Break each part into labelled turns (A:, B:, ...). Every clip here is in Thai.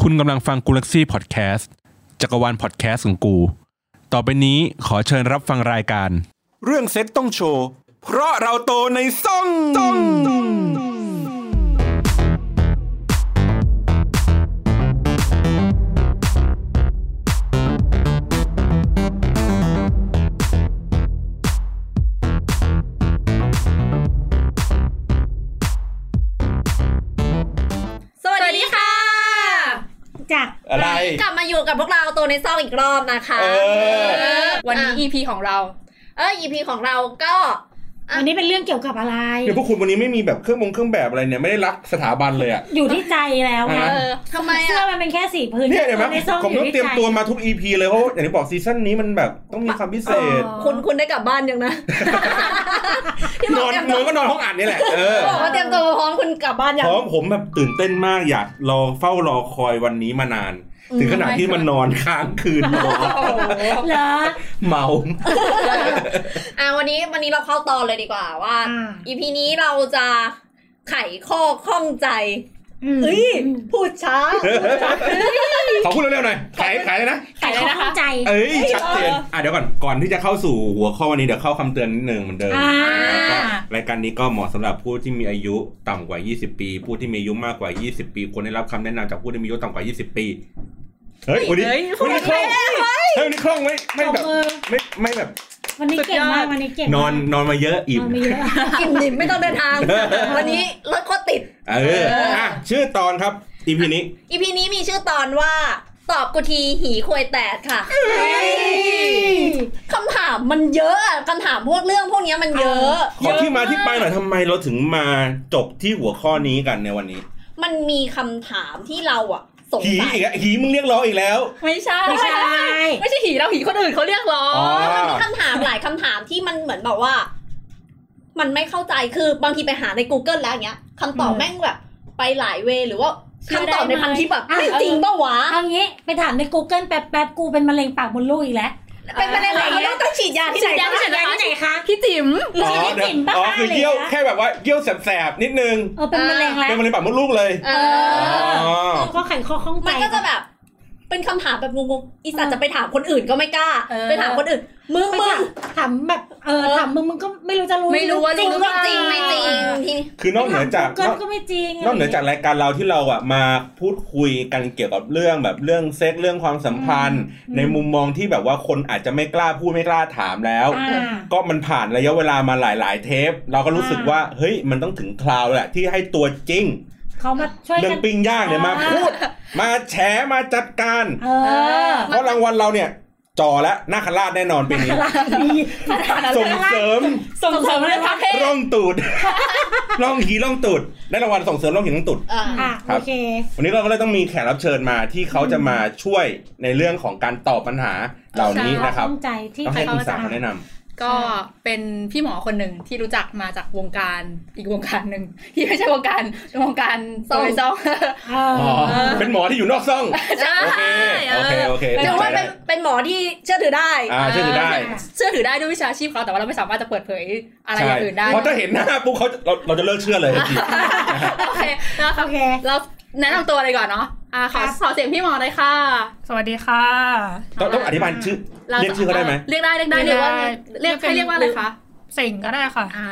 A: คุณกำลังฟังกูลักซี่พอดแคสต์จักรวาลพอดแคสต์ของกู ต่อไปนี้ขอเชิญรับฟังรายการ
B: เรื่องเซ็ตต้องโชว์ เพราะเราโตในซ่องซ่อง
C: สวัสดีค่ะ
D: จาก
B: อะไร
C: กลับมาอยู่กับพวกเราตัวในซ่องอีกรอบนะคะ
B: เออ
E: วันนี้
C: อ่ะ
E: EP ของเรา
C: เออ EP ของเราก็
D: วันนี้เป็นเรื่องเกี่ยวกับอะไร
B: เดี๋ยวพวกคุณวันนี้ไม่มีแบบเครื่องมงเครื่องแบบอะไรเนี่ย ไม่ได้รักสถาบันเลยอ่ะ
D: อยู่ที่ใจแล้ว
B: อ่ะ
D: นะ
C: เออทำไม
D: เสื้อ
C: อ่ะ
D: มันเป็นแค่สีพื้น
B: เนี่ยเดี๋ยวไหม
D: ในซ่อง
B: ผม
D: อยู่
B: ต้อง
D: ที่
B: เตรียม
D: ใจ
B: ตัวมาทุก EP เลยเพราะอย่างที่บอกซีซั่นนี้มันแบบต้องมีความพิเศษ
C: คุณคุณได้กลับบ้านยัง นะ ที่
B: น
C: บอก
B: อน
C: เตรียม
B: น
C: ตั
B: อ
C: วน
B: ก็นอนห้องอัดนี่แหละ เออ
C: บอกว่าเตรียมตัวพร้อมคุณกลับบ้านยัง
B: พร้อมผมแบบตื่นเต้นมากอยากรอเฝ้ารอคอยวันนี้มานาน ถึงขนาดที่มันนอนค้างคืนร อ
D: เหรอ
B: เมา
C: อ่ะวันนี้วันนี้เราเข้าตอนเลยดีกว่าว่า
D: อ่า
C: EP นี้เราจะไขข้อข้องใจ
D: อืม
C: เอ้ยพูดช้า
B: ขอพูดเร็วๆหน่อยขายขายเลยนะ
D: แต่เขาเข้าใจ
B: เอ้ยชัดเจนอ่ะเดี๋ยวก่อนก่อนที่จะเข้าสู่หัวข้อวันนี้เดี๋ยวเข้าคำเตือนนิดนึงเหมือนเดิม
D: อ่า
B: แล้วก็รายการนี้ก็เหมาะสำหรับผู้ที่มีอายุต่ำกว่า 20 ปี ผู้ที่มีอายุมากกว่า 20 ปี ควรได้รับคำแนะนำจากผู้ที่มีอายุต่ำกว่า 20 ปี เฮ้ยวันนี้
E: เฮ้ย
B: วันนี้คล่องเฮ้ยวันนี้คล่องไม่ไม่แบบ
D: ตบมือ
B: ไม่ไม่แบบ
D: วันนี้เก่งมากวันนี้เก่ง
B: นอนนอนมาเยอะอิ่ม
D: นอนไม่เยอะ
C: กินดิบไม่ต้องเดินทาง วันนี้รถโคตรติด
B: เอออ่ะชื่อตอนครับ อีพีนี้
C: อีพีนี้มีชื่อตอนว่า ตอบกูทีหีควยแตกค่ะคำถามมันเยอะอะคำถามพวกเรื่องพวกเนี้ยมันเยอะ
B: ขอที่มาที่ไปหน่อยทำไมเราถึงมาจบที่หัวข้อนี้กันในวันนี้
C: มันมีคำถามที่เราอะสง
B: หี
C: สัย
B: อีกแล้วหีมึงเรียกร้องอีกแล้ว
E: ไม่ใช่
D: ไม่ใช่
E: ไม่ใช่หีเราหีคนอื่นเขาเรียกร้อง
B: อ๋อ
C: มันมีคำถามหลายคำถามที่มันเหมือนแบบว่า มันไม่เข้าใจคือบางทีไปหาใน Google แล้วอย่างเงี้ยคำตอบแม่งแบบ ไปหลายเวย์หรือว่าคำตอบในพันทิปแบบไม่จริงปะวะ
D: เอางี้ไปถามใน Google แป๊บแป๊บๆกูเป็นมะเร็งปากมดลูกอีกแล้ว
C: เป็นไปได้ไหมเราต้องฉีดยาที่ไหน
E: ยา
C: บ้าง
E: ที่ไหน
D: แล้ว
E: นะ
D: ไหนคะ
E: พี่จิ๋ม
B: อ๋อ
D: ไม่ได้กลิ่นบ้าๆ
B: อ๋อคือ
D: เลยนะ
B: เยี่ยวแค่แบบว่าเยี่ยวแสบๆนิดนึง
D: เออเป็นมะเร็งแล้
B: เป็
D: วน
B: มะเร็งปากมดลูกเลย
C: เออ
B: อ๋อ
D: ก็ไขข้อข้องใจ
C: มันก็จะแบบ เป็นคำถามแบบงงๆอีสัตว์จะไปถามคนอื่นก็ไม่กล้า
E: เออ
C: ไปถามคนอื่น มึง
D: ไป
C: มึง
D: ถามถามแบบเออถามมึงมึงก็ไม่รู้จะรู้
E: ไม่รู้ว่า
C: จริง
E: เป
C: ก็
E: ล่า
C: จริงไม่จริงทีนี้
B: คือนอกเหนือจาก
D: ถาม
B: น
D: Google
B: อก
D: ก็ไม่จริง
B: นอกเหนือจากรายการเราที่เราอ่ะมาพูดคุยกันเกี่ยวกับเรื่องแบบเรื่องเซ็กเรื่องความสัมพันธ์ ในมุมมองที่แบบว่าคนอาจจะไม่กล้าพูดไม่กล้าถามแล้ว
D: อ่า
B: ก็มันผ่านระยะเวลามาหลาย ๆ เทป เราก็รู้สึกว่าเฮ้ยมันต้องถึงคราวแหละที่ให้ตัวจริง
D: เขามาช่วย
B: เรื่อง
D: กัน
B: ปิ้งย่างเนี่ยมา
D: อ่า
B: พูด มาแฉมาจัดการ
D: เออ
B: เพราะรางวัลเราเนี่ยจ่อและหน้าคราดแน่นอนปีนี้
D: ราศี
B: ส่งเสริม
E: ส่งเสริมเรื่องประเภท
B: ร่องตูด ร่องหีร่องตูดได้รางวัลส่งเสริมร่องหีร่องตูด
C: อ่ะ
D: อ่ะ
B: ครั
D: โอบ เค
B: วันนี้เราก็เลยต้องมีแขกรับเชิญมาที่เขาจะมาช่วยในเรื่องของการตอบปัญหาเหล่านี้นะครับ
D: ต้องใจที่
B: ต้องให้คุณสา
D: จะ
B: มาแนะนำ
E: ก็เป็นพี่หมอคนหนึ่งที่รู้จักมาจากวงการอีกวงการหนึ่งที่ไม่ใช่วงการวงการโซยซอง
B: ห
D: เอ
B: มอ
D: อ
B: เป็นหมอที่อยู่นอกซ่อง
E: ใช่
B: โอเคโอเคโอเค
C: แต่ว่าเป็นเป็นหมอที่เชื่อถือได้
B: อ่าเชื่อถือได้
E: เชื่อถือได้ด้วยวิชาชีพเขาแต่ว่าเราไม่สามารถจะเปิดเผยอะไร
B: ใช่
E: อย่างอื่นได้
B: เพราะถ้าเห็นหน้าปุ๊บเขาเราเราจะเลิกเชื่อเลยทันที
E: โอเคนะครั
D: โอบ เค
E: เราแนะนำตัวเลยก่อนเนาะอ่าขอ
D: ครับ
E: ขอเสียงพี่หมอเลยค่ะ
F: สวัสดีค่ะ
B: ต้องต้องอธิบายชื่อ
E: รา
B: เรียกชื่อเขาได้ไหม
E: เรียกได้เรียกได้เรียกว่า
F: เรี
E: เรีย
F: ย
E: ก
F: กได้
E: ให้เรียกว่าอะไรคะ
F: เสิงก็ได้ค่ะ
E: อ่า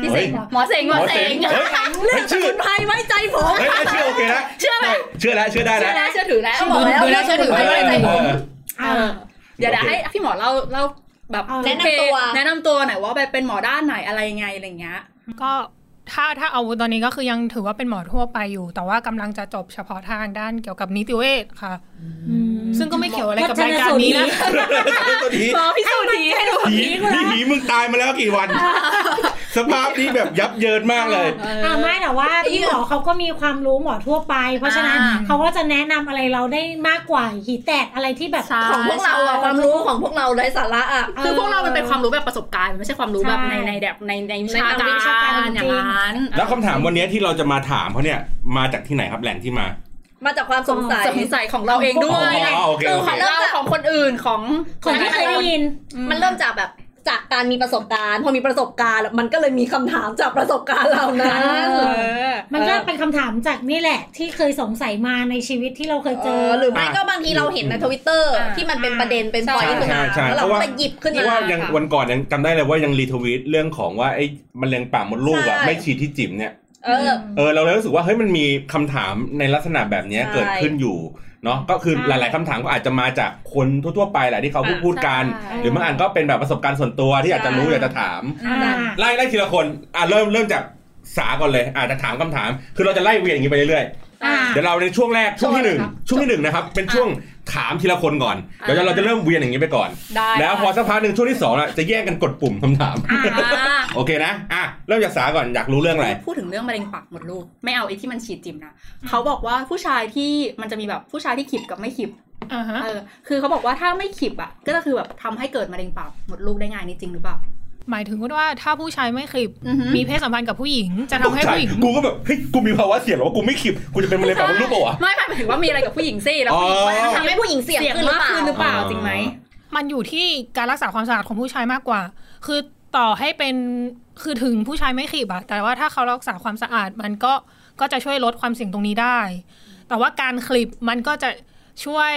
D: เฮ้ย
E: พี่เสงหมอเสงหมอเสง
B: หมอเสง
C: เรื่องสมุนไพรไว้ใจผม
B: เฮ้ยเอ้ยชื่อโอเคนะ
E: เชื่อไหม
B: เชื่อแล้วเชื่อได้
E: เชื่
B: แล้ว
E: อแล้วเชื่อถือแล้ว
C: เชื่อบอกแล้ว
E: ดูเชื่อถือ
B: เออ
E: ไว้ไว้ใจผ
B: เอ
E: ม
B: อ
E: เออเดี๋ยวเดี๋ยวให้พี่หมอเล่าเล่าแบบ
D: เอา
E: โอเค
C: แนะนำตัว
E: แนะนำตัวหน่อยว่าไปเป็นหมอด้านไหนอะไรยังไงอะไรอย่างเงี้ย
F: ก็ถ้าถ้าอาวุธตอนนี้ก็คือยังถือว่าเป็นหมอทั่วไปอยู่ แต่ว่ากำลังจะจบเฉพาะทางด้านเกี่ยวกับนิติเวชค่ะ ซึ่งก็ไม่เกี่ยวอะไรกับรายการนี้นะ
B: ตัวที
E: หมอพิสูจน์ดีให้ดู
B: ผีนี่ผีมึงตายมาแล้วกี่วัน สภาพนี้แบบยับเยินมากเลย
E: เออ
D: อ่าไม่แต่ว่าพี่หมอเขาก็มีความรู้หมอทั่วไป เพราะฉะนั้น
E: อ่า
D: เขาก็จะแนะนำอะไรเราได้มากกว่าหีแตกอะไรที่แบบ
E: ใช่
C: ของพวกเราอะความรู้ของพวกเราไร้สาระอะ
E: คือพวกเรามันเป็นความรู้แบบประสบการณ์มันไม่ใช่ความรู้แบบ
D: ใช่
E: ในในแบบในในวิชา
D: ในทางวิชา
E: การ
D: การ
E: อย่างนั้น
B: แล้วคำถามวันนี้ที่เราจะมาถามเขาเนี่ยมาจากที่ไหนครับแหล่งที่มา
C: มาจากความสงสัย
E: สงสัยของเราเองด้วย
B: อ๋อโอเค
E: คือ
B: โอเค
E: ของเราของคนอื่นของ
D: คนที่เคยได้ยิน
E: อืม
C: มันเริ่มจากแบบ จากการมีประสบการณ์ พอมีประสบการณ์มันก็เลยมีคำถามจากประสบการณ์เหล่านั้น
E: เออ
D: มันก็เป็นคำถามจากนี่แหละ ที่เคยสงสัยมาในชีวิตที่เราเคยเจ
C: เอ
D: อ
C: อหรือไม่ก็บางทีเราเห็นในทวิตเตอร์
E: อ่า
C: ที่มันเป็นประเด็นเป็นปอย
E: ใช่
C: ขึ้นมา
B: ใช่ใช่
C: แล้วเรา
B: เพราะ
C: ก็
B: ว่า
C: ไปหยิบขึ้น
B: เพราะ
C: มา
B: ว่ายังวันก่อนยังจำได้เลยว่ายังรีทวีตเรื่องของว่าไอ้มะเร็งปากมดลูกอะ
C: ใช่
B: ไม่ฉีดที่จิ๋มเนี่ย
C: เออ
B: เออเราเลยรู้สึกว่าเฮ้ยมันมีคำถามในลักษณะแบบเนี้ย
C: ใช่
B: เกิดขึ้นอยู่เนาะก็คือ
D: ใช่
B: หลาย ๆคำถามก็อาจจะมาจากคนทั่วๆไปแหละที่เขาพูดพูดกัน
E: ใช่
B: หรือบางอันก็เป็นแบบประสบการณ์ส่วนตัวที่อยากจะรู้
E: ใช่
B: อยากจะถาม
D: อ่า
B: ไล่ไล่ทีละคนอ่ะเริ่มเริ่มจากสาก่อนเลยอาจจะถามคำถาม คือเราจะไล่เวียนอย่างนี้ไปเรื่อย
D: อ่า
B: ๆเดี๋ยวเราในช่วงแรกช่วงที่หนึ่ง
E: ครับ
B: ช่วงที่หนึ่งนะครับเป็นช่วงถามทีละคนก่อน
E: อ่า
B: เดี๋ยวเราจะเริ่มเวียนอย่างนี้ไปก่อน
E: ได้
B: แล้วพอสักพักหนึ่งช่วงที่สองอ่ะจะแยกกันกดปุ่มคำถาม
E: อ่า
B: โอเคนะอ่ะเริ่มจากสาก่อนอยากรู้เรื่องอะไร
E: พูดถึงเรื่องมะเร็งปากหมดลูก ไม่เอาไอ้ที่มันฉีดจิมนะเขาบอกว่าผู้ชายที่มันจะมีแบบผู้ชายที่ขีบกับไม่ขีบ
F: อ่าฮะ
E: เออคือเขาบอกว่าถ้าไม่ขีบอ่ะ ก็จะคือแบบทำให้เกิดมะเร็งปากหมดลูกได้ง่ายนี่จริงหรือเปล่า
F: หมายถึงว่าถ้าผู้ชายไม่คลิป
E: อือหือ
F: มีเพศสัมพันธ์กับผู้หญิง จะทำให้ผู้หญิง
B: กูก็แบบเฮ้ยกูมีภาวะเสี่ยงเหรอว่ากูไม่ขีบกูจะเป็นมะเร็งปากมดลูกเปล่าวะ
E: ไม่ไม่หมายถึงว่ามีอะไรกับผู้หญิงสิแล้วผู้หญิงก็
B: อ๋อ
E: ทำ
C: ทำ
E: ให้
C: ให้ผู้หญิงเสี่ยง
E: เสี่ยง
C: ขึ้นหรือเป
E: มาก
C: ล่า
E: ขึ้นหรือเปล่า
B: อ๋อ
E: จริงไหม
F: มันอยู่ที่การรักษาความสะอาดของผู้ชายมากกว่า คือต่อให้เป็น คือถึงผู้ชายไม่ขีบอะแต่ว่าถ้าเขารักษาความสะอาดมันก็ ก็จะช่วยลดความเสี่ยงตรงนี้ได้ แต่ว่าการคลิปมันก็จะช่วย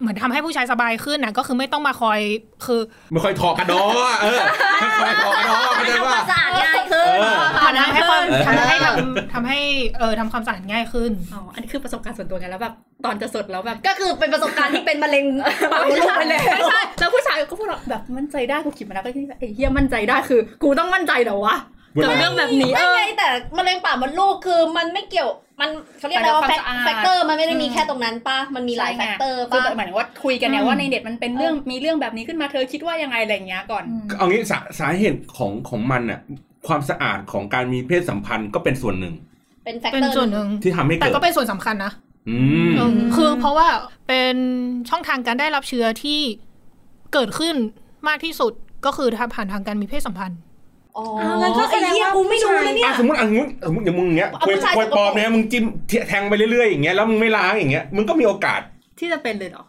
F: เหมือนทำให้ผู้ชายสบายขึ้นนะก็คือไม่ต้องมาคอย คือ
B: ไม่ค่อยถอกระดออะเออไม่ค่อยถอกระดอเข้าใจ
C: ทำควา
B: ป่ะ
C: มสะอาดง่ายขึ้น
B: เออ
F: มันทำให้ความ
B: เออ
F: ทำให้ทำทำให้ เออทำความสะอาดง่ายขึ้น
E: อ๋อ อันนี้คือประสบการณ์ส่วนตัวกันแล้วแบบตอนจะสดแล้วแบบ
C: ก็คือเป็นประสบการณ์ที่เป็นมะเร็งปากมดลูกไปแล้ว
E: ไม่ใช่ แล้วผู้ชายก็พูดว่าแบบมั่นใจได้กูขีบมาแล้วก็ที่ไอ้เฮียมั่นใจได้คือ กูต้องมั่นใจเหรอวะ
B: เวลา
E: เกิดเรื่องแบบนี้เอ
C: ไม่
E: อ
C: ไงแต่มะเร็งปากมดลูกคือมันไม่เกี่ยวมันเขาเรียกอะไรว่า
E: มัน
C: แฟ
E: เป็นความสะอา
C: ก
E: ด
C: เตอร์มันไม่ได้มี
E: อืม
C: แค่ตรงนั้นป่ะมันมีหลายแฟกเตอร์
E: คือ
C: ป่ะ
E: แบบหมายถึงว่าคุยกันเนี่ย
F: อืม
E: ว่าในเน็ตมันเป็นเรื่องมีเรื่องแบบนี้ขึ้นมาเธอคิดว่ายังไงอะไรอย่างเงี้ยก่อน
B: เอางี้สาสาเหตุของของมันน่ะความสะอาดของการมีเพศสัมพันธ์ก็เป็นส่วนหนึ่ง
C: เป็นแฟก
F: เป็น
C: เตอร์
F: ส่วนหนึ่ง
B: ที่ทำให้
F: แต่
B: เกิด
F: ก็เป็นส่วนสำคัญนะ
B: อืม
F: เออ
E: ม
F: คือเพราะว่าเป็นช่องทางการได้รับเชื้อที่เกิดขึ้นมากที่สุดก็คือถ้าผ่านทางการมีเพศสัมพันธ์
C: อ๋อ
D: อ้าวงั้นก็แส
C: ไอ้
D: ดง
C: เหี้ย
D: ว่า
C: กูไม่รู้นะเนี่ย
B: อ่ะสมมติอ่ะสมมุติสมมติอย่างมึงอย่างเงี้ย
C: เอา
B: ควย
C: ผู้ชาย
B: ควย
C: สกปรก
B: ปลอมเนี่ยมึงจิ้มเทียแทงไปเรื่อยๆอย่างเงี้ยแล้วมึงไม่ล้างอย่างเงี้ยมึงก็มีโอกาส
E: ที่จะเป็นเลยเหรอ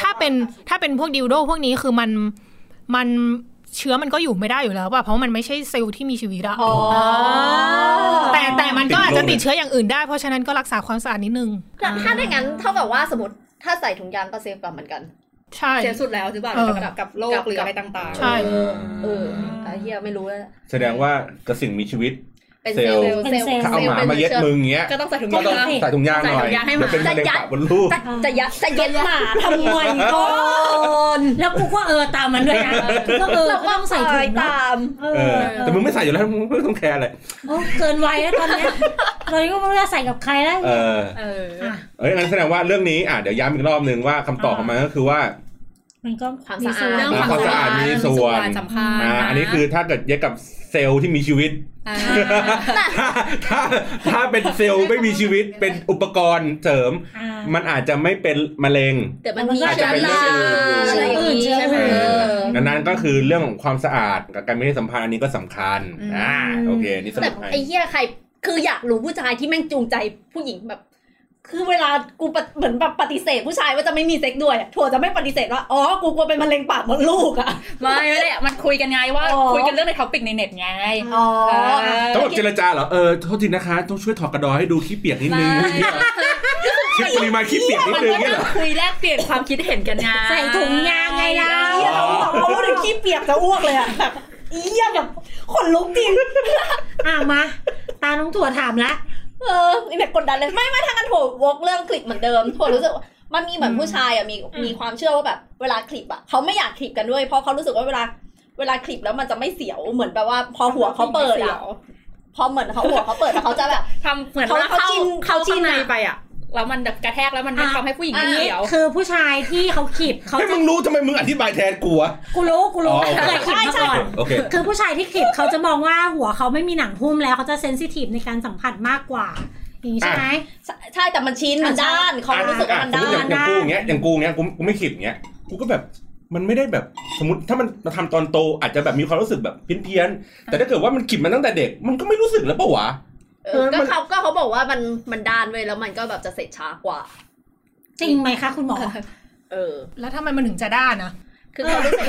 F: ถ้าเป็นถ้าเป็นพวกดิวโดพวกนี้คือมันมันเชื้อมันก็อยู่ไม่ได้อยู่แล้วป่ะเพราะมันไม่ใช่เซลล์ที่มีชีวิตอะ
C: อ๋อ
F: แต่แต่มันก็อาจจะ
B: ติ
F: ติ
B: ด
F: ด
B: โรค
F: เชื้ออย่างอื่นได้เพราะฉะนั้นก็รักษาความสะอาดนิดนึง
C: แต่ถ้าได้งั้นเท่ากับว่าสมมติถ้าใส่ถุงยางก็เซฟกว่าเหมือนกัน
F: ใช่
E: เสียสุดแล้วหรือเปล่า
F: เออ
E: กับกับโลก
C: กับ
E: หรืออะไรต่างๆ
F: ใช่
C: เออไอ้เหี้ยไม่รู้แล้ว
B: แสดงว่ากับสิ่งมีชีวิต
C: เป็น
B: เซล
C: เซล
B: ล์
C: ล์
D: เป็นเซลล์
B: ถ้าเอาหมา
C: ป็น
B: มาเย็ด
C: ชื้อ
B: มึงอย่างเงี้ย
E: ก็ต้องใส่ถุง
B: ก็ต้อง
E: ยางนะ
B: ใส่ถุงยางหน่อย
E: ใส่ถุงยางให้หมา
B: เดี๋ยวเป็นมะเร็ง
C: จะยัด
B: ปากมดลูก
C: จะจะยัดจะเย็ดหมาทำไมก่อน
D: แล้วกูก็เออตามมันด้วยนะกูก็เออ
C: แล้ว
D: ก็
C: ก็
D: ต้อง
C: ใส่
D: ใส่ถุงนะ
C: ตาม
D: เอ
B: เอ
D: อ
B: อ แต่มึงไม่ใส่อยู่แล้วมึงไม่ต้องแคร์อะไร
D: โอ้เกินวัยแล้วตอนเนี้ยตอนนี้ก็ไม่รู้จะใส่กับใครแล้ว
B: เออ
E: เออ
D: อ่ะ
B: เอ้ยงั้นแสดงว่าเรื่องนี้อ่ะเดี๋ยวย้ำอีกรอบหนึ่งว่าคำตอบของมันก็คือว่า
D: มันก็
C: ความ
D: มี
C: สะอาด
D: ส่วน
E: เรื่องความ
B: ความ
E: สะ
B: สะ
E: อา
B: อา
E: ด
B: ดมี
E: มี
B: ส่
E: ส่ว
B: วน
E: นสำคัญ
B: อ่าอันนี้คือถ้าเกิดเย็ดกับเซลล์ที่มีชีวิต
E: อ่า
B: ถ้าถ้าถ้าเป็นเซลล์ไม่มีชีวิตเป็นอุปกรณ์เสริม
D: อ่า
B: มันอาจจะไม่เป็นมะเร็ง
C: แต่มันมี
D: อาจจะ
C: เชื้อ
D: เป็นเรื่
C: รา
D: องอื่น
C: อะไรอย่างงี้ใช่
B: เอ
C: ไหมเออ
B: ดังนั้นก็คือเรื่องของความสะอาดกับการมีเพศสัมพันธ์อันนี้ก็สำคัญอ่าโอเคนี่ส
C: แต่
B: รุปให้
C: ไอ้เหี้ยใคร คืออยากรู้ผู้ชายที่แม่งจูงใจผู้หญิงแบบ คือเวลากูปะเหมือนแบบปฏิเสธผู้ชายว่าจะไม่มีเซ็กด้วยอะถั่วจะไม่ปฏิเสธว่า อ๋อ กูกลัวเป็นมะเร็งปากมดลูกอะ
E: ไม่ไม่ได้มันคุยกันไงว่า
C: อ๋อ
E: คุยกันเรื่องในท็อปิกในเน็ตไง
C: อ๋อ
E: เออ
B: ต้องบอกเจรจาเหรอเออโทษทีนะคะ ต้องช่วยถอดกระดอยให้ดูขี้เปียกนิดนึง
E: ไม่
B: คิดปริมาณขี้เปียกนิด
E: มัน
B: นึง
E: ก็
B: เนี่ยเห
E: ต้อ
B: รอ
E: งคุยแลกเปลี่ยนความคิดเห็นกันไง
D: ใส่ถุงยางไงล่ะ
C: เหี้ยเราบอกเราพูดถึงขี้เปียกจะอ้วกเลยอะแบบเหี้ยแบบขนลุกจริง
D: อ่ะมาตาน้องถั่วถามละ
C: เออนี่แบบกดดันเลยไม่ไม่ถ้ากันถั่ววกเรื่องคลิปเหมือนเดิมถั่วรู้สึกว่ามันมีเหมือนผู้ชายอ่ะมีมีความเชื่อว่าแบบเวลาคลิปอ่ะเขาไม่อยากคลิปกันด้วยเพราะเขารู้สึกว่าเวลาเวลาคลิปแล้วมันจะไม่เสียวเหมือนแบบว่า พอหัวเขาเปิดอ่ะพอเหมือนเขาหัวเขาเปิดแล้วเขาจะแบบ
E: ทำเหมือน
C: เขา
E: ว่าเข้า
C: เขาจิ้น
E: เขา
C: เขาจิ้
E: จิ้น
C: น
E: ใน
C: อะ
E: ไปอ่ะแล้วมันแบบกระแทกแล้วมัน
D: อ่ะ
E: ทำให้ผู้หญิง
D: อันนี้
E: เขียว
D: คือผู้ชายที่เขาขีบเขา
B: ให้ย
D: จะ
B: มึงรู้ทำไมมึงอธิบายแทนกูวะ
D: กูรู้กู
B: อ๋
D: รู้
B: อโอเค
D: เคยขีบมาก่อน
B: โอเค
D: คือผู้ชายที่ขีบเขาจะมองว่าหัวเขาไม่มีหนังหุ้มแล้วเขาจะเซนซิทีฟในการสัมผัสมากกว่าอย่างนี้ใช่ไหม
C: ใช่ใช่แต่มันชินมันด้านเขารู้สึกว่ามัน
B: อ่ะ
C: ด้า
B: สมม
C: น
B: ติอย่างอย่างกูอย่างเงี้ยอย่างกูอย่างเงี้ยกูกูไม่ขิดอย่างเงี้ยกูก็แบบมันไม่ได้แบบสมมติถ้ามันมาทำตอนโตอาจจะแบบมีความรู้สึกแบบเพี้ยนๆแต่ถ้าเกิดว่ามันขิดมาตั้งแต่เด็ก มันก็ไม่รู้สึกแล้วปะวะ
C: เออก็เขาก็เขาบอกว่ามันมันด้านเว้ยแล้วมันก็แบบจะเสร็จช้ากว่า
D: จริงไหมคะคุณหมอ
C: เออ
F: แล้วทำไมมันถึงจะด้านนะ
C: คือเขารู้สึก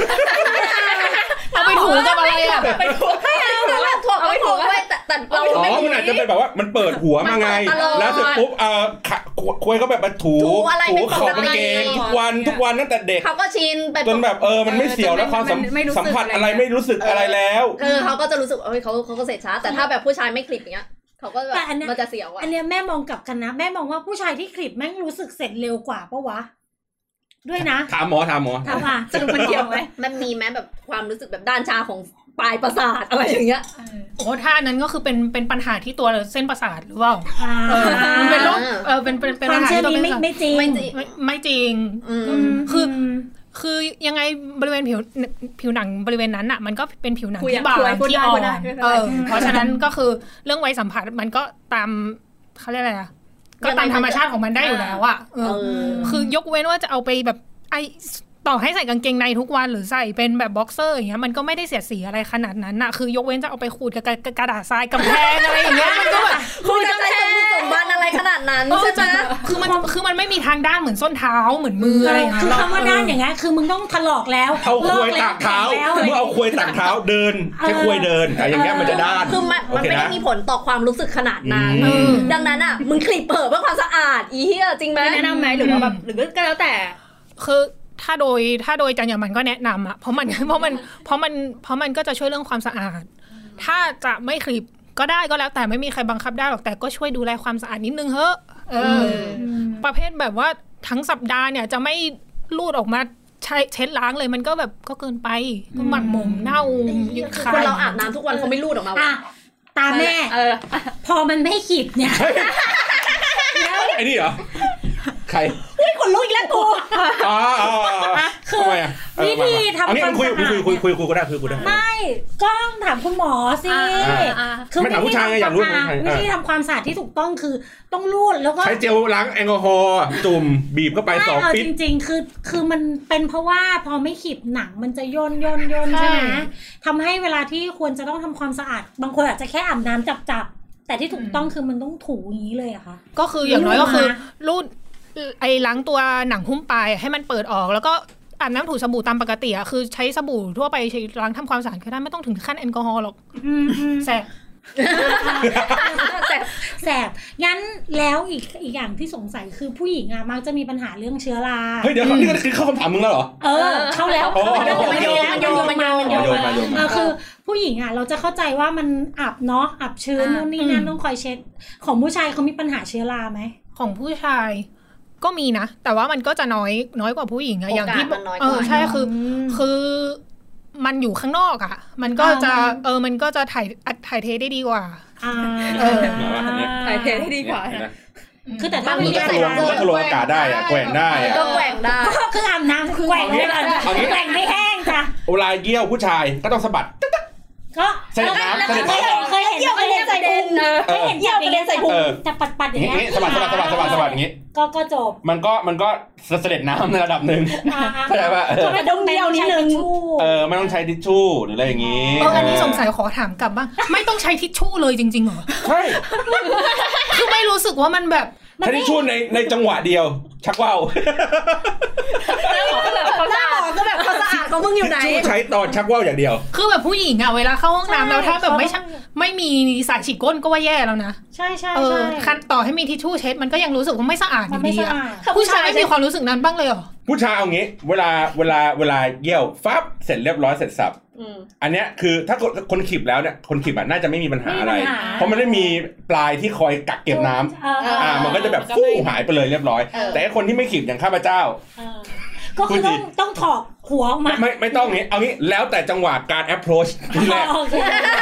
E: เอาไปถูกับอะไรอ่ะ
C: ไปถูไม่เอาแล้วแบบถั่วก็ถูกไว้แต่แต่เรา
B: อ๋อมันอาจจะเป็นแบบว่ามันเปิดหัวมาไง
C: มันเปิดตลอด
B: แล้วเสร็จปุ๊บเอ่อขะขวควยเขาแบบมาถู
C: ถูอะไร
B: ถู
C: เป็น
B: ข
C: ป
B: อบ
C: กติ
B: กางเกงทุกวันทุกวันตั้งแต่เด็ก
C: เขาก็ชินไป
B: จนแบบเออมันไม่เสียวแล้วความสัม
E: มันไม่รู้สึก
B: สัมผัสอะไร
E: อะไร
B: ไม่รู้สึกอะไรแล้ว
C: เออเขาก็จะรู้สึกว่าเอ้ยเขาเขาก็เสร็จช้า แต่ถ้าแบบผู้ชายไม่คลิปอย่างเงี้ยเขาก็แบ
D: แต่
C: บ
D: อันเนี้ย
C: มันจะเสียวอะ
D: อันเนี้ยแม่มองกลับกันนะ แม่มองว่าผู้ชายที่คลิปแม่งรู้สึกเสร็จเร็วกว่าปะวะ ด้วยนะ
B: ถามหมอถามหมอ
D: ถามว่า
E: สรุปมันเกี่ยวไหม
C: มันมีแม้แบบความรู้สึกแบบด้านชาของปลายประสาทอะไรอย่างเงี้ย
F: โอ้ถ้าอันนั้นก็คือเป็นเป็นปัญหาที่ตัวเส้นประสาทหรือเปล่า
D: อ่า
F: เออมันเป็นโรคเออเป็นเป็นเป็น
D: ค
F: ปั
D: วาม
F: ญหา
D: เชื่อ
F: ที่ตัว
D: นี้
F: เส้นป
D: ไม่
F: ระสาท
D: ไม่จริง
C: ไม่จริง
F: ไม่ไม่จริง
C: อืม
D: อืม
F: คืออื คือยังไงบริเวณผิวผิวหนังบริเวณนั้นอ่ะมันก็เป็นผิวหนัง
E: คุย
F: ที่
E: อะ
F: บาง
E: คุยพูด
F: ที่
E: ได้
F: อ่อ
E: พูด
F: น
E: ได้ไม่เป็นไร
F: เออเพราะฉะนั้นก็คือเรื่องไวยสัมผัสมันก็ตามเขาเรียกอะไรอ่ะก็ตามธรรมชาติของมันได้อยู่แล้วอ่ะเอ
C: เอ
F: อ
C: อ
F: คือยกเว้นว่าจะเอาไปแบบไอต่อให้ใส่กางเกงในทุกวันหรือใส่เป็นแบบบ็อกเซอร์อย่างเงี้ยมันก็ไม่ได้เสียดสีอะไรขนาดนั้นน่ะคือยกเว้นจะเอาไปขูดกับกระกระกระดาษทรายกำแพงอะไรอย่างเงี้ยมันก็แบบ
C: คุณจะใช้สมุดสมบัติอะไรขนาดนั้นใช่ไหม
F: คือมันคือมันไม่มีทางด้านเหมือนส้นเท้าเหมือนมืออะไรอย่าง
D: คื
F: เงี้
D: อย คำว่าด้านอย่างเงี้ยคือมึงต้องถลอกแล้ว
B: เอาควย
D: ลิ
B: ตาก
D: ก
B: เท้า
D: แล้ว
B: เมื่อเอาควยตากเท้าเดินใช้ควยเดินอะไรอย่างเงี้ยมันจะด้าน
C: คือมัน
B: โอ
C: มัน
B: เค
C: ไม่ได้
B: นะ
C: มีผลต่อความรู้สึกขนาดนั้น
B: อืม
C: ดังนั้นอ่ะมึงคลิปเปิดเพื่อความสะอาดอีเหี้ยจริงไหม
E: แนะนำไหมหรือว่าแบบหรือก็แล้วแต่
F: คือถ้าโดยถ้าโดยจรรยาบรรณก็แนะนำอะเพราะมัน เพราะมันเพราะมันเพราะมันก็จะช่วยเรื่องความสะอาด ถ้าจะไม่คลิปก็ได้ก็แล้วแต่ไม่มีใครบังคับได้หรอกแต่ก็ช่วยดูแลความสะอาดนิดนึงเฮ้อะเออ ประเภทแบบว่าทั้งสัปดาห์เนี่ยจะไม่ลูดออกมาใช้เช็ดล้างเลยมันก็แบบก็เกินไปก็หมักหมมเน่ายึดคา
C: คนเราอาบน้ำทุกวันเขาไม่รูดออกมา
D: อ่ะ
C: วะ
D: ตาแม่
E: เออ
D: พอมันไม่ขีดเนี่ย
B: ไอ้นี่เหรอใคร
D: คนลุกอีกแล้วกู
B: อ๋ออ๋ออ๋อ
D: คือ
B: ทำไมอ่ะเออ
D: วิธีทำ
B: อันนี้
D: ความ
B: คุย
D: สะอาด
B: คุยคุยคุยคุยก็ได้คุยก็ได้
D: ไม่ก็ต้องถามคุณหมอสิ
E: อ่าอ่าอ่า
D: คือ
B: ไม่ถามผู้ชายไงอยากรู้
D: วิ
B: ผู้ชาย
D: ธีทำวิธีทำความสะอาดที่ถูกต้องคือต้องรูดแล้วก็
B: ใช้เจลล้างแอลกอฮอล์จุ่มบีบเข้าไป
D: ไม่
B: สอง
D: เอา
B: ปิ๊บ
D: จริง ๆ คือคือมันเป็นเพราะว่าพอไม่ขีบหนังมันจะย่นย่นย่นใช่ไหมทำให้เวลาที่ควรจะต้องทำความสะอาด บางคนอาจจะแค่อาบน้ำจับๆแต่ที่ถูกต้องคือมันต้องถูอย่างนี้เลยอะค่ะ
F: ก็คืออย่างน้อยก็คือ
D: ลูดมา
F: ลูดไอ้ล้างตัวหนังหุ้มปลายให้มันเปิดออก แล้วก็อาบน้ำถูสบู่ตามปกติอะคือใช้สบู่ทั่วไปใช้ล้างทำความสะอาดก็ได้ไม่ต้องถึงขั้นแอลกอฮอล์หรอก
D: อืมอืม
F: แสบ
D: แสบงั้นแล้วอีกอีกอย่างที่สงสัยคือผู้หญิงอะมักจะมีปัญหาเรื่องเชื้อรา
B: เฮ้ยเดี๋ยวนี่คือเข้าคำถามมึงแล้วเหรอ
D: เออ เข้าแล้ว
B: อ๋อ
D: เข้าแล้ว
B: โอ
D: มัน
B: เค
D: โยงมันโยงมันโยงมันโยง
B: โยนมาโยน
D: เอ
B: มา
D: อคือผู้หญิงอ่ะเราจะเข้าใจว่ามันอับเนาะอับชื้น
E: อ่า
D: นู่นนี่นั่นต้องคอยเช็ด ของผู้ชายเขามีปัญหาเชื้อราไหม
F: ของผู้ชายก็มีนะ แต่ว่ามันก็จะน้อยน้อยกว่าผู้หญิงอะอย่างที่
C: โกสมันน้อยก
F: เอ
C: ว่า
F: อใช่คือ
D: ม
F: คือมันอยู่ข้างนอกอะ่ะ มันก็จะ
D: อ่า
F: เออ มันก็จะถ่ายอัดถ่ายเทได้ดีกว่า
D: อ่า
F: เออ
E: ถ่ายเทได้ดีกว่า
B: เนี่ยนะ
D: คือแต่ถ้า
B: มึ
D: มี
B: งก็
D: เรื่อง
B: กลัวมึงก็กลัวอากาศได้อะแกว่งได้อะ
C: ก็แกว่งได้
D: ก็คืออาบน้ำแกว่งไม่ก่อน
B: เอางี้
D: แกว่งไม่แห้งจ้ะ
B: เวลาเยี่ยวผู้ชายก็ต้องสะบัด
D: ก็
B: ใส่น้ำใส่น้ำ
D: เคยเห็น
C: เกี่ยวกับเรื่องใส่พุง
B: เออ
D: เห็นเกี่ยวกับเรื่องใส่พุง
B: เออ
D: จะปัดปัดๆ
B: อย่
D: อา
B: ย่างง
D: เงี้ย
B: งี้สะบัดสะบัดสะบัดสะบัดสะบัดอย่างงี้
D: ก็ก็จบ
B: มันก็มันก็เสด็จน้ำในระดับหนึ่ง
D: อ่าอ่า
B: เข้าใจปะเออ
D: ก็ไม่ต้องเดียวนิดนึง
B: เออไม่ต้องใช้ทิชชู่หรืออะไรอย่างงี้
F: เอออันนี้สงสัยขอถามกลับบ้าง ไม่ต้องใช้ทิชชู่เลยจริงๆเหรอ
B: ใช่
F: คือไม่รู้สึกว่ามันแบบ
B: ใช้ทิชชู่ในในจังหวะเดียว ชักว่าว
C: หน้าหมอก็แบบความสะอาดของมึงอยู่ไหน
B: ทิชชู่ใช้ตอนชักว่าวอย่างเดียว
F: คือแบบผู้หญิงอะ่ะเวลาเข้าห้องน้ำแล้วถ้าแบบไม่
D: ใช่
F: ชักไม่มีสายฉีดก้นก็ว่าแย่แล้วนะ
D: ใช่ใช่
F: เออ
D: ใช่
F: คันต่อให้มีทิชชู่เช็ดมันก็ยังรู้สึกว่าไม่สะอาดอ
D: มัน
F: ยู่
D: ไม่
F: ดี
D: สะ
F: อะ
D: อาด
F: ผู้ชายไม่มีความรู้สึกนั้นบ้างเลยเหรอ
B: ผู้ชายเอางี้ เวลาเวลาเวลาเยี่ยวฟับเสร็จเรียบร้อยเสร็จสับ
C: อืม
B: อันเนี้ยคือถ้าคนคนขีบแล้วเนี่ยคนขีบอ่ะน่าจะไม่มีปัญหาอะไร
D: ไม่มีปัญหา
B: เพราะมันไม่มีปลายที่คอยกักเก็บน้ำ
D: เออเออ
B: อ่า มันก็จะแบบฟู่หายไปเลยเรียบร้อย
C: เออ
B: แต่ไอ้คนที่ไม่ขีบอย่างข้าพเจ้า
D: เออก็คือต้อง
B: พูดดิ
D: ต้องถอกหัวออกมา
B: ไม่ไม่ต้องนี้เอางี้แล้วแต่จังหวะการ approach ที่แรก
D: โอเค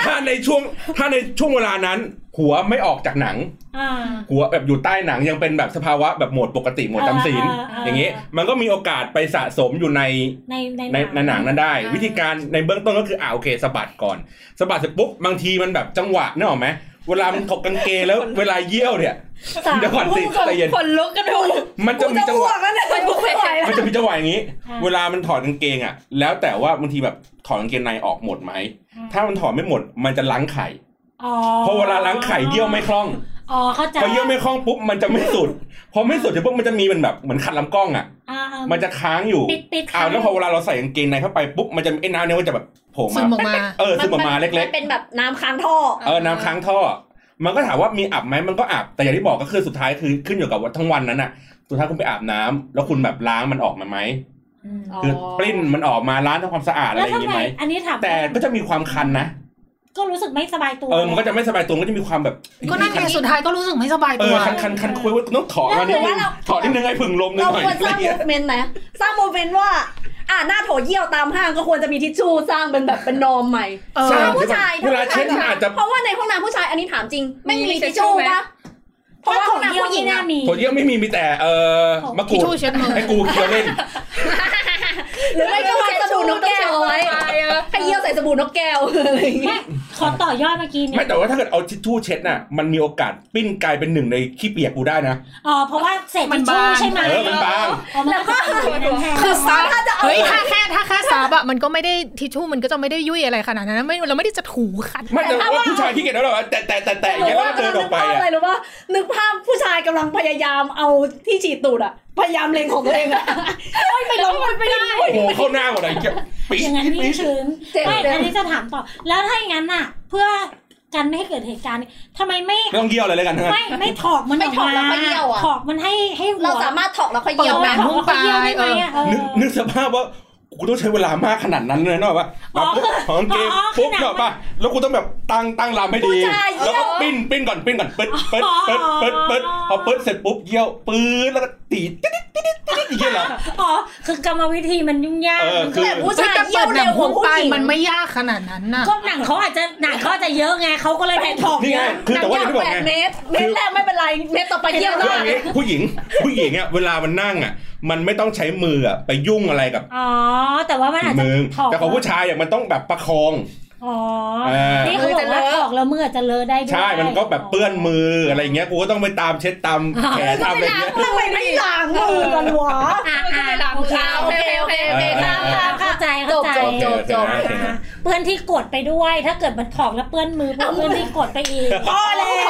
B: ถ้าในช่วงถ้าในช่วงเวลานั้น หัวไม่ออกจากหนัง
D: อ่า
B: หัวแบบอยู่ใต้หนังยังเป็นแบบสภาวะแบบโหมดปกติโหมดจำศีล
D: เออเออเอออ
B: อย่างงี้ มันก็มีโอกาสไปสะสมอยู่ใน
D: ในใน
B: ในในหนังนั้นได้ วิธีการในเบื้องต้นก็คืออ่าโอเคสะบัดก่อนสะบัดเสร็จปุ๊บบางทีมันแบบจังหวะเนี่ยหรอกไหมเวลามันถกกางเกงแล้วเวลาเยี่ยวเนี่ยเดี๋ยวก่อนสิใจเย็น
E: คนลุกกันดู
B: มันจะมีจังหวะ
E: คนลุกไม่ไหวแล้ว
B: มันจะมีจังหวะอย่างนี้ เวลามันถอดกางเกงอ่ะ แล้วแต่ว่าบางทีแบบถอดกางเกงในออกหมดไหมถ้ามันถอดไม่หมดมันจะล้างไข่
D: อ๋อ
B: เพราะเวลาล้างไข่เยี่ยวไม่คล่อง
D: อ๋อเข้าใจ
B: พอเยื่อไม่คล่องปุ๊บมันจะไม่สุด พอไม่สุดเดี๋ยวปุ๊บมันจะมีมันแบบเหมือนขัดลำกล้องอ่ะ
D: อ่าอ่า
B: มันจะค้างอยู่
D: ติดติด
B: อ้า
D: ค้า
B: ว
D: ง
B: แล้วพอเวลาเราใส่กางเกงในเข้าไปปุ๊บมันจะไอ้น้ำเนี่ยมันจะแบบโผล่
E: ซึมอ
B: มา
E: อกมา
B: เออซึมออกมาเล็ก
C: นเป็นแบบน้ำค้างท่อ
B: ๆ เออน้ำค้างท่อ มันก็ถามว่ามีอาบไหมมันก็อาบ แต่อย่างที่บอกก็คือสุดท้ายคือขึ้นอยู่กับว่าทั้งวันนั้นอ่ะ สุดท้ายคุณไปอาบน้ำแล้วคุณแบบล้างมันออกมาไหม คือปริ้นมันออกมาล้างทำความสะอาดอะ
D: แล้
B: ไร
D: ว
B: อย่าง
D: ทำ
B: นี้
D: ไม
B: ไหม
D: อันนี้ถาม
B: แต่ก็จะมีความคันนะ
D: ก็รู้สึกไม่สบายตัว
B: เออ มันก็จะไม่สบายตัว มันก็จะมีความแบบ
F: ก็นั่นไงสุดท้ายก็รู้สึกไม่สบาย
B: เอ
F: ตั
B: อ
F: ว
B: คันคันคันคุยว่าต้องถอดมานิดนึง
C: แล้วคือว่าเรา
B: ถอดนิดนึงไอ้ผึ่งลมนิด
C: เรา
B: หน่อย
C: ควรสร้าง
B: อะไร
C: มู
B: เงี้ย
C: ฟเมนต์นะสร้างมูฟเมนต์ว่า อ่าหน้าโถเยี่ยวตามห้างก็ควรจะมีทิชชู่สร้างเป็นแบบเป็นนอมใหม่
F: เออ
C: สำหรับผู้ชาย
B: เวลาเช็ด
C: ถ้ผู้ช
B: มัน
C: ย
B: อาจจะ
C: เพราะว่าในห้องน้ำผู้ชายอันนี้ถามจริง ไม่
E: มี
C: มี
E: ทิ
C: ทิ
E: ช
C: ช
E: ชู่
C: ชู่
E: ไหม
C: ปะเพ
D: เพราะ
C: ราะ
D: ว่า
C: ว่า
D: ข
C: ห้
D: อ
C: อง ง
D: เยี่
C: น้ำ
D: ยว
C: ผู้หญิงอะ
D: ไม่น่ามี
B: โถเยี่ยมไม่มีมีแต่เออมะก
F: ทิ
B: รูด
F: ชชู่เช็ดมือ
B: ให้กูเคี้ยวเล่น
C: หรือไม่ก็วางสบู่นกแก้วเอาไว้ให้เยี่ยวใส่สบู่นกแก้วอะไรอย่างเงี้ย
D: ไม่ขอต่อยอดเมื่อกี้เนี่
B: ไม่
D: ย
B: แต่ว่าถ้าเกิดเอาทิชชู่เช็ดน่ะ มันมีโอกาสปิ้นกลายเป็นหนึ่งในขี้เปียกกูได้นะ
D: อ๋อเพราะว่าเศษ
F: มั
D: ทิ
F: น
D: ชชู่
F: บาง
D: ใช่ไหม
B: เออมันบาง
D: อ๋อมันก็จะอยู่ในนั้นแทน
F: คือซับเฮ้ยถ้าแค่ถ้าแค่ซับอะมันก็ไม่ได้ทิชชู่มันก็จะไม่ได้ยุ่ยอะไรขนาดนั้นนะไม่เราไม่ได้จะถูขัด
B: ไม่แต่ว่าผู้ชายขี้เกียจแล้วหรอแต่แต่แต่แต่
C: หรือ
B: แล้
C: ว่าว
B: ก็เดิ
C: กำลั
B: นออก กไป
C: งนึภาพ
B: อะ
C: อะไรหรือว่า นึกภาพผู้ชายกำลังพยายามเอาที่ฉีดตูดอะพยายามเล็งของตัวเองอะ เฮ้ยไปลงมันไม่ได้
B: โอ้โหเข้าหน้าหมดอะไรเงี้ยปี๊
D: อย่างนั้น
B: ปี๊
D: นี่ชื้น
C: เจ็บ
D: ไม่
C: เจ็บ
D: อันนี้จะถามต่อ แล้วถ้าอย่างนั้นน่ะ เพื่อกันไม่ให้เกิดเหตุการณ์นี้ทำไมไม่
B: ไม่ต้องเยี่ยวอะไรเลยกันทั้งนั้น
D: ไม่ไม่ถอกมัน
C: ไม่ถอกแล้
D: มาว
C: ค่อยเยี่ยวอะ
D: ถอกมันให้ให้หัว
C: เราสามารถถอกแล้วค่อยเยี่ยว
D: เอา
C: ได้
D: ถอกแล้วค่อยเยี่ยวได้ไหมอะเออ
B: นึกนึกสภาพว่ากูต้องใช้เวลามากขนาดนั้นเลยนะว่า
D: อ๋อ
B: ปุ๊บของเกม
D: อ๋อ
B: ปุ๊บ
D: ขนาด
B: เนาะป่ะแล้วกูต้องแบบตั้งตั้งลำให้ดี
C: ผู้ชายเยี่ยว
B: แล้วก็ปิ้นปิ้นก่อนปิ้นก่อนเปิดเปิด
D: อ๋อ
B: เปิดเปิดเปิดพอเปิดเสร็จปุ๊บเยี่ยวปื๊ดแล้วก็ตีดติ๊ดติ๊ดติ๊ดติ๊ดอย่างเงี้ยเหรอ
D: อ๋อคือกรรมวิธีมันยุ่งยาก
B: เออ
D: มัน
C: แต่ผู้ชาย
F: แต่
C: เยี่ยว
F: ห
C: เร็
F: นั
C: วกว่า
F: ห้อ
C: ง ผู้
F: ใต้
C: หญิง
F: มันไม่ยากขนาดนั้นน่ะ
D: ก็หนังเขาอาจจะหนังเขาอาจจะเยอะไงเขาก็เลยแผ่ถอก
B: นี่ไง
D: เยอะ
B: คือแต่ว่าอย่างที่บอก
C: แป
B: ไง
C: ดเมตรเมตรแรกไม่เป็นไรเมตรต่อไปเยี่ยม
B: คือ
C: ได้
B: อันนี้ผู้หญิงผู้หญิงอ่ะเวลามันนั่งอ่ะ มันไม่ต้องใช้มืออ่ะไปยุ่งอะไรกับ
D: อ๋อ แต่ว่ามันอาจจะ
B: มือ
D: ถอก
B: แต่ของผู้ชายอ่ะมันต้องแบบประคอง
D: อ๋อ
B: อ่า
D: นี่เขาบอกว่าถอกแล้วมืออาจจะเลอะได้ด้วย
B: ใช่มันก็แบบเปื้อนมืออะไรอย่างเงี้ยกูก็ต้องไปตามเช็ดตามแขนตามอะไรอย่างเงี้ย
C: ทำไมไม่ล้างมือกันวะ
D: อ่ะอ่ะ
E: โอ
D: โอ
E: เค
D: เค
E: โอ
D: โอ
E: เค
D: เค
E: โอเคโอเค
B: อ่า
E: ค่ะ
D: ค่ะเข้าใจ
C: จ
D: เข้า
C: บ
D: ใจ
C: จบจบจบ
D: อ่ะเพื่อนที่กดไปด้วย ถ้าเกิดมันของแล้วเปื้อนมือเพื่อนที่กดไปอีก
C: พอแล้ว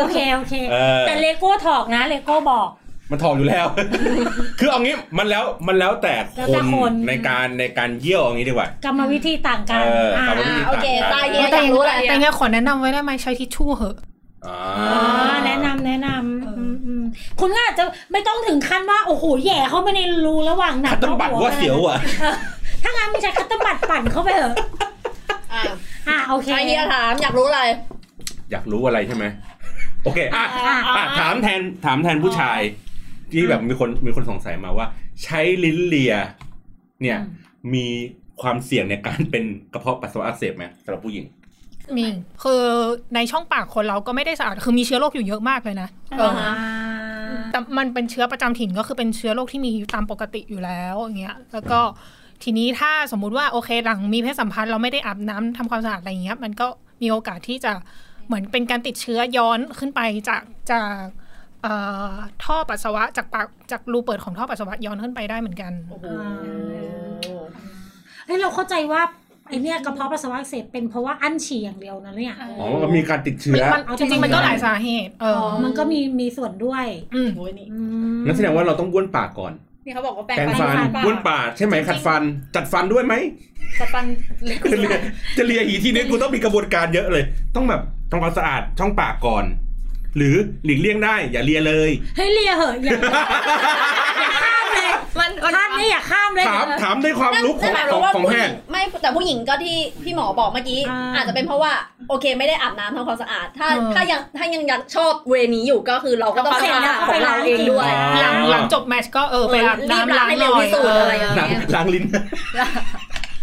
D: โอเคโอเค
B: เออ
D: แต่เลโก้ถอกนะเลโก้บอก
B: มันถอกอยู่แล้ว คือเอางี้มันแล้วมันแล้วแต่
D: แล้ว
B: ค
D: แต่
B: น
D: คน
B: ในการในการเยี่ยวเอางี้ดีกว่า
D: กรรมวิธีต่างกัน
B: เอออ่ะ
D: อ่ะ
B: มันมี
C: อ่าโอเค
B: ต่า
C: ตาง ย
B: กัน
C: เยี่ยมอยากรู้แหละ
F: แต่ไงขอแนะนำไว้ได้ไหมใช้ทิชชู่เหอะ
B: อ่า
D: อ๋อแนะนำแนะนำมอืมคุณก็อาจจะไม่ต้องถึงขั้นว่าโอ้โหแหย่เข้าไปในรูระหว่างหนั
B: คัต
D: ง
B: เตอร์บัตว่าเสียวอ่ะ
D: ถ้างั้นมึงใช้คัตเตอร์บัตปั่นเข้าไปเถอะ
C: อ่ะ
D: อ่ะโอเค
C: ไอเฮียถามอยากรู้อะไร
B: อยากรู้อะไรใช่ไหมโอเคอ่ะ
D: อ่ะ
B: อ่ะถามแทนถามแทนผู้ชายที่แบบมีคนมีคนสงสัยมาว่า ใช้ลิ้นเลีย เนี่ย
D: อืม
B: มีความเสี่ยงในการเป็นกระเพาะปัสสาวะอักเสบไหมสำหรับผู้หญิง
F: มีคือในช่องปากคนเราก็ไม่ได้สะอาดคือมีเชื้อโรคอยู่เยอะมากเลยนะ
C: อ่าฮะ
F: แต่มันเป็นเชื้อประจำถิ่นก็คือเป็นเชื้อโรคที่มีอยู่ตามปกติอยู่แล้วอย่างเงี้ยแล้วก็ทีนี้ถ้าสมมุติว่าโอเคหลังมีเพศสัมพันธ์เราไม่ได้อาบน้ำทำความสะอาดอะไรอย่างเงี้ย มันก็มีโอกาสที่จะเหมือนเป็นการติดเชื้อย้อนขึ้นไปจากจากเอ่อท่อปัสสาวะจากปากจากรูเปิดของท่อปัสสาวะย้อนขึ้นไปได้เหมือนกัน
D: เฮ้ยเราเข้าใจว่าไอเนี่ยกระเพาะปัสสาวะอักเสบเป็นเพราะว่าอั้นฉี่อย่างเดียวนะเนี่ย
B: อ๋อมันมีการติดเชื้อ
F: มันจริงๆมันก็หลายสาเหตุ เอออ
D: อ๋อ มันก็มีมีส่วนด้วย
F: อืม
C: โอ้ยนี่
D: อืม
B: นั่นแสดงว่าเราต้องบ้วนปากก่อน
E: นี่เขาบอกว่าแปรง
B: แปรง
E: ฟั
B: ฟัน
E: น
B: บ้วนปากใช่ไหมขัดฟัน จัดฟันด้วยไหม
E: จะฟันเล็ก
B: จะเลียจะเลียหีที นึงกูต้องมีกระบวนการเยอะเลย ต้องแบบทำความสะอาดช่องปากก่อน หรือหลีกเลี่ยงได้ อย่าเลียเลย
D: เฮ้ยเลียเหอะอย่าอย่าข้ามเลย
E: มัน
D: ข้ามนี่อย่าข้ามเลย
B: ถามถามด้วยความรู้ของของของ
C: ผู้
B: แพ
C: หญิ
B: ท
C: ง
B: ย์
C: ไม่แต่ผู้หญิงก็ที่พี่หมอบอกเมื่อกี้
D: อ่า
C: อาจจะเป็นเพราะว่าโอเคไม่ได้อาบน้ำทำความสะอาด ถ้า
F: เออ
C: ถ้ายังถ้ายังอยากชอบเวนี้อยู่ก็คือเราก็ต้องทำอาดของเราเองด้วย
F: หลังหลังจบแมตชก็เออไปอาบ
C: รีบ
F: น้ำ
C: ล้า
F: ล้าง ง
C: ให้
F: ห
C: เร็วที่
F: น่อย
C: สุดอะไร
F: เอ
C: อย่า
F: อง
C: เงี้ย
B: ล้างล้างลิ้น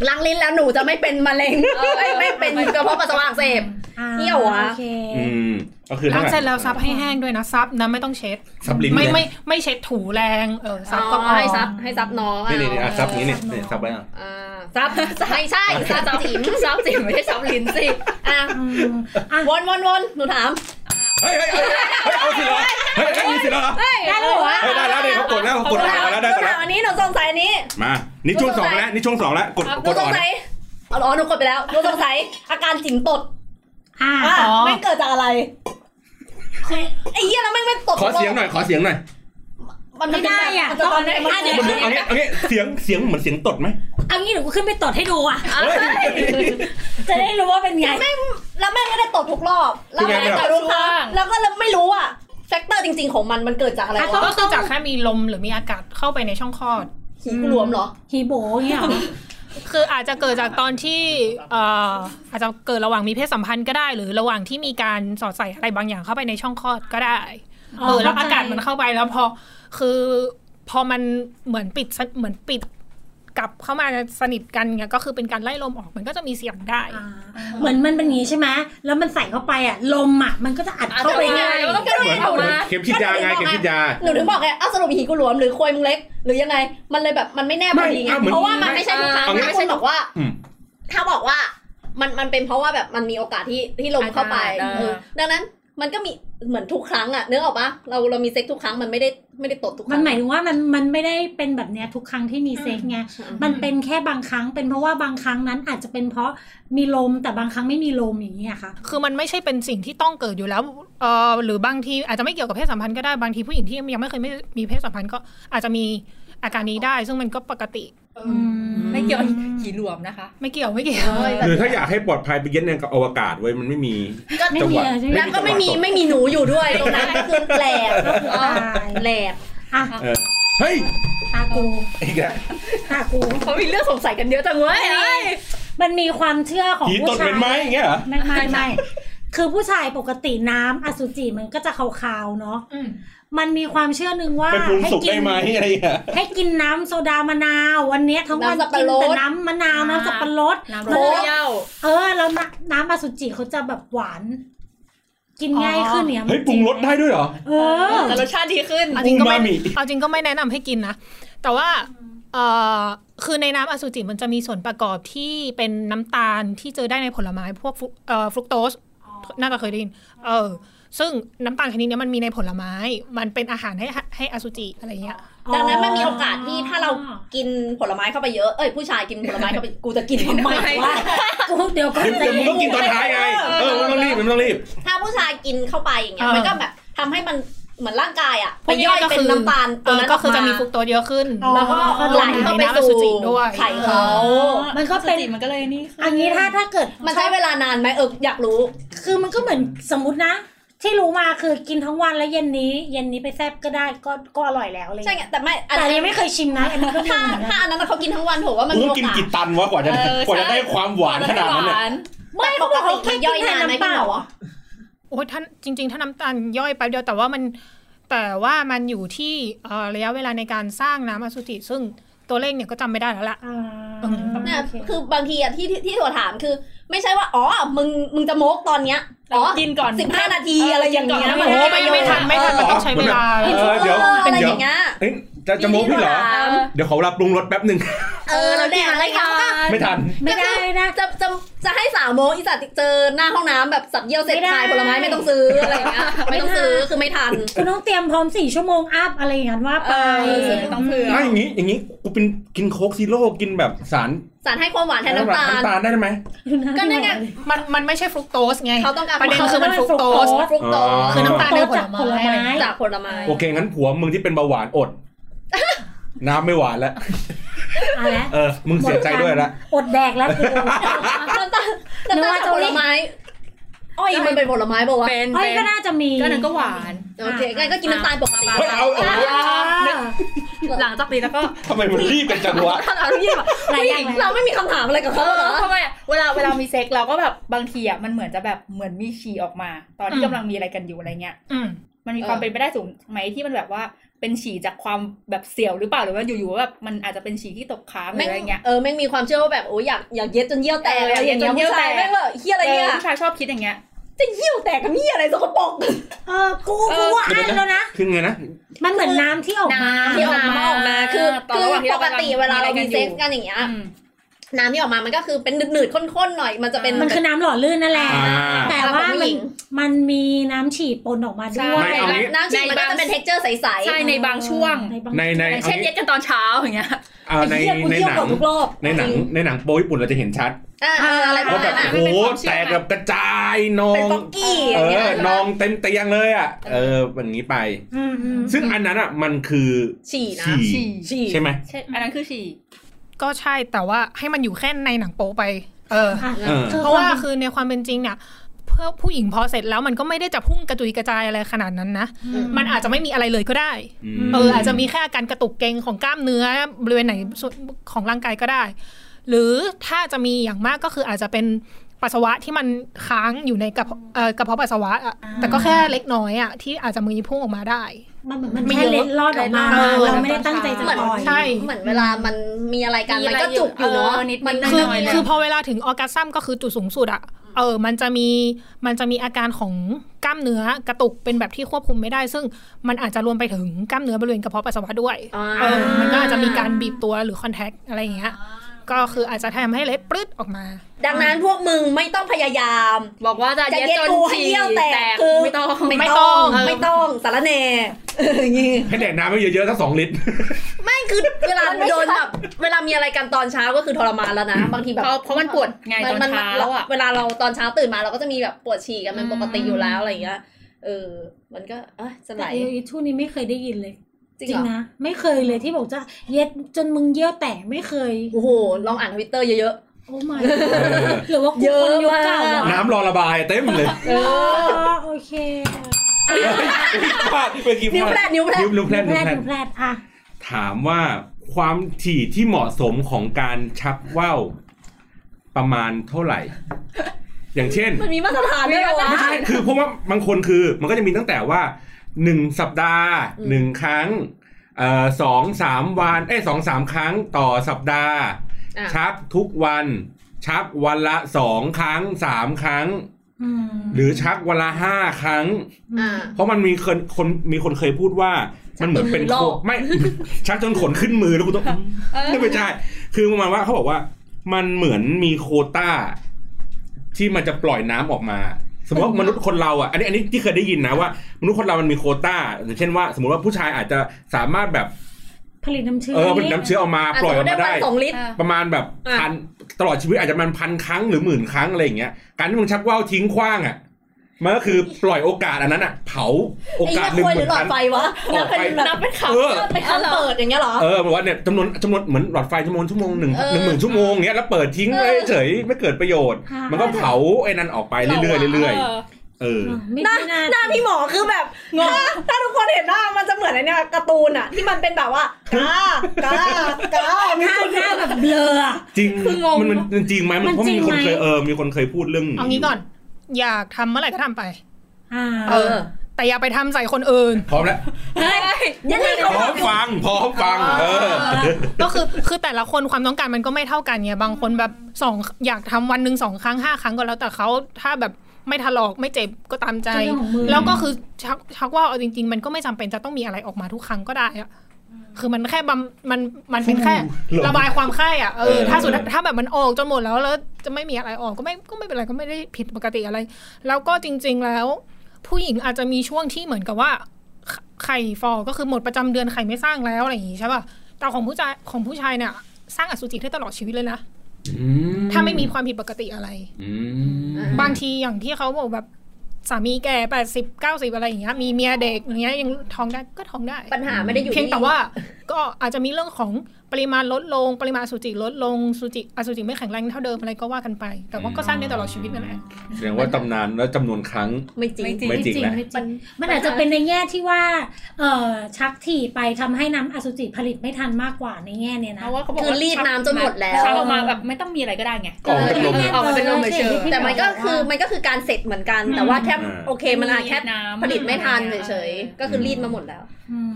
C: ล้างลิ้นแล้วหนูจะไม่เป็นมะเร็งเอ้ยไม่เป็นกระเพาะปัสสาวะอักเสบ
D: อ่า
C: เที่ยวอะ
D: โอเค
B: อืมก็คือ
F: ล้า
B: ถ้าง
F: เสร็จแล้วซับให้แห้งด้วยนะซับนะไม่ต้องเช็ด
B: ซับลิ้น
F: ไม่
B: เนี่ย
F: ไม่ไม่เช็ดถูแรงเออซับก็พ
C: อ๋
F: อ
C: อให้ซับให้ซับน้อง
B: นี่
C: เอา
B: นี่นี่อ่ะซับอย่างนี้นี่นี่ซับไว้อ่ะ
C: อ่าซับไม่ใช่ซับจิ๋ม
E: ซับสิไม่ใช่ซับลิ้นสิ
C: อ่ะ
D: อืมอ่ะ
C: วนวนวนหนูถาม
B: เฮ้ยเฮ้ยเฮ้ยเฮ้ยเอาสิเหรอเฮ้ยได้ยินสิเหรอ
C: เฮ้ยได้หรอวะ
B: เฮ้ยได้แล้วเนี่ยเขากดแล้วเขากดออกมาแล้วได้
C: หนู
B: แล้
C: ถาว มอันนี้หนูสงสัยอันนี้
B: มานี่ช่วงสองแล้วนี่ช่วงสองแล้วกด
C: ห
B: ก
C: นู
B: ด
C: ส
B: ออง ก
C: สัยอ๋อหนูกดไปแล้วหนูสงสัยอาการจิ๋มตด
D: อ่ะ
C: อ่ะไม่เกิดจากอะไร ไอ้เหี้ยแล้วแม่งไม่ตบ
B: ขอเสียงหน่อยขอเสียงหน่อย
C: มันเป็นแบบ
D: ไม่ได้อะ
C: มันจะตอนแรก
D: เดี๋ยว
B: มันดูเอางี้เอางี้เสียงเสียงเหมือนเสียงตดไหม
D: เอางี้เดี๋ยวกูขึ้นไปตดให้ดูอ่ะ
B: เฮ้ย
D: จะได้รู้ว่าเป็นไง
C: แล้วแม่งไม่ได้ตบทุกรอบ แล้ว
B: คือไง
C: แม่งไม่ตบทุกครั้งแล้วก็เลยไม่รู้อ่ะแฟกเตอร์จริง ๆของมันมันเกิดจากอะไร
D: อ่ะ
C: วะ
F: ก็คือจากแค่มีลมหรือมีอากาศเข้าไปในช่องคลอด
C: หูกลวมเหรอ
D: ฮีโบเงี้ยเหรอ
F: คืออาจจะเกิดจากตอนที่เอ่ออาจจะเกิดระหว่างมีเพศสัมพันธ์ก็ได้ หรือระหว่างที่มีการสอดใส่อะไรบางอย่างเข้าไปในช่องคลอดก็ได้เออแล้วอากาศมันเข้าไปแล้วพอคือพอมันเหมือนปิดสะเหมือนปิดกลับเข้ามาสนิทกันเนี่ยก็คือเป็นการไล่ลมออกมันก็จะมีเสียงได้
D: อ่าเหมือนมันเป็นอย่างงี้ใช่ไหมแล้วมันใส่เข้าไปอ่ะ ลมอ่ะมันก็จะอัดเข้าไป
C: อัดเข้าไป
D: ง่า
C: ง่าย
D: ย
C: แล้วก็
B: เหมือนเหมือนเข็มฉีดยาไงเข็มฉีดยา
C: หนูถึงบอกไงอ้าวสรุปหีกูหลวมหรือควยมึงเล็ก หรือยังไง มันเลยแบบมันไม่แน่พอดี
B: ไม่
C: ไง
B: อ่ะเหมือน
C: เพราะว่ามันไม่ใช่ทุกครั้ง
B: เอางี้
C: ถ้าคุณบอกว่า
B: อืม
C: ถ้าบอกว่ามันมันเป็นเพราะว่าแบบมันมีโอกาสที่ที่ลมเข้าไป
E: อ่าได้
C: เออดังนั้นมันก็มีเหมือนทุกครั้งอะนึกออกปะเราเรามีเซ็กทุกครั้งมันไม่ได้ไม่ได้ตดทุกค
D: มั
C: รั้
D: น
C: ง
D: หมายถึงว่ามันมันไม่ได้เป็นแบบเนี้ยทุกครั้งที่มีเซ็กซ์ไง มันเป็นแค่บางครั้ง เป็นเพราะว่าบางครั้งนั้นอาจจะเป็นเพราะมีลมแต่บางครั้งไม่มีลมอย่างเงี้ยค่ะ
F: คือมันไม่ใช่เป็นสิ่งที่ต้องเกิดอยู่แล้วเออหรือบางทีอาจจะไม่เกี่ยวกับเพศสัมพันธ์ก็ได้บางทีผู้หญิงที่ยังไม่เคยไม่มีเพศสัมพันธ์ก็อาจจะมีอาการนี้ได้ ซึ่งมันก็ปกติ
E: ไม่เกี่ยวกับหีหลวมนะคะ
F: ไม่เกี่ยวไม่เกี่ยว
B: หรือถ้าอยากให้ปลอดภัยไปเย็นยังกับอวกาศเว้ยมันไม่มี
C: ก็
D: ไม่
B: จัง
D: มี
B: หวะ
D: เลยใช่ไหม
C: แล้วก็ไม่มีไม่มีหนูอยู่ด้วยตรงนั้นคือแปลก
D: ตาย
C: แปลก
D: อ่ะ
B: เออเฮ้ย
D: ตากู
B: อีกแล้ว
D: ตากู
E: เขามีเรื่องสงสัยกันเยอะจังเว้ย
D: มันมีความเชื่อของ
B: ผี
D: ผู้
B: ตด
D: ชา
B: เป็นไหม
D: ย
B: อย่างเงี้ยเหรอ
D: ไม่ไม่ไม่ คือผู้ชายปกติน้ำอสุจิมันก็จะขาวๆเนาะ
F: อืม
D: มันมีความเชื่อหนึ่งว่า
B: ไปปรุง
D: ให้
B: สุก
D: กิ
B: ได้ไหมอะไรอย่างเงี้ย
D: ให้กินน้ำโซดามะนาว วันเนี้ยทั้งวันกินแต่น้ำมะนาวน้ำสับปะรด
E: น้ำ
D: โอ้
E: โค้เย้า
D: เออ แล้วน้ำน้ำอสุจิเขาจะแบบหวาน กินง่ายขึ้นเนี่ย
B: เฮ้ยปรุงรสได้ด้วยเหรอ
D: เออ
E: แต่รสชาติดีขึ้น
F: เอาจริงก็ไม่
B: อูมามิ
F: เอาจริงก็ไม่แนะนำให้กินนะ แต่ว่าเอ่อคือในน้ำอสุจิมันจะมีส่วนประกอบที่เป็นน้ำตาลที่เจอได้ในผลไม้พวกฟรุเอ่อฟรุกโตสน่าจะเคยได้ยินเออซึ่งน้ำตาลชนิดเนี้ยมันมีในผลไม้ มันเป็นอาหารให้ให้อสุจิอะไรเงี้ย
C: ดังนั้นมันมีโอกาสที่ถ้าเรากินผลไม้เข้าไปเยอะเอ้ยผู้ชายกินผลไม้เข้าไปกูจะกินทำไมวะ
D: กูเดี๋ยวก็
B: เดี๋ยว
D: จะ
B: เดี๋ยวมึงต้องกินตอนท้ายไง เออมันต้องรีบมันต้องรีบ
C: ถ้าผู้ชายกินเข้าไปอย่างเงี้ยมันก็แบบทำให้มันเหมือนร่างกายอ่ะไปย่อย
F: พวก
C: เป็นน้ำตาล
F: เอ
C: ตัว
F: อ
C: นั้น
F: ก็คือ
C: อ
F: จะ
C: อา
F: มีฟรุกโตสเยอะขึ้น
C: แล้วก็ไหลเข้าไป
F: ในน้ำอสุ
C: สู่
F: จิด้วย
C: ไข่เขา
D: มันก็เป็น
E: มันก็เลยนี่ขึ้
D: อันนี้ถ้าถ้าเกิด
C: มันใช้เวลานานไหมเอออยากรู้
D: คือมันก็เหมือนสมมตินะ ที่รู้มาคือกินทั้งวันแล้วเย็นนี้ เย็นนี้ไปแซบก็ได้ก็ก็อร่อยแล้วอะไร
C: ใช่
D: เงี้ย
C: ไงแต่ไม่อัน
D: แต่
C: นี้
D: ยังไม่เคยชิมนะอันนี้ก็ไม่
C: ถ้า
D: รู้เหมือน
C: ถ้า
D: กัน
C: อันนั้นเขากินทั้งวันโถว่ามัน
B: กู
C: มี
B: ต้อง
C: โอ
B: กิน
C: กาส
B: กี่ตันวะกว่าจะ
E: เออก
B: ว่าจะได้ความหวานขนาดนั้นเนี่ย
D: ไม่เขาบอกเขาแค่
C: ย่อย
D: กินแค่
C: นานไหม
D: น้ำเป
C: พี่ห
D: ล่า
C: อ
D: มอะ
F: โอ้ยท่านจริง ๆ ถ้าน้ำตาลย่อยไปบเดียวแต่ว่ามันแต่ว่ามันอยู่ที่เอ่อระยะเวลาในการสร้างน้ำอสุจิซึ่งตัวเลขเนี่ยก็จำไม่ได้แล้วล่ะ
D: อ่า
F: อืม
C: เนี่ย
D: โอเค
C: คือบางทีอ่ะที่ที่ที่ถั่วถามคือ ไม่ใช่ว่าอ๋อมึงมึงจะโมกตอนเนี้ยอ๋อ
E: กินก่อน
C: สิบห้านาทีอะไรอย่างเงี้ย
E: โอ้
F: โอ้โหไม่ไม่ทันไม่ทันมันต้องใช้เวลา
B: เออเดี๋ยว
C: อออะไรอ
B: เดี๋ยว
C: ย่างเงี้ย
B: เอ้ยจะจะโมกพี่เหรอ
C: ที่ถั่วถาม
B: เดี๋ยวขอเวลาปรุงรสแป๊บหนึ่ง
C: เออแล้วเนี่ยอะไรเขาก็
B: ไม่ทัน
D: ไม่ได้นะ
C: จะจะจะให้สาวโมอีสัตว์เจอหน้าห้องน้ำแบบสับเยี่ยวเสร็จ
D: ไม่ได้
C: ขายผลไม้ไม่ต้องซื้ออะไรอย่างเงี้ยไม่ต้องซื้อคือไม่ทัน
D: คุณต้องเตรียมพร้อมสี่ชั่วโมงอัพอะไรอย่างนั้นว่า
C: เ
D: ไป
C: ออ
E: ต้องเผื่อ
B: ไม่อย่างงี้อย่างงี้กูเป็นกินโค้กซีโร่กินแบบสาร
C: สารให้ความหวานแทนน้ำตาล
B: น้ำตาลได้ไหม
C: ก็นั่นไง
F: มันมันไม่ใช่ฟรุกโตสไง
C: เขาต้องการ
F: ประเด็นคือมันฟรุกโตส
C: ฟรุกโตส
B: อ๋อ
F: คือน้ำตาลในผล
D: ผล
F: ไม้
D: ไม้
C: จากผลไม้
B: โอเคงั้นผัวมึงที่เป็นเบาหวานอด น้ำไม่หวานแล้ว
D: เอาละ
B: เออ มึงเสียใจด้วยละ
D: อดแดก แล้วคือ
C: น้ำตาลน้ำตาลจากผลไม้อ้อยมันเป็นผลไม้บอกว่าวะ
E: เป็น
D: อ้อย
E: เป็น
D: ก็น่าจะมี
E: ก็นั้นก็หวาน
C: โอเคงั้นก็กินน้ำตาลปกติ
B: เฮ้ยเอาเอา
D: อ่า
E: หลังจากนี้แล้วก็
B: ทำไมมันรีบกันจังวะ
E: เอาทุกอย่างแบบ
D: หลายอย่าง
C: เราไม่มีคำถามอะไรกับเขาเหรอ
E: ทำไมอะเวลาเวลามีเซ็กเราก็แบบบางทีอ่ะมันเหมือนจะแบบเหมือนมีฉี่ออกมา ตอนที่
F: อืม
E: กำลังมีอะไรกันอยู่อะไรเงี้ย
F: อืม
E: มันมีความเป็นไปได้สูงไหมที่มันแบบว่าเป็นฉี่จากความแบบเสียวหรือเปล่าหรือว่าอยู่ๆว่าแบบมันอาจจะเป็นฉี่ที่ตกค้างหรือ
C: แม่ง
E: อะไรเงี้ย
C: เออแม่งมีความเชื่อว่าแบบโอ้ยอยากอยากเย็ดจนเยี่ยวแตกอะไรอย่างเงี้ย
E: เอออยากเย็ดจนเยี่
C: ผู้
E: ยวแต
C: ชาย
E: ก
C: แม่งแบบเฮียอะไรเนี่ย
E: ผู้ชายชอบคิดอย่างเงี้ย
C: จะเยี่ยวแตกกับเฮียอะไรสกปรก
D: เออกูกูว่าอันแล้วนะ
B: คือไงนะ
D: มันเหมือนน้ำที่ออกมา
E: น้ำ
C: ที่ออกมาออกมาคือ
E: ตอน
C: คือ
E: ระหว่าง
C: ปก
E: ที่เรากำลัง
C: ติเวลาเรา
E: มี
C: มี
E: อะไรกันอยู่
C: เซ็กซ์กันอย่างเงี้ย น้ำที่ออกมามันก็คือเป็นหนืดๆข้นๆหน่อย มันจะเป็น
D: มันคือน้ำหล่อลื่นนั่นแหละ
B: อ่า
D: แต่
C: ขอ
D: ว่า
C: งผู้
D: มั
C: หญิ
D: น
C: ง
D: มันมีน้ำฉีดปนออกมาด้ว
B: ไม่
D: ย
B: เอางี้
C: น้ำฉีดมันก็จะเป็น texture ใสๆ
E: ใช่ ในบางช่วง
D: ในบาง
B: ในใน
E: อย่างเช่นเย็ดกันตอนเช้าอย่างเงี้ย
B: เอาใน
C: ไอ้เหี้ยกู
B: ใน
C: เที่ยว
B: หนั
C: เกือง บทุกรอบ
B: ในหนังในหนังโปญี่ปุ่นเราจะเห็นชัด
C: อ่าอะไรประ
B: ว่า
C: มา
B: แบบ
C: ณนั้น
B: โอ้
C: อะ
B: โหแตกแบบกระจายนอ
C: เป็น
B: ง
C: ฟอกกี้
B: เอ
C: อย่างเงี้ย
B: อ
C: ใช่ไหม
B: นองเต็มเตียงเลยอ่ะเอออย่างนี้ไป
D: อืมอืม
B: ซึ่งอันนั้นอ่ะมันคือ
C: ฉี่นะ
B: ฉี่
E: ฉี่
C: ฉี่
B: ใช่ไหม
E: ใช่อันนั้นคือฉี่
F: ก็ใช่แต่ว่าให้มันอยู่แค่ในหนังโป๊ไป เออ
D: อ่ะ
B: เออ
F: เพราะว่าคือในความเป็นจริงเนี่ยเพื่อผู้หญิงพอเสร็จแล้วมันก็ไม่ได้จะพุ่งกระจุยกระจายอะไรขนาดนั้นนะ มันอาจจะไม่มีอะไรเลยก็ได้ เอออาจจะมีแค่อาการกระตุกเกร็งของกล้ามเนื้อบริเวณไหนส่วนของร่างกายก็ได้ หรือถ้าจะมีอย่างมากก็คืออาจจะเป็นปัสสาวะที่มันค้างอยู่ในกระเพาะเอ่อกระเพาะปัสสาวะอะแต่ก็แค่เล็กน้อยอ่ะที่อาจจะมีพุ่งออกมาได้
D: มันเหมือนมัน
F: ไม่
D: แค่
F: เย
D: เล็
F: อะ
D: ดลอดออกมา
F: เออ
D: เราไม่ได้ตั้งใจจะ
C: เหมือน
D: ปล่อย
F: ใช่
C: เหมือนเวลามันมีอะไรกัน
E: มี
C: มัน
E: อะไร
C: ก็จุกอยู่เนาะ
E: เออนิดๆ
C: มัน
E: หน่
F: คือ
E: อยๆเลย
F: คือพอเวลาถึงออร์กัสซัมก็คือจุดสูงสุดอะเออ มันจะมีมันจะมีอาการของกล้ามเนื้อกระตุกเป็นแบบที่ควบคุมไม่ได้ ซึ่งมันอาจจะรวมไปถึงกล้ามเนื้อบริเวณกระเพาะปัสสาวะด้วย
C: อ่า
F: เออมันก็อาจจะมีการบีบตัวหรือคอนแทคอะไรอย่างเงี้ยก็คืออาจจะทำให้เล็ดปลื้ดออกมา
C: ดังนั้นพวกมึงไม่ต้องพยายาม
E: บอกว่าจะ
C: จะ
E: เย็ด
C: เย็ด
E: จน
C: กูให้
E: ฉี่
C: เยี่ยวแต
E: แต
C: ก
E: ก
C: คือ
E: ไม่ต้อง
C: ไม่ต้อง
E: เออ
C: ไม่ต้องสารแหน่อย่างงี้
B: ให้แดกน้ำไปเยอะๆสักสองลิตร
C: ไม่คือเวลาโดนแบบเวลามีอะไรกันตอนเช้าก็คือทรมานแล้วนะบางทีแบบ
E: เพราะเพราะมันปวดไงตอน
C: มั
E: เช้าอ่ะ
C: เวลาเราตอนเช้าตื่นมาเราก็จะมีแบบปวดฉี่กันเป็นปกติ
E: อืม
C: อยู่แล้วอะไรอย่างเงี้ยเออ มันก็เอยจะไหล
D: แต่เอลิทูนี้ไม่เคยได้ยินเลย
C: จริง
D: จริง
C: เหรอ
D: นะ ไม่เคยเลยที่บอกจะเย็ดจนมึงเยี่ยวแตกไม่เคย
C: โอ้โหลองอ่านทวิตเตอร์เยอะ
D: โอ้ my god หรือว่ากูคนยุคเก่าเหรอ
B: น้ำรอระบายเต็มเลย
C: ๆเอ
D: อ๋อ
C: อ
D: โอเค
B: พลาดเมื่อกี้พ
C: นิ้ว
B: ลา
C: แพ
B: ด
C: ลดนิ้วแพลด
B: นิ้วนิ้วแพลด
D: แพ
B: นิ้
D: ล
B: ว
D: ด
B: แพลด
D: แพลดอ่ะ
B: ถามว่าความถี่ที่เหมาะสมของการชักว่าวประมาณเท่าไหร่ อย่างเช่ น
C: มันมีมาตรฐานด้วยเหรอวะ
B: ใช่ คือเพราะว่าบางคนคือมันก็จะมีตั้งแต่ว่าหนึ่งสัปดาห์
C: อืม
B: หนึ่งครั้งเอ่อสองสามวันเอ้ยสองสามครั้งต่อสัปดาห์
C: อ่ะ
B: ชักทุกวัน ชักวันละสองครั้งสามครั้ง
D: อืม
B: หรือชักวันละห้าครั้ง
C: อ่า
B: เพราะมันมีคนคนมีคนเคยพูดว่ามันเหมือนเป็น
C: ชักจนมือล
B: โค
C: อก
B: ไม่ ชักจนขนขึ้นมือแล้วกูต้องไม่ไม่ใช่คือประมาณว่าเขาบอกว่า มันเหมือนมีโควต้า ที่มันจะปล่อยน้ำออกมา สมมติว่ามนุษย์คนเราอ่ะอันนี้อันนี้ที่เคยได้ยินนะว่า มนุษย์คนเรามันมีโควต้าอย่างเช่นว่า สมมติว่าผู้ชายอาจจะสามารถแบบ
D: ผลิตน้ำเชื้อ
B: เออเป็นน้ำเชื้อออกมา
C: อ่ะ
B: ป
C: ส
B: ล่
C: ม
B: อยอ
C: ม
B: อก
C: ติ
B: มา
C: ได้วั
B: ได้
C: นสองลิตร
E: อ่ะ
B: ประมาณแบบ
C: อ่ะ
B: พันตลอดชีวิตอาจจะมันพันครั้งหรือหมื่นครั้งอะไรอย่างเงี้ยการที่มึงชักว่าวทิ้งขว้างอ่ะมันก็คือปล่อยโอกาสอันนั้นอ่ะ เผาโอ
C: ไอ้
B: กาส
C: เหี้ย
B: หนึ่ง
C: ควย
B: ห
C: หรื
B: มื่ค
C: อน หลอด
B: รั้ง
C: ไฟวะ
B: หล
C: นั
B: อด
C: บ
B: ไฟ
C: เป็นนับเป็นขับ
B: เออ
C: เป็นขับเปิดอย่างเงี้ยเหรอ
B: เออบอกว่าเนี่ยจำนวนจำนวนเหมือนหลอดไฟชั่วโมงชั่วโมงหนึ่ง
C: เออ
B: หนึ่งหมื่นชั่วโมงเนี้ยแล้วเปิดทิ้ง
C: เอ
B: ไว้
C: อ
B: เฉยไม่เกิดประโยชน์ มันก็เผาไอ้นั่นออกไป
C: หร
B: เรื่อ
C: วะ
B: ยๆเรื่อยๆเออ
D: ไม่
C: หน้า
D: ไม่น่า
C: หน้าพี่หมอคือแบบถ้าถ้าทุกคนเห็นหน้ามันจะเหมือนไอ้เนี่ยการ์ตูนอะที่มันเป็นแบบว่ากากากามี
D: หน้า
C: คน
D: หน้าแบบเบลออะ
B: จริง
F: คืองง
B: มันมันจริงไหมมันเพราะ
D: มันจริ
B: มี
D: ง
B: คนเคย
D: ไหม
B: เออมีคนเคยพูดเรื่อง
F: เอางี้ก่อน อยากทำเมื่อไหร่ก็ทำไป
D: อ่า
F: เออ แต่อย่าไปทำใส่คนอื่ น
B: พร้อมแล้ว
C: ยังไง
B: พร้อมฟังพร้อมฟัง เออ
F: ก็คือคือแต่ละคนความต้องการมันก็ไม่เท่ากันไงบางคนแบบสองอยากทำวันหนึ่งสองครั้งห้าครั้งก็แล้วแต่เขาถ้าแบบไม่ทะลอกไม่เจ็บก็ตามใจ
D: เรื่องของมือ
F: แล้วก็คือชักชักว่าเอาจริง ๆ มันก็ไม่จำเป็นจะต้องมีอะไรออกมาทุกครั้งก็ได้อะคือมันแค่บำมันมันเป็นแค่
B: หรอ
F: ระบายความไข้อะเอ
B: เอ
F: อ
B: อ
F: ถ้าสุดท้ายถ้าแบบมันออกจนหมดแล้วแล้วจะไม่มีอะไรออกก็ไม่ก็ไม่เป็นไรก็ไม่ได้ผิดปกติอะไร แล้วก็จริง ๆแล้ว ผู้หญิงอาจจะมีช่วงที่เหมือนกับว่าไขไข่ฟอก็คือหมดประจำเดือนไข่ไม่สร้างแล้วอะไรอย่างงี้ใช่ป่ะแต่ของผู้ชายของผู้ชายเนี่ยสร้างอสุจิได้ตลอดชีวิตเลยนะ ถ้าไม่มีความผิดปกติอะไร
B: อืม
F: บางทีอย่างที่เขาบอกแบบสามีแก่แปดสิบเก้าสิบอะไรอย่างเงี้ยมีเมียเด็กอย่างเงี้ยยังท้องได้ก็ท้องได้
C: ปัญหาไม่ได้อยู่
F: เพียง
C: ที่
F: แต่ว่า ก็อาจจะมีเรื่องของปริมาณลดลง ปริมาณอสุจิลดลงอสุจิอสุจิไม่แข็งแรงเท่าเดิมอะไรก็ว่ากันไป แต่ว่าก็สร้างได้ตลอดชีวิตนั่นแหละ
B: แสดงว่าตำนานและจำนวนครั้ง
C: ไม่จริง
E: ไม่จริง
B: ไม่จริงแหละ
D: ไม่จริงมันอาจจะเป็นในแง่ที่ว่า เออชักถี่ไปทำให้น้ำอสุจิผลิตไม่ทันมากกว่าในแง่เนี้ย
E: เพ
D: นะ
E: ราะว่าเขาบอก
C: คือรีดน้ำจนหมดแล้ว
E: เช้าออกมาแบบไม่ต้องมีอะไรก็ได้ไง
B: ออกเป็นลม
E: เออออกมาเป็นลมเฉยๆ
C: แต่มันก็คือมันก็คือการเสร็จเหมือนกันแต่ว่าแค่
B: อืม
C: โอเคมันอาจแค่
E: รีดน้ำ
C: ผลิตไม่ทันเฉยๆก็คือรีดมาหมดแล้ว
D: อืม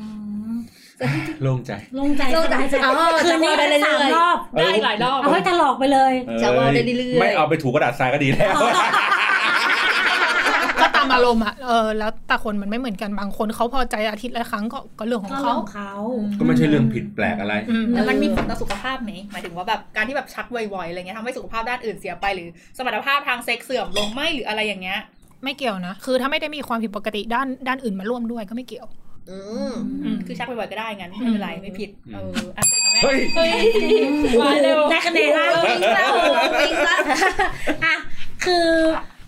B: โล่งใจ
D: โลงใจ
C: โล่ง
D: ส
C: ใจ
D: บายใจ
C: เออ
D: คืนนี้
C: จะว่าไปเรื่อยๆ
D: สามรอบ
E: ได้หลายรอบ
D: เอาให้ตลอกไปเลย
C: จะว่าได้เรื่อยๆ
B: ไม่เอาไปถูกระดาษทรายก็ดีแล้ว
F: ก็ตาม ามอารมณ์อ่ะเออแล้วแต่คนมันไม่เหมือนกันบางคนเขาพอใจอาทิตย์ละครั้งก็ก็เรื่องของ
D: ก็
F: เขา
D: ของเขา
B: ก็ไม่ใช่เรื่องผิดแปลกอะไร
F: อืม
E: แต่มันมีผลต่อสุขภาพไหมหมายถึงว่าแบบการที่แบบชักไวๆอะไรเงี้ยทำให้สุขภาพด้านอื่นเสียไปหรือสมรรถภาพทางเซ็กซ์เสื่อมลงไหมหรืออะไรอย่างเงี้ย
F: ไม่เกี่ยวนะ คือถ้าไม่ได้มีความผิดปกติด้านด้านอื่นมาร่วมด้วยก็ไม่เกี่ยว
C: อืม
F: อืม
E: คือชักไวๆก็ได้งั้นไม่เป็นไรไม่ผิดเอออ่ะเสร็จแล้วแม่
B: เฮ้ย
E: มาเร็ว
D: ได้คะแนนล่าสุด
C: โอ้โหจริงซะ
D: อ่ะคือ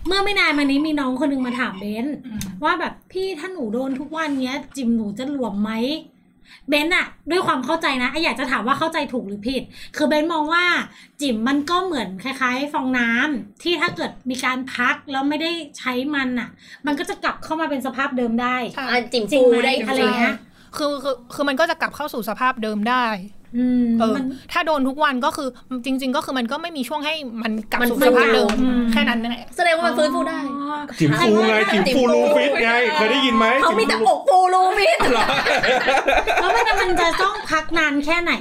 D: เมื่อไม่นานมานี้มีน้องคนหนึงมาถามเบนซ์ว่าแบบพี่ถ้าหนูโดนทุกวันเนี้ย จิมหนูจะหลวมไหมเบนซ์อะด้วยความเข้าใจนะอะอยากจะถามว่าเข้าใจถูกหรือผิด คือเบนซ์มองว่าจิมมันก็เหมือนคล้ายๆ ฟองน้ำที่ถ้าเกิดมีการพักแล้วไม่ได้ใช้มันอะมันก็จะกลับเข้ามาเป็นสภาพเดิมได้
F: ใช่
C: อ่ะจิ๋ม
D: จริง
C: ฟู
D: ไหม
C: ได้
D: อะไร
C: จริง
D: เงี้ย
F: คือคือคือมันก็จะกลับเข้าสู่สภาพเดิมได้
D: อืม
F: เออ
D: มัน
F: ถ้าโดนทุกวันก็คือจริง ๆ ก็คือมันก็ไม่มีช่วงให้มันกลับ
D: มัน
F: สู่สภาพเดิม
D: อืม
F: แค่นั้นนั่นแหละ
C: แสดงว่ามันฟื้นฟูได้
D: อ๋อ
B: จิ๋มฟูไงจิ๋มฟูรูฟิตไง เคยได้ยินไหม
C: เขามีแต่อกฟูรูฟิต
B: เหรอ
D: แล้วมันมันจะต้องพักนานแค่ไหน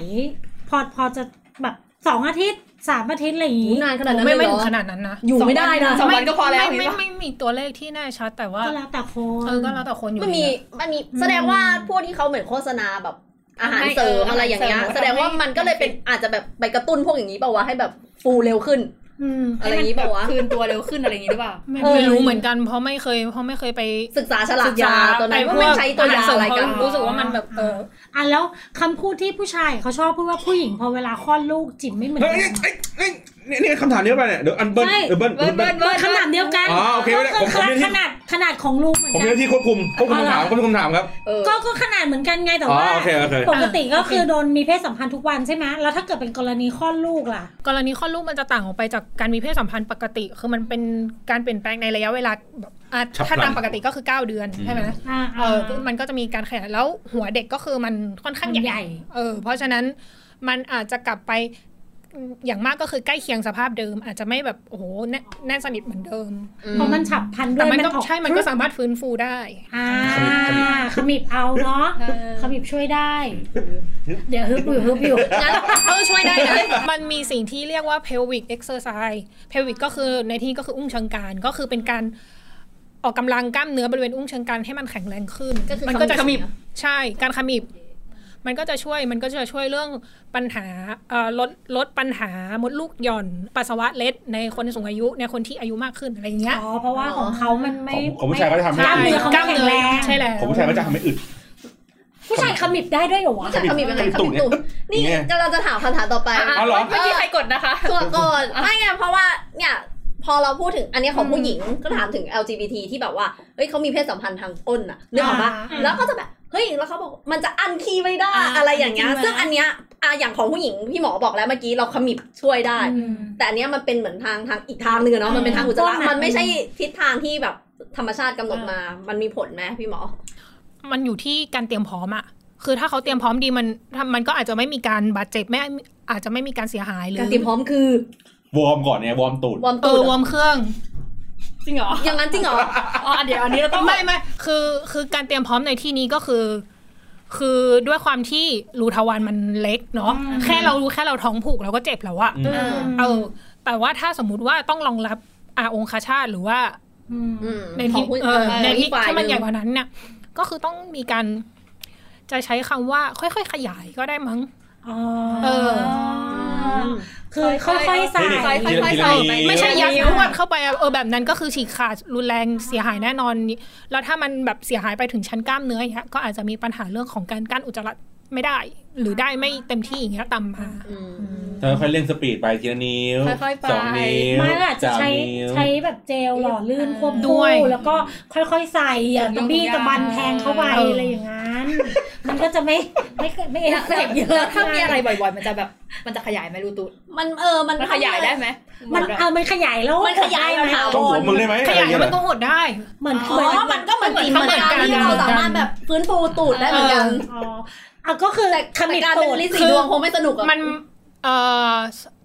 D: พอพอจะแบบสองอาทิตย์สามอาทิตย์อะไรอย่างงี้
C: นานขนาดนั้นเล
F: ไม่
C: ย
F: ไม่
C: เหร
F: ถึ
C: อ
F: งขนาดนั้นนะ
C: อยู่ไม่ได้นะ
E: สองวันก็พอแล้วเห็นปะ
F: ไม่ไม่ไม่มีตัวเลขที่แน่ชัดแต่ว่า
D: ก็แล้วแต่คน
F: เออก็แล้วแต่คนอยู่
C: มันมี
F: ดี
C: มันมีแสดงว่าพวกที่เขาเหมือนโฆษณาแบบอาหาร
E: ให้
C: เสริม
E: เอออ
C: อะไรอย่างเงี้ย
E: อาหารเสริม
C: แสดงว่ามันก็เลยเป็นอาจจะแบบไปกระตุ้นพวกอย่างนี้เปล่าวะให้แบบฟูเร็วขึ้น
D: อืม
C: อะไรอย่างงี้เปล่าวะ
E: คืนตัวเร็วขึ้นอะไรอย่างงี้หรือเปล่า
F: ไม่
C: เออ
F: ไม่รู้เหมือนกันเพราะไม่เคยเพราะไม่เคยไป
C: ศึกษาฉลากยาตัวนั้นว่ามันใช้ตัวยาอะไรกัน
F: เารู้สึกว่ามันแบบเออ
D: อ่ะแล้วคำพูดที่ผู้ชายเขาชอบพูดว่าผู้หญิงพอเวลาคลอดลูกจิ๋มไม่เหมือน
B: เฮ้ย
D: กัน
B: เอ้ยเอ้ยเนี่ยเนี่ยคำถามนี้ป่ะเนี่ย เดี๋ยวอันเบิ้ล
D: ใช่
B: เออเบิ้ล
E: เบิ้
B: เบิ้
E: ล
B: ล
E: เบิ้
B: เบิ้
E: ล
B: ล
D: มันขนาดเดียวกัน
B: อ๋อโอเคไม่ได้ผมผม
D: ก็
B: ไม่ได้
D: ขนาดขนาดของลูกเหมือน
B: ผมมีห
D: กัน
B: น้าที่ควบคุมควบคุมคำถามควบคุมคำถามครับ
E: เออ
D: ก็ก็ขนาดเหมือนกันไงแต่ว่า
B: อ๋อโอเคโอเค
D: ปกติก็คือโดนมีเพศสัมพันธ์ทุกวันใช่ไหมแล้วถ้าเกิดเป็นกรณีคลอดลูกล่ะ
F: กรณีคลอดลูกมันจะต่างออกไปจากการมีเพศสัมพันธ์ปกติ คือมันเป็นการเปลี่ยนแปลงในระยะเวลาแบบอ่ะ
B: ฉับพลัน
F: ถ้าตามปกติก็คือ 9 เดือนใช่ไหม
D: อ่า
F: เออคือมันก็จะมีการขยายแล้วหัวเด็กก็คือมันค่อนข้าง
D: มัน
F: ให
D: ให
F: ญ่
D: ญ่
F: เออเพราะฉะนั้นมันอาจจะกลับไปอย่างมากก็คือใกล้เคียงสภาพเดิม อาจจะไม่แบบโอ้โหแน่แน่นสนิทเหมือนเดิม
D: เพราะมันฉับพลันด้
F: แต่
D: วย
F: มันก็
D: ออ
F: ใช่มันก็สามารถฟื้นฟูได้
D: อ่าขมิบเอาเนาะ
E: เออ
D: ขมิบช่วยได้ เดี๋ยวฮึบอยู่ฮึบอยู่
F: งั้นเออช่วยได้นะ มันมีสิ่งที่เรียกว่า pelvic exercise pelvic ก็คือในที่ก็คืออุ้งเชิงกรานก็คือเป็นการออกกำลังกล้ามเนื้อบริเวณอุ้งเชิงกรานให้มันแข็งแรงขึ้น
C: ก็คือ
F: มัก็จะ
C: ขมิบ
F: ใช่การขมิบ มันก็จะช่วยมันก็จะช่วยเรื่องปัญหาเอ่อลดลดปัญหามดลูกหย่อน ปัสสาวะเล็ดในคนสูงอายุในคนที่อายุมากขึ้นอะไรอย่างเงี้ย
D: อ๋อเพราะว่าของเขามันไม่
B: ของของผู้ชายก็จะทำให้
D: กล้ามเนื้อเขา
F: กล้ามเนื้อ
D: แข็งแรง
F: ใช่แล้ว
B: ของผู้ชายก็จะทำให้อึด
D: ผู้ชายขมิบได้ด้วยเหรอวะ
C: จะขมิบยังไงขมิบตุ่มนี่
B: เนี่ย
C: กำลังจะถามคำถามต่อไป
E: อ่ะ
B: เอาเหรอ
E: ไม่มีใครกดนะคะ
C: ตัวก่อนไม่ไงเพราะว่าเนี่ยพอเราพูดถึงอันนี้ของผู้หญิงก็ถามถึง LGBT ที่แบบว่าเฮ้ยเขามีเพศสัมพันธ์ทางอ้นอะนึกออกปะ
D: อ่า
C: แล้วก็จะแบบเฮ้ยแล้วเขาบอกมันจะอันคีย์ไม่ได้
D: อ่า
C: อะไรอย่างเงี้ย
D: จริงไหม
C: ซึ่งอันเนี้ยอ่ะอย่างของผู้หญิงพี่หมอบอกแล้วเมื่อกี้เราขมิบช่วยได้
D: อืม
C: แต่อันเนี้ยมันเป็นเหมือนทางทางอีกทางหนึ่งอะเนาะมันเป็นทางอุจจาระ
D: ก้นอะ
C: มันไม่ใช่ทิศทางที่แบบธรรมชาติกำหนดมา มันมีผลไหมพี่หมอ
F: มันอยู่ที่การเตรียมพร้อมอะคือถ้าเขาเตรียมพร้อมดีมันถ้ามันก็อาจจะไม่มีการบาดเจ็บไม่อาจจะไม่มีการเสียหายหรื
C: การ
F: อ
C: เตรียมพร้อมคือ
B: วอร์มก่อนเนี่ยวอร์มตูด
C: วอร์ม
F: เอ
C: ตัว
F: อวอร์มเครื่อง
E: จริงเหรอ
C: อย่างนั้นจริงเหรอ
E: อ๋อเดี๋ยวอันนี้เราต้อง
F: ไม่ไม่คือคือการเตรียมพร้อมในที่นี้ก็คือ คือด้วยความที่รูทวารมันเล็กเนาะ
D: อืม
F: แค่เรารู้แค่เราท้องผูกเราก็เจ็บแล้วอะ
B: อืม
C: อ่า
F: เออ แต่ว่าถ้าสมมุติว่าต้องรองรับอาองคชาตหรือว่า
D: ม
C: ม
F: ใน
C: ข
F: ที่
C: องผู้
F: เออ
C: ของ
F: ใน
C: อี
F: ที่
C: กฝ่ย
F: ถ้ามันใหญ่
C: ง
F: กว่านั้นเนี่ย ก็คือต้องมีการจะใช้คำว่าค่อยๆขยายก็ได้มั้ง
D: อ๋อ
F: เออ
D: คือค่อยๆใส่
B: นี่
E: ค่
B: ทีละ
E: อย
B: ทีละ
E: ๆใส่
B: นิ้ว
F: ไม่ใช่ยัด
E: นิ้
F: รวดเข้าไปอะเออแบบนั้นก็คือฉีกขาดรุนแรงเสียหายแน่นอน แล้วถ้ามันแบบเสียหายไปถึงชั้นกล้ามเนื้ออย่างเงี้ยก็อาจจะมีปัญหาเรื่องของการกั้นอุจจาระไม่ได้ หรือได้ไม่เต็มที่อย่างเงี้ยตามมา
B: เธอค่อยเล่นสปีดไปทีละนิ้ว
E: ค่อยๆไป
B: สองนิ้ว
D: ไม่อาจจะ
B: สาม
D: ใช้
B: นิ้ว
D: ใช้แบบเจลหล่อลื่นควบคู่แล้วก็ค่อยๆใส่อย่าตะบี้ตะบันแทงเข้าไปอะไรอย่างนั้น มันก็จะไม่ ไม่ไม่เอฟเฟกต์เย
E: แล้
D: อะ
E: วถ้ามีอะไรบ่อยๆ มันจะแบบ มันจะขยายไหมรูตูด
C: มันเออ มัน
E: มันขยายได้ไหม
D: มัน
E: แบบ
D: เอามันขยายแล้ว
C: มันขยาย
D: ได้ไหม
C: ถาว
B: ต้องหั
C: ร
B: วมึงได้ไหมอะไรอย
F: ขาย
B: ย่างเงี้ยเห
F: มั
B: ร
F: น
B: อ
F: ก็หดได้
D: เหมือน
C: อ๋อมันก็เหมือน
F: มัน
C: จิมเหมือนกัน
F: เหมือนกัน
C: ที่เราสามารถแบบฟื้นฟูตูดได้เหมือนกัน
D: อ๋ออ่ะก็คือ
C: แต่
D: ขมิด
C: การเป็
D: ตู
C: น
D: ด
C: ลิสีดวงคงไม่สนุกอะ
F: มันเอ่อ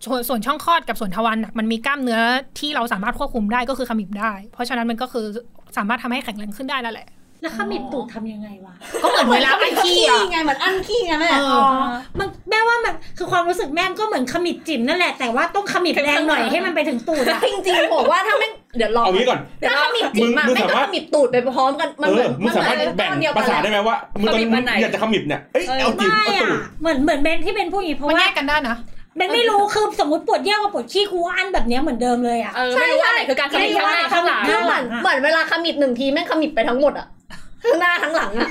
F: ส่วนส่วนช่องคลอดกับส่วนทวารหนักมันมีกล้ามเนื้อที่เราสามารถควบคุมได้ก็คือขมิบได้ เพราะฉะนั้นมันก็คือสามารถทำให้แข็งแรงขึ้นได้แล้วแหละ
D: แล้วขมิดตูดทำยังไงวะ
F: ก็เหมือนเวลาไปขี้
C: ขี้
F: อ่ะ
C: ไงเหมือนอันขี้ไงแม่
F: เออ
D: มันแม่ว่ามันคือ ความรู้สึกแม่งก็เหมือนขมิบจิ๋มนั่นแหละ แต่ว่าต้องขมิบแรงห น่อยให้มันไปถึงตูดอะ
C: จริงๆบอกว่าถ้าไม่เดี๋ยวลอง
B: เอางี้ก่อน
C: ถ้าขมิบจิ๋มอะ
B: มึง
C: ไม่งก็
B: สามารถ
C: ขมิบตูดไปพร้อมกันมัน
B: เอ
C: เหมื
B: อมึง
C: อนมัน
B: สา
C: เหมื
B: มาร
C: อ
B: ถ
C: น
B: แบ่ง
C: ก้อนเดียว
B: ป
C: กั
B: ระ
C: น
B: สาท
C: แห
B: ได้
C: ละ
B: ไหมว่ามึงตอนนี้
E: ขมิบอั
B: มึง
E: นไหน
B: อยากจะขมิบเนี่ยเอ้ยเอาจิ๋ม
D: ไม่
B: เอา
D: อ่ะ
B: ตูด
D: เหมือนเหมือนเบนที่เบนพูดอย่างนี้เพราะ
F: มัน
D: ว่า
F: แยกกันได้นะ
D: เบนไม่รู้คือสมมติปวดเยี่ยวกับปวดขี้กูอันแบบเนี้ยเหมือนเดิมเลยอ่ะ
E: เออไม่รู้ว่าไหนคือการขมิบข้างหน้าข้างหลัง
C: คือเหมือน
D: อ่ะ
C: เหมือนเวลาขมิบหนึ่งทีแม่งขมิบไปทั้งหมดอะทั้งหน้าทั้งหลังอะ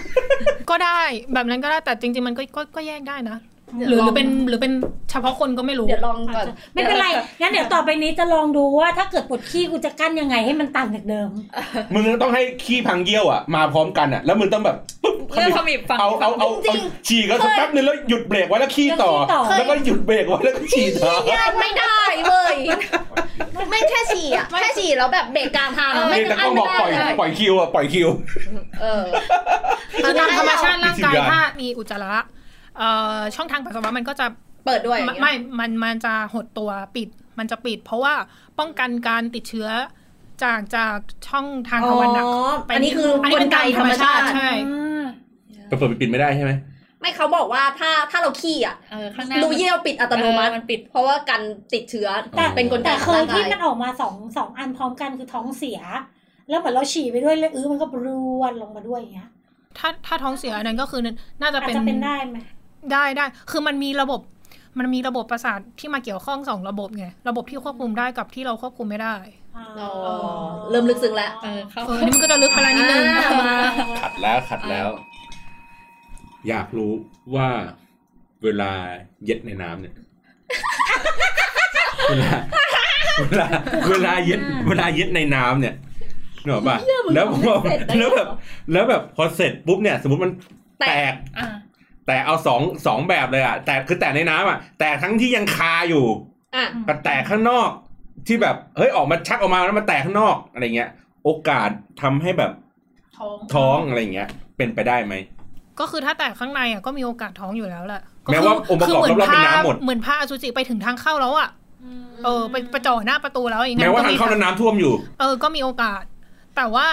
F: ก็ได้แบบนั้นก็ได้แต่จริง ๆ มันก็ก็ก็แยกได้นะ
C: ดี๋ยว
F: หรือห
C: ล
F: รื
C: ง
F: อเป็นหรือเป็นเฉพาะคนก็ไม่รู้
C: เดี๋ยวลองก่อน
D: ไม่เป็นไรงั้นเดี๋ยวต่อไปนี้จะลองดูว่าถ้าเกิดปวดขี้กูจะกั้นยังไงให้มันต่างจากเดิม
B: มึงต้องให้ขี้พังเยี่ยวอ่ะมาพร้อมกันอ่ะ แล้วมึงต้องแบบปุ๊บ
E: เลือกขมิบฝั่ง
B: เอาเอาเอาเอาฉี่ก็สักแป๊บนึงแล้วหยุดเบรกไว้แล้วขี้ต่อ
D: แล้วขี้ต่อ
B: แล้วก็หยุดเบรกไว้แล้วก็ฉี่ต่อ
C: แยกไม่ได้เว้ยไม่แค่ฉี่อะแค่ฉี่แล้วแบบเบรกกลางทางอะไม่
B: นี่แต่
C: อั
B: ก็บ
C: นไม่
B: อกปล่อย
C: ได้เลย
B: ปล่อยคิวอ่ะปล่อยคิว
C: เออ
F: คือตามธรรมชาติร่าง
B: มี
F: กาย
B: สิบอย่าง
F: ถ้ามีอุจจาระเอ่อช่องทางปัสสาวะมันก็จะ
C: เปิดด้วย
F: ไม่ไม่มันมันจะหดตัวปิด มันจะปิด เพราะว่าป้องกันการติดเชื้อจากจากช่องทางทวารหนัก
C: อ๋อ
F: ไป
C: อันนี้คือกลไกธรรมชาติ
F: ใช่
B: ไปเปิดไปปิดไม่ได้ใช่ไหม
C: ไม่เขาบอกว่าถ้าถ้าเราขี้อ่ะ
E: เออข้างหน้า
C: รูเยี่ยวปิดอัตโนมัติ
E: มันปิด
C: เพราะว่ากันติดเชื้อ
D: แต่
C: เป็นกลไก
D: แต่
C: ข
D: เค
C: อง
D: ย
C: ร่าง
D: ที่
C: กาย
D: มันออกมาสองสองอันพร้อมกันคือท้องเสีย แล้วเหมือนเราฉี่ไปด้วยแล้วอื้อมันก็ปรวนลงมาด้วยอย่างเงี้ย
F: ถ้าถ้าท้องเสียอันนั้นก็คือน่าจะ
D: อาจ
F: เป็น
D: จะเป็นได้ไหม
F: ได้ได้ คือมันมีระบบ มันมีระบบประสาทที่มาเกี่ยวข้องสองระบบไง ระบบที่ควบคุมได้กับที่เราควบคุมไม่ได้
D: อ๋อ
C: อ๋อเริ่มลึกซึ้งแล้ว
E: เออเข้า
F: เออ นี่มันก็จะลึกไปแล้วนิดนึง
C: อ่า
B: ขัดแล้วขัดแล้ว อยากรู้ว่าเวลาเย็ดในน้ำ เนี่ยเวลาเวลาเวลาเย็ดเวลาเย็ดในน้ำเนี่ยเหนกออกป่ะแล้วพอแล้วแบบแล้วแบบพอเสร็จปุ๊บเนี่ย สมมติมันแตก
E: อ่ะ
B: แต่เอาสองสองแบบเลยอ่ะ แต่คือแต่ในน้ำอ่ะ แต่ทั้งที่ยังคาอยู่
C: อ่ะ
B: กับแต่ข้างนอก ที่แบบเฮ้ยออกมาชักออกมาแล้วมาแตกข้างนอกอะไรเงี้ย โอกาสทำให้แบบ
F: ท้อง
B: ท้องอะไรเงี้ย เป็นไปได้ไหม
F: ก็คือถ้าแตกข้างในอ่ะก็มีโอกาสท้องอยู่แล้วแหละ
B: แม้ว่าองค์ประกอบ
F: คืเห
B: รอบๆเป็น
F: ผ้า
B: น้ำหมด
F: เหมือนผ้าอสุจิไปถึงทางเข้าแล้วอ่ะ เออไปไปจ่อหน้าประตูแล้วอย่าง
B: แม้ว่า
F: ก็
B: ทาง
F: มี
B: เข้าน้ำท่วมอยู่
F: เออ ก็มีโอกาส แต่ว่า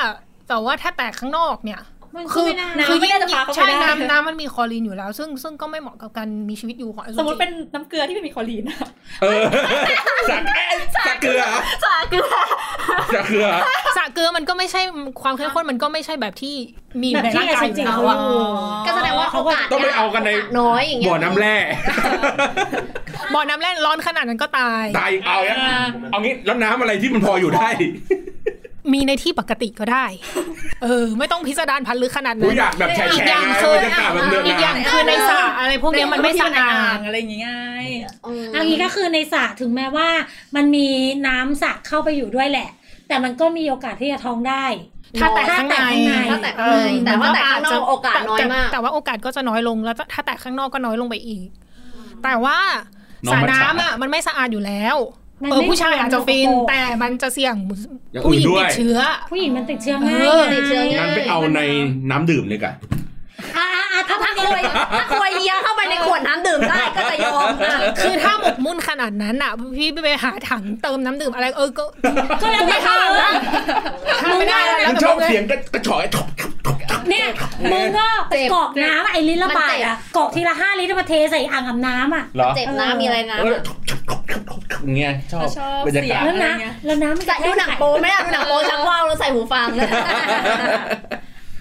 F: แต่ว่าถ้าแตกข้างนอกเนี่ย
D: มัน
F: คือ
D: ไม่น่า
F: คือ
E: ำไม่
F: ยิ่ง
E: น่าจะพาเข้าไป
F: ใช่
E: ได้
F: น้ำน้ำมันมีคลอรีนอยู่แล้ว ซึ่งซึ่งก็ไม่เหมาะกับการมีชีวิตอยู่ของอสุจิ
E: สมมติเป็นน้ำเกลือที่ไม่มีคลอรีนอะ
B: เออสักสักเกลือสักเกลือ
F: สระเกลือมันก็ไม่ใช่ความเข้มข้นมันก็ไม่ใช่แบบที่มีอยู่
D: แบ
F: ใน
D: บที่
F: ร่างกายอยู่แล้วอะ
D: อสุจิเขาอยู่
C: ก็แสดงว่า
D: เขา
C: โอ
D: ก็
C: กาส
B: ต้องไปเอากันใน
C: โสน้อยอย่างเงี้ย
B: บ่อน้ำแร่
F: บ่อน้ำแร่ร้อนขนาดนั้นก็ตาย
B: ตายเอาเนี่ยเอางี้แล้วน้ำอะไรที่มันพออยู่ได้
F: มีในที่ปกติก็ได้ เออ ไม่ต้องพิสดารพันลึกขนาด
B: กู
F: นั้น
B: อยากแบบแฉะ
F: อีกอย่าง
B: ๆนะ
F: เค
B: บ
F: ย
B: รรยากาศแบบเลือด
F: อีกอย่าง
B: น้ำ
F: คือในสระอะไรพวกเนี้ยมันไม่สะอาด
E: อะไรอย่างงี้ไง
C: อืม
D: อันนี้ก็คือในสระถึงแม้ว่า มันมีน้ำสระเข้าไปอยู่ด้วยแหละ แต่มันก็มีโอกาสที่จะท้องได้
F: ถ้าแตกข้างใน
C: ถ้าแตกข้างในแต่ว่าแตกข้างนอกโอกาสน้อยมาก
F: แต่แต่ว่าโอกาสก็จะน้อยลงแล้วถ้าแตกข้างนอกก็น้อยลงไปอีก แต่ว่า
B: น้อง
F: สระ
B: มัจฉา
F: น้ำอ่ะมันไม่สะอาดอยู่แล้ว
D: มัน
F: เออ
D: ไม่
F: ผู้ชายอาจจะฟิน
D: สกปรก
F: แต่มันจะเสี่ยง
B: อย่าง
F: ผู้
B: อื่น
F: หญิง
B: ด้ว
F: ติ
B: ย
F: ดเชื้อ
D: ผู้หญิงมันติดเชื้อง่าย
F: เออ
D: ไ
C: ติดเชื้อง่าย
B: งั้นไปเอาในน้ำดื่มเลยกัน
D: อ่าอ่า
C: ถ้า
D: ถ้า
C: ถ้าควยถ้าควยเลี้ยเข้าไปในขวดน้ำดื่มได้ก็จะยอมอ่ะ
F: คือถ้าหมกมุ่นขนาดนั้นอ่ะ พี่ไปหาถังเติมน้ำดื่มอะไรเออก็
D: ก็แล้วแต่เธอ
F: ทำไม่ได้แล้ว
B: มัน
F: แต่
B: ชอบ
F: มึง
B: เสี
F: เลย ย
B: งกระกระฉอยถกถกถกถก
D: เนี่ยมึงก็ไปกรอกน้ำไอ้ลิตรละบาทอะกรอกทีละห้าลิตรมาเทใส่อ่างอาบน้ำอะ
B: เหรอ
C: เจ็บนะมีอะไรนะ
B: เออถกถกถกถกถกถกอย่างเงี้ยชอบ
E: ชอบ
B: บรรยากาศ
D: แล้วนะ
E: อะไรเงี้ย
D: แล้วน้ำมัน
C: ใส่ดูหนังโป๊ไหมล่ะดูหนังโป๊ชักว่าวแล้วใส่หูฟังนะ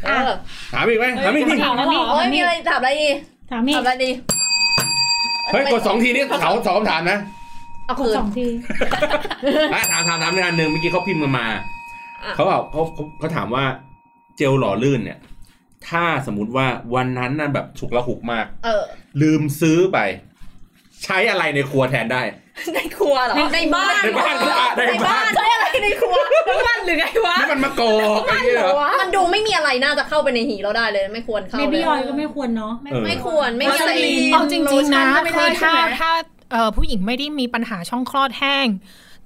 C: เออ
B: ถามอีกไหมถามอีกดิ
E: ถามแล้วนี่
C: โอ้ยมีอะไรถามอะไรดี
D: ถามอี
C: ถากมอะไรดี
B: เฮ้ยกดสองทีนี่สองสองคำถามนะ
C: เอา
D: กด
C: คืน
D: สองที
B: อ่ะถามถามถามในอันหนึ่งเมื่อกี้เขาพิมพ์มามา
C: อ่ะ
B: เขาบอกเขาเขาเขาถามว่าเจลหล่อลื่นเนี่ย ถ้าสมมติว่าวันนั้นนั่นแบบฉุกละหุกมาก
C: เออ
B: ลืมซื้อไป ใช้อะไรในครัวแทนได้
E: ในครัวเหรอ
C: ในบ้าน
B: ในบ้านครับอ่ะในบ้าน
C: ใช้อะไรในครัว
E: ในบ้านหรือไงวะ
B: น้ำมันมะกอกอะไรเงี้ยเหรอ
C: มันดูไม่มีอะไรน่าจะเข้าไปในหีเราได้เลยไม่ควรเข้า
D: เมบี้ออย
C: เล
D: ก็ไม่ควรเนาะ
B: เออ
C: ไม่ควรไม่มีอะไร
F: เอาจริงๆ
E: โล
F: นะคือ
E: ชั่นก็ไม่ได้
F: ถ้า
E: ใช่ไหม
F: ถ้าเอ่อผู้หญิงไม่ได้มีปัญหาช่องคลอดแห้ง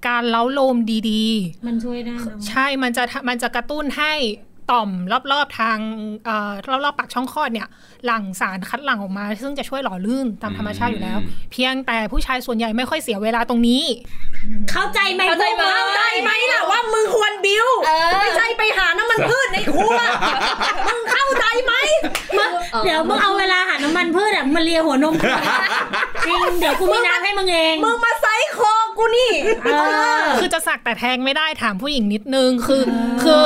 F: การเล้าโลมดี
D: มันช่วยได้เนอะ
F: ๆ ใช่มันจะมันจะกระตุ้นให้ต่อมรอบๆทางเอ่อรอบๆปากช่องคลอดเนี่ย หลั่งสารคัดหลั่งออกมา ซึ่งจะช่วยหล่อลื่นตามธรรมชาติอยู่แล้ว เพียงแต่ผู้ชายส่วนใหญ่ไม่ค่อยเสียเวลาตรงนี้
D: เข้าใจไหม
E: เข้าใจไหม
D: พวก
C: ใจไหมล่ะว่ามึงควรบิ้วไม่ใช่ไปหาน้ำมันพืชในครัวมึงเข้าใจไหม
D: มึงเดี๋ยวมึงเอาเวลาหาน้ำมันพืชอะมาเลียหัวนมกู จริงเดี๋ยวกูมีน้ำให้มึงเอง
C: มึงมาไซส์คอกูนี่
D: เออ
F: คือจะสักแต่แทงไม่ได้ถามผู้หญิงนิดนึงคือคือ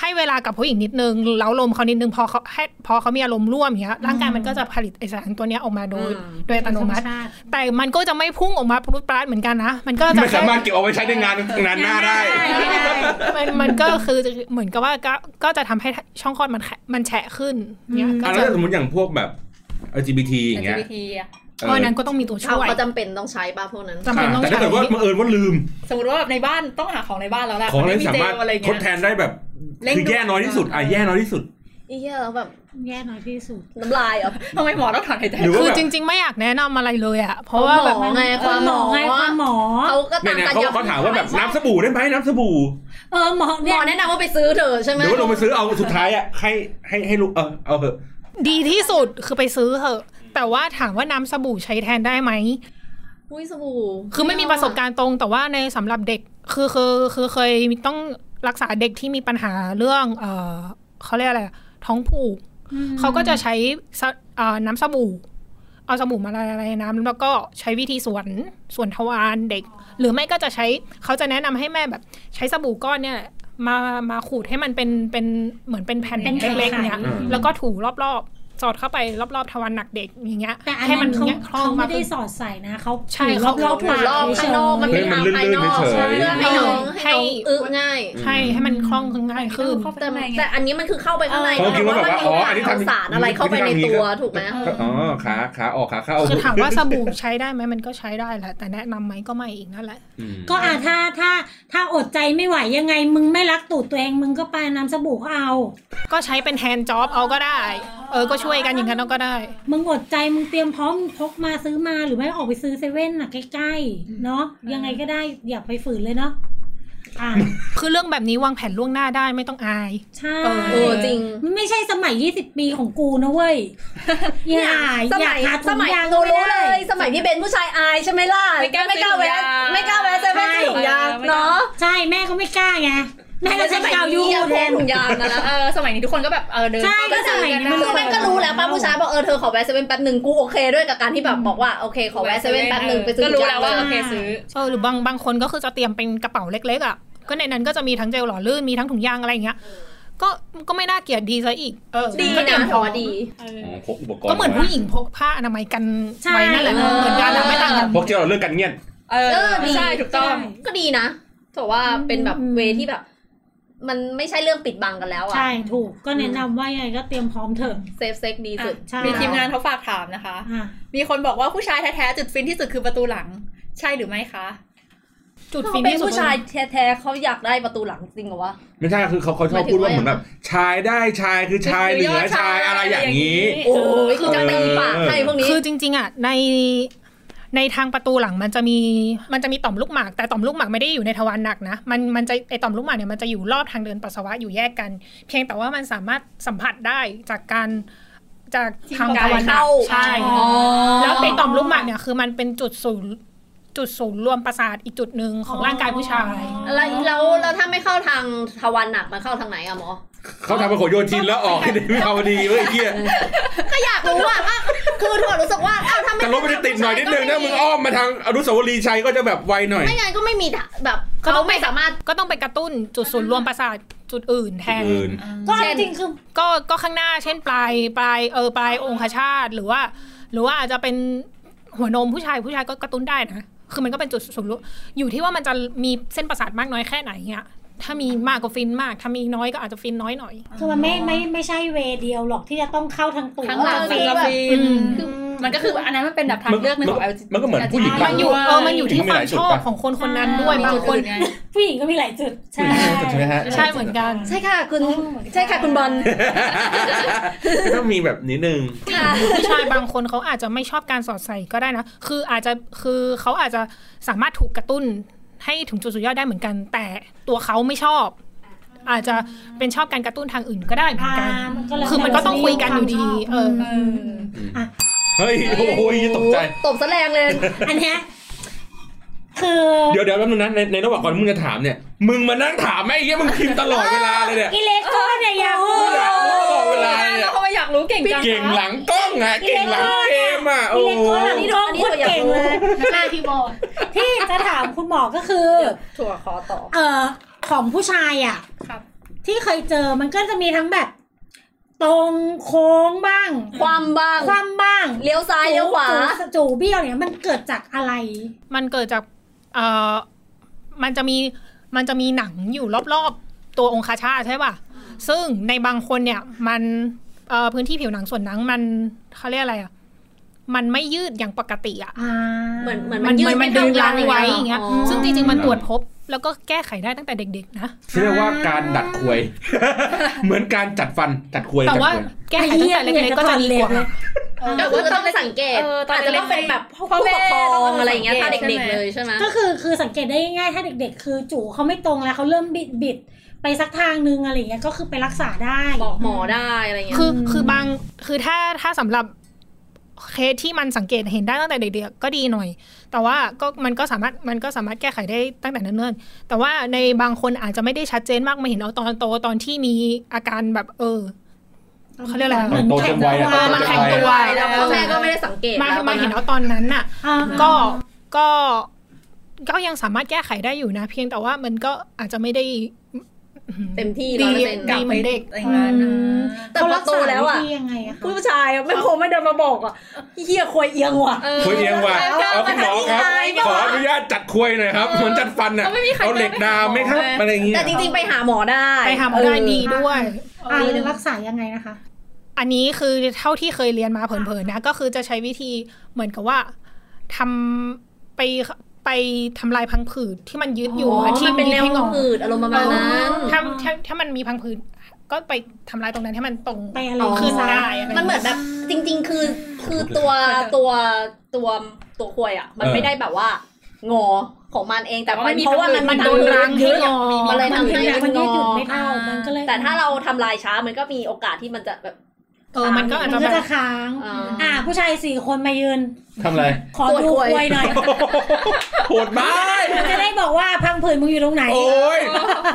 F: ให้เวลากับผู้หญิงนิดนึงเล้าลมเขานิดนึงพอเขาให้พอเขามีอารมณ์ร่วมอย่างเงี้ยร่างกายมันก็จะผลิตไอสารตัวเนี้ยออกมาโดย
E: อืม
F: โดยอัตโนมัติ แต่มันก็จะไม่พุ่งออกมาพลุดปราดเหมือนกันนะ มันก็จะ
B: ไม่
F: แค่
B: สามารถเก็บเอาไว้ใช้ในงานงานหน้าได้
F: มันมันก็คือจะเหมือนกับว่าก็ก็จะทำให้ช่องคลอดมันแขมันแฉะขึ้นเนี่ยก็
B: อ่ะแล้ว
F: จะ
B: ถ้าสมมติอย่างพวกแบบ LGBT อย่างเงี้ย
E: LGBT อะ
B: เอ
F: เพราะ
B: อ
F: ฉะนั้นก็ต้องมีตัว
C: เขา
F: ช่วย
C: เขาจำเป็นต้องใช้ป่ะพวกนั้น
F: จำเป็นต้อง
B: แต่
F: ใช้
B: ถ้าเกิดว่าบังเอิญว่าลืม
E: สมมติว่าแบบในบ้านต้องหาของในบ้านแล้วแหละ
B: ของอะไร
E: ม่มี
B: สา
E: เจ
B: มารถ
E: ลอะไร
B: ท
E: เงี้
B: ด
E: ย
B: แทนได้แบบ
E: เร่ง
B: คือ
E: ด่วน
B: แย่น้อยที่สุดอ่ะแย่น้อยที่สุด
C: อีเหี้ยแล้วแบบ
D: แย่น้อยที่สุด
C: น้ำลายเหรอ
E: ทำไมหมอต้องถอนหายใจ
B: หรือว่า
F: คือจริง ๆ ไม่อยากแนะนำอะไรเลยอ่ะเพราะว่าแบบ
C: หมอไงความหม
D: หม
C: อ
D: อไงความหมอ
C: เขาก็
B: เนี่เนี่ย
C: ตาย มกัน
B: เขา
C: ยอ
B: เขาถามว่าแบบน้ำสบู่ได้ไหมน้ำสบู่
D: เออหมอ
C: หม
D: เนี่ย
C: อแนะนำว่าไปซื้อเถอะใช่ไหม
B: หรือว่าลงไปซื้อเอาสุดท้ายอ่ะให้ให้ให้ลูกเออเอาเถอะ
F: ดีที่สุดคือไปซื้อเถอะ แต่ว่าถามว่าน้ำสบู่ใช้แทนได้ไหม
C: อุ้ยสบู่
F: คือไม่มีประสบการณ์ตรงแต่ว่าในสำหรับเด็กคือคือคือเคยต้องรักษาเด็กที่มีปัญหาเรื่องเออเขาเรียกอะไรอะท้องผูกเขาก็จะใช้สะเอ่อน้ำสบู่ เอาสบู่มาละลายในน้ำแล้วก็ใช้วิธีส่วนส่วนทวารเด็ก หรือไม่ก็จะใช้เขาจะแนะนำให้แม่แบบ ใช้สบู่ก้อนเนี่ยมามาขูดให้มันเป็นเป็นเหมือนเป็นแผ่น
D: เป็นไข่
F: เล็กๆเนี่ย
D: ไข่
F: แล้วก็ถูรอบๆสอดเข้าไปรอบๆทวารหนักเด็กอย่างเงี้ย
D: แต่อัน
F: ให้
D: นั้นเขา
F: งี้ยคล่
D: เขา
F: อง
D: ไม่
F: มา
D: ได้
F: ขึ้น
D: สอดใส่นะเขา
F: ใช่
D: ถู
F: เขา
D: รอบ
C: ถูกรอบ
D: ๆ
C: ข้างนอกมัน
D: เฉ
C: เป็น
D: ย
C: อาภายนอก
D: ๆใช่
C: เพื่อให้น้องให้น้องอึง่าย
F: ใช่ให้มันคล่องขึ้นง่ายขึ้น
E: เข้าไป
C: แต่
E: ข้างในไง
C: แต่อันนี้มันคือเข้าไปข้างใน
B: เขาคิดว่าแบบว่าอ๋ออันนี้
C: เอา
B: ทำ
C: สารอะไรเข้าไปในตัวถูกไหม
B: ก็อ๋อขาขาออกขาเข้า
F: คือถามว่าสบู่ใช้ได้ไหมมันก็ใช้ได้แหละ แต่แนะนำไหมก็ไม่อีกนั่นแหละ
B: อืม
D: ก็อ่ะถ้าถ้าถ้าอดใจไม่ไหวยังไง มึงไม่รักตูดตัวเองมึงก็ไปน้ำสบู่ก็เอา
F: ก็ใช้เป็นแฮนด์จ็อบเอาก็ได้ เออก็ช่วยกันอย่างนั้นเอาก็ได้
D: มึงอดใจมึงเตรียมพร้อมมึงพกมาซื้อมาหรือไม่ออกไปซื้อเซเว่นน่ะใกล้ๆเนาะยังไงก็ได้อย่าไปฝืนเลยเนาะอ่ะ
F: คือเรื่องแบบนี้วางแผนล่วงหน้าได้ไม่ต้องอาย
D: ใช่
C: เออจริง
D: ไม่ใช่สมัย 20 ปีของกูนะเว้ยอย่า
C: ส
D: อย่า
C: มัย
D: หา
C: ส
D: ถุง
C: มัย
D: ยาง
C: เรารู้
D: ไม่
C: เล
D: ได้
C: ย สมัยพี่เบนผู้ชายอายใช่ไหมล่ะ
E: ไม่กล้า
C: ไม่กล้าแวะ
E: ซื้อถุงยาง
C: ไม่กล้าแวะเซเว่น
D: ใช่
C: ถุงยางเนาะ
D: ใช่แม่ก็ไม่กล้าไงแม่ก็ใช้กาวยู
C: แท
D: ฮู
C: นนี้อะพวกถุง
D: แทน
C: ยางนะนะ
E: เออสมัยนี้ทุกคนก็แบบเออเดิน
D: ใช่
E: เข้าไป
D: ก็สมัยนี้มัน
C: คือแม่งก็รู้แล้วป้าผู้ชายบอกเออเธอขอแวะเซเว่นแป๊บหนึ่งกูโอเคด้วยกับการที่แบบบอกว่าโอเคขอแวะเซเว่นแป๊บหนึ่งไปซื้อ
E: ก็
C: ถุ
E: รู้
C: งยา
E: แล้ว
C: ง
E: ว่า
C: เล
E: โอย เคซื้อ
F: เออหรือบางบางคนก็คือจะเตรียมเป็นกระเป๋าเล็กๆอ่ะ ก็ในนั้นก็จะมีทั้งเจลหล่อลื่นมีทั้งถุงยางอะไรอย่างเงี้ย ก็ก็ไม่น่าเกลียดดีซะอีก เออ
C: ดี
F: ก็เตรีย
C: นะถ
F: มพร้
C: อ
F: อม
C: ดี
B: อ๋อพกอุปกรณ์
F: ก็เหมือนผู้หญิงพกผ้าอนามัยกันไว้นั่นแหละ
D: ใช่
F: เหมือนกันอะไม่ต่างกัน
B: พกเจลเราเรื่องกันเงียบ
E: เออ
C: เออดี
E: ใช่ถูกต้อง
C: ก็ดีนะแต่ว่าเป็นแบบเวที่แบบ มันไม่ใช่เรื่องปิดบังกันแล้วอะ
D: ใช่ถูกก็แนะนำว่ายังไงก็เตรียมพร้อมเถอะ
C: เซฟเซ็กดีสุด
D: อ่ะใช่
E: มีทีมงานเขาฝากถามนะคะ
D: อ่ะ
E: มีคนบอกว่าผู้ชายแท้ๆจุดฟินที่สุดคือประตูหลัง ใช่หรือไม่คะ
F: จุด
C: เขา
F: ฟิน
C: เป็น
F: ที่สุด
C: ผู้ชายแท้ๆเขาอยากได้ประตูหลังจริงเหรอวะ
B: ไม่ใช่คือเขาเขาชอบพูดว่าเหมือนแบบชายได้ชายคือชายเหลือชายอะไรอย่างนี้
C: โอ้ยคือจะตีปากใครพวกนี้
F: คือจริง ๆอ่ะในในทางประตูหลังมันจะมีมันจะมีต่อมลูกหมากแต่ต่อมลูกหมากไม่ได้อยู่ในทวารหนักนะมันมันจะไอต่อมลูกหมากเนี่ยมันจะอยู่รอบทางเดินปัสสาวะอยู่แยกกัน เพียงแต่ว่ามันสามารถสัมผัสได้จากการจากทางทวารหนัก
C: เข้า
F: ใช่
D: อ๋อ
F: แล้วไอต่อมลูกหมากเนี่ยคือมันเป็นจุดศูนย์จุดศูนย์รวมประสาทอีกจุดหนึ่งของร่างกายผู้ชาย
C: แล้วแล้วแล้วถ้าไม่เข้าทางทวารหนักมันเข้าทางไหนอะหมอ
B: เขาทำเป็นขนโยทินแล้วออกให้ได้ไม่เอาดีเว้ยไอ้เฮีย
C: ก็อยากรู้ว่าอ่ะคือถั่วรู้สึกว่าอ้าวถ้าไม่
B: แต่รถมันจะติดหน่อยนิดนึงนะมึงอ้อมมาทางอนุสาวรีย์ชัยก็จะแบบไวหน่อย
C: ไม่งั้นก็ไม่มีทะแบบ
F: ก็ต้
C: เขา
F: อง
C: ไม่สามารถ
F: ก็ต้องไปกระตุ้นจุดศูนย์รวมประสาทจุดอื่นแทน
B: อื่น
D: ก็
C: เช่น
D: จริงๆคือ
F: ก็ก็ข้างหน้าเช่นปลายปลายเออปลายองคชาตหรือว่า หรือว่าอาจจะเป็นหัวนมผู้ชายผู้ชายก็กระตุ้นได้นะคือมันก็เป็นจุดสูงรู้อยู่ที่ว่ามันจะมีเส้นประสาทมากน้อยแค่ไหนเนี่ยถ้ามีมากก็ฟินมาก ถ้ามีน้อยก็อาจจะฟินน้อยหน่อย
D: คือมันไม่ไม่ไม่ใช่เวย์เดียวหรอกที่จะต้องเข้าทางตูด
E: ข้างหลัง
C: มั
E: มันน
C: ก็
E: ก็
C: ฟิ
E: ฟิ
F: น
E: นมันก็คืออันนั้นมันเป็นแบบทางเลือกหนึ่งของ LGBT
B: มันก็เหมือนผู้หญิงปะ
F: มันอยู่เออมันอยู่ที่ความชอบของคนคนนั้นด้วย
E: มี
F: บาง
E: จุด
F: คน
E: อื่ไง
D: ผู้หญิงก็มีหลายจุด ใช่
B: ใช่ไหมฮะ
F: ใช่เหมือนกัน
C: ใช่ค่ะคุณใช่ค่ะคุณบอล
B: ก็ต้องมีแบบนิดนึง
C: ค่ะ
F: ผู้ชายบางคนเขาอาจจะไม่ชอบการสอดใส่ก็ได้นะ คืออาจจะคือเขาอาจจะสามารถถูกกระตุ้นให้ถึงจุดสุดยอดได้เหมือนกัน แต่ตัวเขาไม่ชอบ อาจจะเป็นชอบการกระตุ้นทางอื่นก็ได้เหมือนกัน
D: อ่ามันก็แล้วแต่
F: คือมันก็ต้องคุยกันอยู่ดี
D: ความชอบ
F: เออ
B: เฮ้ย โอ้โหตกใจ
C: ตบแสลงเลย
D: อันเนี้ยคือ
B: เดี๋ยวเดี๋ยวแป๊บนึงนะในในระหว่างก่อนมึงจะถามเนี่ย มึงมานั่งถามแม่ไอ้เหี้ยมึงพิมพ์ตลอดเวลาเลยเนี่ย
D: อิเล็กโทรอนเนี่ยอยา
B: กูอยากรู้ตลอดเวลา
E: ได้
B: เลย
E: แล้
B: เนี่
E: วย เขาก็อยากรู้เก่งจัง
B: เก่งหลังกล้องอะเก่งหลังเกมอะโอ้
D: อิเล็ก
B: โห
D: โทรอนนี่โดนคน งเลย
G: หน้าที่บอด
D: ที่จะถามคุณหมอก็คือ
E: ถั่วคอต่อ
D: เออของผู้ชายอ่ะ
E: ครับ
D: ที่เคยเจอมันก็จะมีทั้งแบบ ตรงโค้งบ้าง
C: ความบ้าง
D: คว่ำบ้าง
C: เลี้ยวซ้ายเลี้ยวขวา
D: จู่จู่เบี้ยวเนี่ยมันเกิดจากอะไร
F: มันเกิดจากเอ่อมันจะมีมันจะมีหนังอยู่รอบๆ ตัวองคาชาตใช่ป่ะ ซึ่งในบางคนเนี่ยมันเอ่อพื้นที่ผิวหนังส่วนหนังมันเขาเรียกอะไรอ่ะ มันไม่ยืดอย่างปกติอ่ะ
D: อ่า
C: เหมือนเหมือน
F: มัน
C: ยืด
F: มัน
C: ไม่
F: มัน
C: เท่า
F: ดึง
C: กั
F: รั้
C: น
F: งไว้อย่างเงี้ย
C: อ๋อ
F: ซึ่งจริงๆมันตรวจพบ แล้วก็แก้ไขได้ตั้งแต่เด็กๆนะ
B: เรียกว่าการดัดควย เหมือนการจัดฟันจัดควย
F: แต่
B: จัด
F: ว่า
B: ควย
F: แก้ไขตั้งแต่เล็กๆก็จะดีกว่า
C: ก็คือต้องสังเกต
E: เออตอน
C: อาจจะต้องเป็นแบบผู้ปกครองอะไรอย่างเงี้ย
E: พ่
C: ถ้า
E: อแม่
C: เด็กๆเลยใช่ไหม
D: ก็คือคือสังเกตได้ง่ายๆถ้าเด็ก ๆ คือจู่เขาไม่ตรงแล้วเขาเริ่มบิดบิดไปสักทางนึงอะไรอย่างเงี้ยก็คือไปรักษาได้
C: บอกหมอได้อะไรอย่างเงี้ย
F: คือคือบางคือถ้าถ้าสำหรับเคสที่มันสังเกตเห็นได้ตั้งแต่เด็กๆก็ดีหน่อย แต่ว่าก็มันก็สามารถมันก็สามารถแก้ไขได้ตั้งแต่เนิ่นๆแต่ว่าในบางคนอาจจะไม่ได้ชัดเจนมากมาเห็นเอาตอนโตตอนที่มีอาการแบบเออ เขาเรียกอะไรอะ
B: มันโตเต็มวัยอะ
F: เออมันแข็ง
B: โต
F: ตั
B: เต็ม
F: ว
B: วัย
C: แล้วพ่อแม่ก็ไม่ได้สังเกต
F: มา
C: แล้ว
F: มาเห็นเอาตอนนั้นน่ะ
D: อ่า
F: ก็ก็ก็ยังสามารถแก้ไขได้อยู่นะ เพียงแต่ว่ามันก็อาจจะไม่ได้
C: เต็มที่
F: ดี
C: ร้อยเปอร์เซ็นต์
F: กลับไปเด็ก
E: อะไรอย่างนั้น
D: อืม
C: แต่พอโตแล้วอ่ะ
D: เขารักษาวิธียังไงอะคะ
C: ผู้ชายอะไม่คงไม่เดินมาบอกอ่ะเฮียควยเอียงว่ะ
B: ควยเอียงว่ะ
E: แล้วก็
B: เอาคุณหมอครับ ขออนุญาตจัดควยหน่อยครับ เหมือนจัดฟันอ่ะ
E: ก็ไม่มีใคร
B: เอาเหล็กดามไหมครับ
E: ไม่
B: อะไรอย่างเงี้ย
C: แต่จริงๆไปหาหมอได้
F: ไปหาหมอได้
C: เ
F: ดีด้วย
D: อ่ารักษายังไงนะคะ
F: อันนี้คือเท่าที่เคยเรียนมาเผินๆนะ ก็คือจะใช้วิธีเหมือนกับว่าทำไปไปทำลายพังผืดที่มันยึดอยู่
C: อ๋อ
F: อะที่
C: มันเป็นแนว
F: ที่งอ
C: ผืดอารมณ์ประมาณนั้น
F: ถ้าถ้าถ้ามันมีพังผืดก็ไปทำลายตรงนั้นให้มันตรง
D: ไปอะไร
F: ขึ้นได้ะไร
C: มันเหมือนแบบจริง ๆ คือคือตัวตัวตัวตัวควยอ่ะ มันไม่ได้แบบว่า งอของมันเองแต่มันเพราะว่ามัน
F: มัน
C: ทำ
F: โดนรัง
C: ยึ
F: ที่
C: ด
F: งอ
C: มันเลย
D: มัน
C: ทำ
D: เพียง
C: ให้
D: แต่มันยืดหยุ่นไม่
C: งอ
D: เท่ามันก็เลย
C: แต่ถ้าเราทำลายช้ามันก็มีโอกาสที่มันจะแบบ
F: เออมันก็อาจ
D: มัน
F: จะ
D: ก็
F: แบ
D: จะ
F: บ
D: ค้าง
C: อ่า
D: อ่า ผู้ชายสี่คนมายืน
B: ทำอะไร
D: ขอ
C: ต
D: ดู
C: รวจควย
D: ควยหน่อย
B: โหดมาก
D: มันจะได้บอกว่าพังผืนมึงอยู่ตรงไหน
B: โอ้ย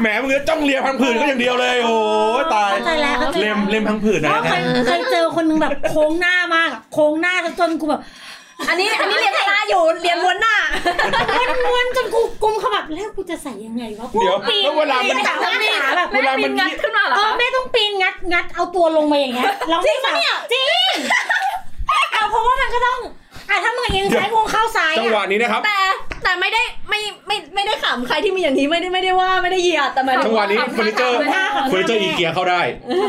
B: แหมมึงจะจ้องเลียพังผืดก็อย่างเดียวเลยโอ้ยตาย
D: เข้าใจแล้วเข้าใจ
B: เล่
D: แล้
B: ม
D: ว
B: เล่มพังผืดนะ
D: เพราะเคยเคยเจอคนหนึงแบบโค้งหน้ามากอะโค้งหน้าจนกูแบบ
C: อันนี้อันนี้เรียนคณะอยู่เรียนวนหน้า
D: ม้วนๆจนกูกุมขมับแล้วกูจะใส่ยังไงวะกู
B: เดี๋ยว
D: ปีน
B: แล้วเวลามัน
D: ไม่สามารถหาแบบ
B: เวลามัน
E: ขึ้นมาเหรอ
D: เออ
E: คะ
D: แม่ต้องปีนงัดงัดเอาตัวลงมาอย่างเงี้ยเราไม่สามารถจริงเอาเพราะว่ามันก็ต้องอ่ะถ้ามึงเอียงซ้ายกูเข้าซ้าย
B: จังห
D: อะ
B: วะนี้นะครับ
C: แต่แต่ไม่ได้ไม่ไม่ไม่ได้ขำใครที่มีอย่างนี้ไม่ได้ไม่ได้ว่าไม่ได้เหยียดแต่หมายถึ
B: จั
C: ง
B: งหวะนี้เฟอร์นิเจอร์
D: ขำ
B: เฟอร์นิเจอร์อีเกียเข้าได้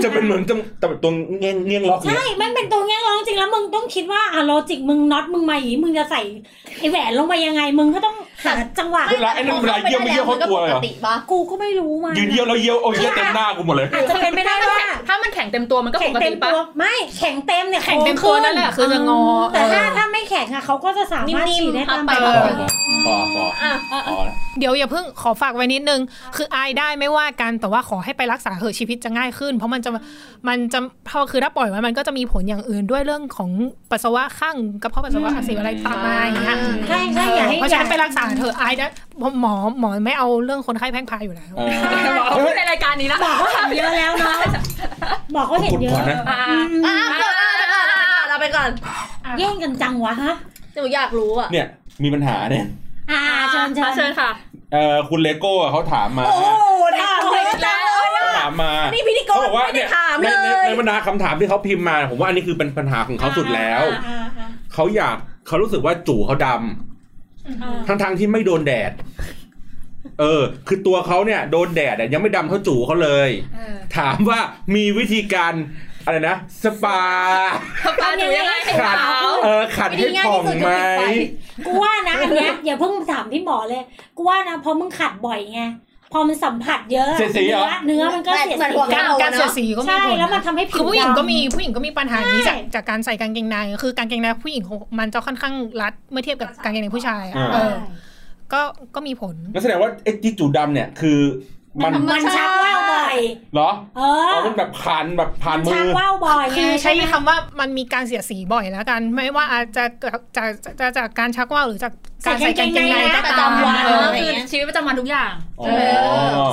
B: จะเป็นเหมือนจังแต่ตรงเงี้ยงเงี้ยงล็อกเนี่
D: ใช่
B: ย
D: มันเป็นตัวแง่งร้องจริงแล้วมึงต้องคิดว่าอ่ะโลจิกมึงน็อตมึงมาอย่างงีมึงจะใส่ไอแหวนลงไปยังไง มึงก็ต้องหาจังหวะ
B: เวลาไอ้นั่นเวลาเยี่ยวไม่เยี่ยวเขากลัวเลยเหรอ
C: ปกติปะ
D: กูก็ไม่รู้มัน
B: ยืนเยี่ยวแล้วเยี่ยวโอ้ยเยี่ยวเต็มหน้ากูหมดเลย
D: อาจจะเป็นไม่ได้ว่า
E: ถ้ามันแข็งเต็มตัวมันก็ป
D: แข็ง
E: ก
D: เต็
E: ติ
D: ม
E: ปะ
D: ตัวไม่แข็งเต็มเนี่ย
F: แข็งเต็มตัวนั่นแหละคือจะงอ
D: แต่
F: เอ
D: ถ้า
F: อ
D: ถ้าไม่แข็งอ่ะเขาก็จะสามารถ
C: นิ่ม
D: ฉีดได้
C: ๆพับ
D: ตาม
C: ไป
D: ปก
F: เอ
C: พับไป
D: ติ
B: พอพอ
C: อ่ะ
B: พอแล้ว
F: เดี๋ยวอย่าเพิ่งขอฝากไว้นิดนึง คืออายได้ไม่ว่ากันแต่ว่าขอให้ไปรักษาเหอะชีวิตจะง่ายขึ้น เพราะมันจะมันจะเพราะคือถ้าปล่อยไว้มันก็จะมีผลอย่างอื่นด้วยเรื่องของปัสสาวะข้างกระเพาะปัสสาวะอักเสบอะไรตามมาอย่างเงี้ย
D: ใช่ใช่อย่าให้
F: เพราะ
D: อ
F: ฉะ
D: ย่า
F: นั้นไปรักษาเถอะอายได้หมอหมอไม่เอาเรื่องคนไข้แพร่งพรายอยู่แล้ว
B: เออ
E: เอาพูดในรายการนี้ละ
D: บอกเขาเห็นเยอะแล้ว เนาะบอกเขาเห็น
B: กด
D: เย
B: ก่อ
D: อะ
B: นนะ
E: อ่า
D: อืม
C: อ่ะเกิดอ่ะเกิดอ่ะเกิดเอาไปก่อน
D: แย่งกันจังวะฮะ
C: หนูอยากรู้อ่ะ
B: เนี่ยมีปัญหาเนี่ย
D: อ่าเชิญเชิญ
E: เชิญค่ะ
B: เอ่อคุณเลโก้เขาถามมา
C: โอ้โหถามเยอะจังเลย
B: เขา
C: อ่ะ
B: ถามมา
C: นี่พิธีก
B: เขา
C: ร
B: บอกว่า
C: ไม่
B: เนี่
C: ได้
B: ย
C: ถาม
B: ใน
C: เล
B: ใน
C: ย
B: ในบรรดาคำถามที่เขาพิมพ์มาผมว่าอันนี้คือเป็นปัญหาของเขาสุดแล้ว
D: อ่าอ่า
B: เขาอยากเขารู้สึกว่าจู่เขาดำ
D: อ่า
B: ทั้งทางๆที่ไม่โดนแดด เออ คือตัวเขาเนี่ย โดนแดดเนี่ยยังไม่ดำเท่าจู่เขาเลย ถามว่ามีวิธีการอะไรนะ สปา
E: ปลาหนูยังไงให้
B: ขาด
E: ขาว
B: เออขัดให้ผ่องไหม
D: กูว่านะอันเนี้ย อย่าเพิ่งถามพี่หมอเลยกูว่านะเพราะมึงขัดบ่อยไงพอมันสัมผัสเยอะ
B: เสียดสีเหรอ
D: เนื้อมันก็เสียด
C: เหมือน
D: สี
C: หัว
F: การการเสียดสีก็มี
D: ใช่
F: ผล
D: แล้วมัน
F: นะ
D: ทำให้ผิว
F: คือผู้หญิง
D: ดำ
F: ก็มีผู้หญิงก็มีปัญหานี้
D: ใช่
F: จากจากการใส่กางเกงในคือกางเกงในผู้หญิงของมันจะค่อนข้างรัดเมื่อเทียบกับกางเกงในผู้ชายอะ
B: อ่า
F: เออก็ก็มีผล
B: นั่นแสดงว่าไอ้ที่จู่ดำเนี่ย คือ มัน
C: มันทำ
D: มันชักว่าวบ่อย
B: เหรอ
D: เอ
B: อ๋
D: อ
B: อมันแบบผ่านแบบผ่านมื
D: ชัก
B: อ
D: ว่าวบ่อยไง
F: คือใช้
D: ไหม
F: คำว่ามันมีการเสียดสีบ่อยแล้วกัน ไม่ว่าอาจจะเกิดจากจากจากจากการชักว่าวหรือจากการใส่กางเกงในก็
C: ประ
F: ตาม
C: จำวัน
F: เออ
E: คือชีวิตประจำวันทุกอย่าง
B: อ๋อ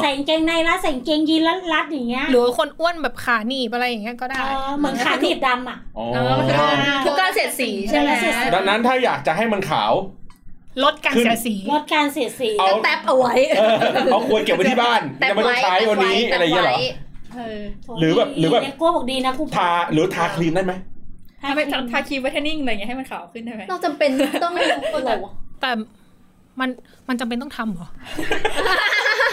D: ใส่กางเกงในแล้วใส่กางเกงยีนแล้วรัดอย่างเงี้ย
F: หรือคนอ้วนแบบขาหนีบอะไรอย่างเงี้ยก็
D: เอ
F: ได้
D: อเหมือนขาหนีบดำอ่ะ
B: อ๋อ
E: เออคือคือการเสียดสีใช่ไหม
D: เสียดสี
B: ดังนั้นถ้าอยากจะให้มันขาว
F: ลดการเสียดสี
D: ลดการเสียดสี
B: เอา
C: แตบเอาไว้
B: เออเอาควรเก็บไว้ที่บ้าน
E: แต่
B: จะไม่ต้องใช้วันนี้อะไรอย่างเงี้ยเหรอ หรือแบบหรือแบบ
D: เนี่ยกลัวบอกดีนะกู
B: ทาหรือทาครีมได้ไหม
D: ทา
E: ทำทาครีมไวท์เทนนิ่งอะไรอย่างเงี้ยให้มันขาวขึ้นได้ไหม
C: เราจำเป็นต้องหรอ
F: แต่มันมันจำเป็นต้องทำ เหรอ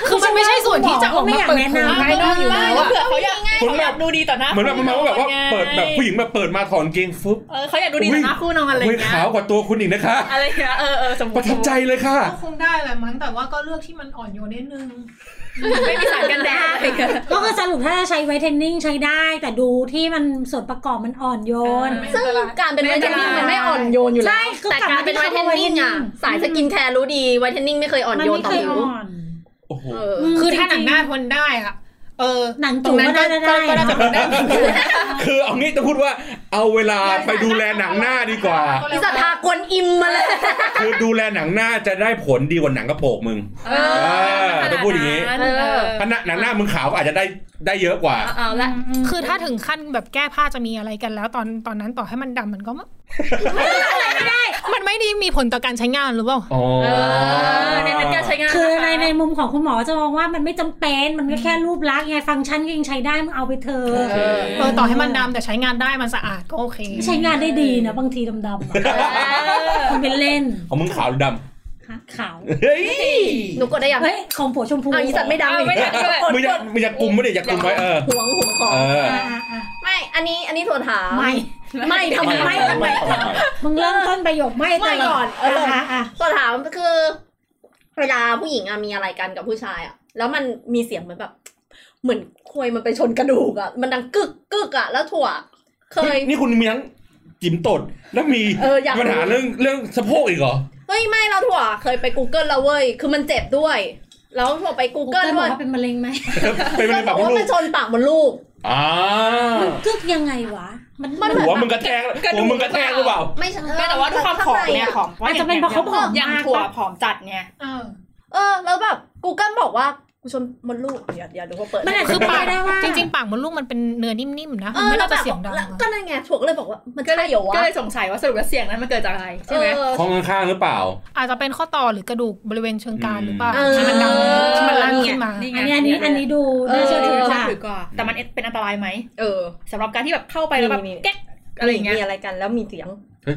F: คือมันไม่ใช่ส่วนที่จะออกมาเปิดเผยภายนอกอยู่แล้วอะ
E: เผื่อเขาอยาก
B: เหมือนแบบ
E: เขาอยากดูดีต่อหน้า
B: เหมือนแบบประมาณว่าแบบว่าเปิดแบบผู้หญิงแบบเปิดมาถอนเกงฟึบ
E: เออเขาอยากดูดีต่อหน้า
B: อุ๊ย
E: คู่นอนอะไรอ
B: เว้ย
E: ย่างเงี้ย
B: ขาวกว่าตัวคุณอีกนะคะ
E: อะไรอย่างเงี้ยเออเออสมม
B: ป
E: ติ
B: ระทับใจเลยค่ะ
F: ก็คงได้แหละมั้งแต่ว่าก็เลือกที่มันอ่อนโยนนิดนึง
E: ไม่มีสารกันแดดอะไรอย่างเงี้ย
D: ก็คือสรุปถ้าจะใช้ไวท์เทนนิ่งใช้ได้ แต่ดูที่มันส่วนประกอบมันอ่อนโยน
E: เออ
C: ซึ่งการเป็นไวท์เทนนิ่งมันไม่อ่อนโยนอยู่แล้ว
D: ใช่ก็
C: แต่
D: กลับ
C: การ
D: มาที่
C: เป็นไวท์เทนนิ่งอ่ะ
D: คำว่าไวท์เทนนิ่ง
C: สายสกินแคร์รู้ดีไวท์เทนนิ่งไม่เคยอ่อนโยนต่อผิว
B: โอ้โห
C: เออ
F: คือถ้าหนังหน้าทนได้อะเออ
D: หนัง
F: ตร
D: จู
F: ง
D: บ
F: นั้น
D: ก็
F: ก็
D: น่าจะได้
F: ก็ก็น่าจะทนได้เหมือนกัน
B: คือเอางี้จะพูดว่าเอาเวลาไปดูแลหนังหน้าดีกว่า
C: อิสทากวนอิมมาเลย
B: คือดูแลหนังหน้าจะได้ผลดีกว่าหนังกระโปรงมึง
E: เออ
B: เออต้องพูดอย่างงี้
E: เออ
B: ถ้าหน้าหนังหน้ามึงขาวก็อาจจะได้ได้เยอะกว่า
E: เอาเอาละ
F: คือถ้าถึงขั้นแบบแก้ผ้าจะมีอะไรกันแล้วตอนตอนนั้นต่อให้มันดำมันก็ไม่มันไม่ได้มีผลต่อการใช้งานหรือเปล่า
B: อ๋อ
E: เออในนั้นการใช้งาน
D: คือในในมุมของคุณหมอจะมองว่ามันไม่จำเป็นมันก็แค่รูปลักษณ์ไงฟังก์ชันก็ยังใช้ได้มันเอาไปเถอ
B: โอเค
D: ะ
F: เออต่อให้มันดำแต่ใช้งานได้มันสะอาดก็โอเค
D: ใช้งานได้ดีนะบางทีดำๆอะคุณเป็นเล่น
B: ของมึงขาวหรือด
D: ค่ะขาว
B: ำ เฮ้ย
C: หนูกดได้ยัง
D: เฮ้ยของผัวชมพู
C: เอาวอีสัตว์ไม่ดังอีก
E: ไม่ได้ด้วย
B: มึงอยากมึงอยากกลุ่มไม่ได้อยากกลุ่มไว้เออ
C: หวงหวงของ
B: เออ
D: อ่ะอ่ะอ่ะ
C: ไม่ อันนี้อันนี้โทรถาม
D: ไม่
C: ไม่ทำไม
B: ไม่
C: ไม่
B: ไม่
C: ทำไม
B: ไม่ไม่ไม่
D: มึงเริ่มต้นประโยคไม่
C: ไม่
D: ตล
C: ก่อนเออ
D: ะอ่ะ
C: โทรถามคือ เวลาผู้หญิงอะมีอะไรกันกับผู้ชายอะแล้วมันมีเสียงเหมือนแบบ เหมือนควยมันไปชนกระดูกอะมันดังกึกกึกอะแล้วถั่ว เคย
B: นี่คุณมีทั้งจิ๋มตดแล้วมี
C: เอออยากรู้
B: ปัญหาเรื่องเรื่องสะโพกอีกเห รอ
C: เฮ้ยไม่เราถั่ว เคยไป Google แล้วเว้ย คือมันเจ็บด้วย แล้วถั่วไป
D: กูเกิล
C: Google
D: บ
C: ด้ว
D: อก
C: ย
D: ว่าเป็นมะเร็งไหม
B: เป็นอะไร
C: บ
B: ปา
C: อก ก
B: มด
C: ว่า
B: ลู
C: มั
B: ก
C: นชนปากมันลูก
B: อ่า
D: มันกึกยังไงวะ มัน
C: มันเหมือน
B: หัวมึงกระแทกหัวมึงกระแทกหรือเปล่า
C: ไม่ใช่
E: ไม่แต่ว่าด้วยความผอมเนี่ยผอม
D: อาจจะเป็นเพราะเขาผอม
E: อย่าง
D: มาก
E: ถั่ว
D: ปะ
E: ผอมจัดเนี่ย
F: เออ
C: เออ แล้วแบบ Google บอกว่ากูชนมันลูกเดี๋ยวเดี๋ยวเดี๋ยวเขาเปิด
D: มันอาจจะ
F: คือ
D: เป็น
F: ปา
D: ไป
F: ก
D: ได้ว่า
F: จริง ๆ ปากมดลูกมันเป็นเนื้อนิ่มๆนะ
C: เออ
F: มันไม่
C: แล้
F: น่าว
C: แบ
F: จะ
C: บ
F: เสียงดัง
C: แล้ว
F: อะ
C: ก็นั่นไงถั่วก็เลยบอกว่ามัน
E: ก็
C: ใช่
E: เลย
C: เหรอวะ
E: ก็เลยสงสัยว่าสรุปแล้วเสียงนั้นมันเกิดจากอะไรใช่ไหม
C: เออ
B: ห้องข้างๆหรือเปล่า
F: อาจจะเป็นข้อต่อหรือกระดูกบริเวณเชิงกรานหรือเปล่า
C: เออ
F: ที่มันดังที่มันลั่นขึ้นมา
E: นี่ไง
D: อันนี้อันนี้อันนี้ดูน่าเชื่อถือ
E: น่า
D: ค่ะ
E: ถือกว่าแต่มันเป็นอันตรายไหม
C: เออ
E: สำหรับการที่แบบเข้าไปแล้วแบบ
C: นี่นี่
E: แก๊กอะไรอย่างเงี้ย
C: มีอะไรกันแล้วมีเสียง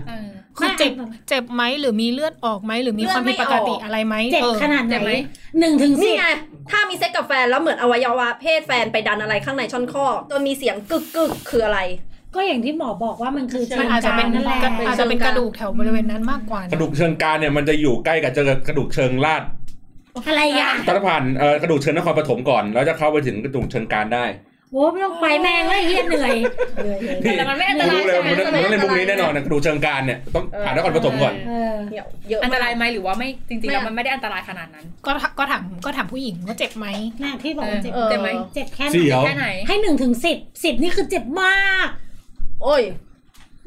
E: เออ
F: คือเจ็บ เจ็บไหมหรือมีเลือดออกไหมหรือมีความผิดปกติอะไรไหม
D: เจ็บ
F: ออ
D: ขนาดไห
E: เจ็บ
D: น
E: ไหม
D: หนึ่งถึงสิ
C: นี่
D: บ
C: ไง ถ้ามีเซ็กกับแฟนแล้วเหมือนอวัยวะเพศแฟนไปดันอะไรข้างในช่อนข้อจนมีเสียงกึกกึกคืออะไร
D: ก็อย่างที่หมอบอกว่ามันคือ
F: มันอาจจะเป็น
D: นั่นแหละ
F: อาจจะเป็นกระดูกแถวบริเวณนั้นมากกว่าก นะ
B: ระดูกเชิงกรานเนี่ยมันจะอยู่ใกล้กับเจอกระดูกเชิงลาด
D: อะไรอ่ะ
B: ตะลผ่านเอ่อกระดูกเชิงนครปฐมก่อน แล้วจะเข้าไปถึงกระดูกเชิงกรานได้
D: โว้ไม่ต้องไปแมงเลยเฮียเหนื่อย
E: แต่มันไม่อันต
B: คุณ
E: ราย
B: รู้เลย
E: ใช่
B: ว่า
E: ไหม
B: มึงต้องมึงต้องเล่นมุกนี้แน่นอนนะกระดูกเชิงกรานเนี่ยต้องผ่านนครปฐมก่อน
D: เออ
C: เนี่ยเยอะ
E: อันตราย
C: ม
E: ไหมหรือว่าไม่จริงๆแล้วมันไม่ได้อันตรายขนาดนั้น
F: ก็ถก็ถามก็ถามผู้หญิงว่าเจ็บไหม
D: หน้าที่บอกว่าเจ็บ
C: าก
E: เจ็บไหม
D: เจ็บแค่ไห
B: เสี
D: น
B: ยว
E: แค่ไหน
D: ให้หนึ่งถึงสิบสิบนี่คือเจ็บมาก
C: โอ้ย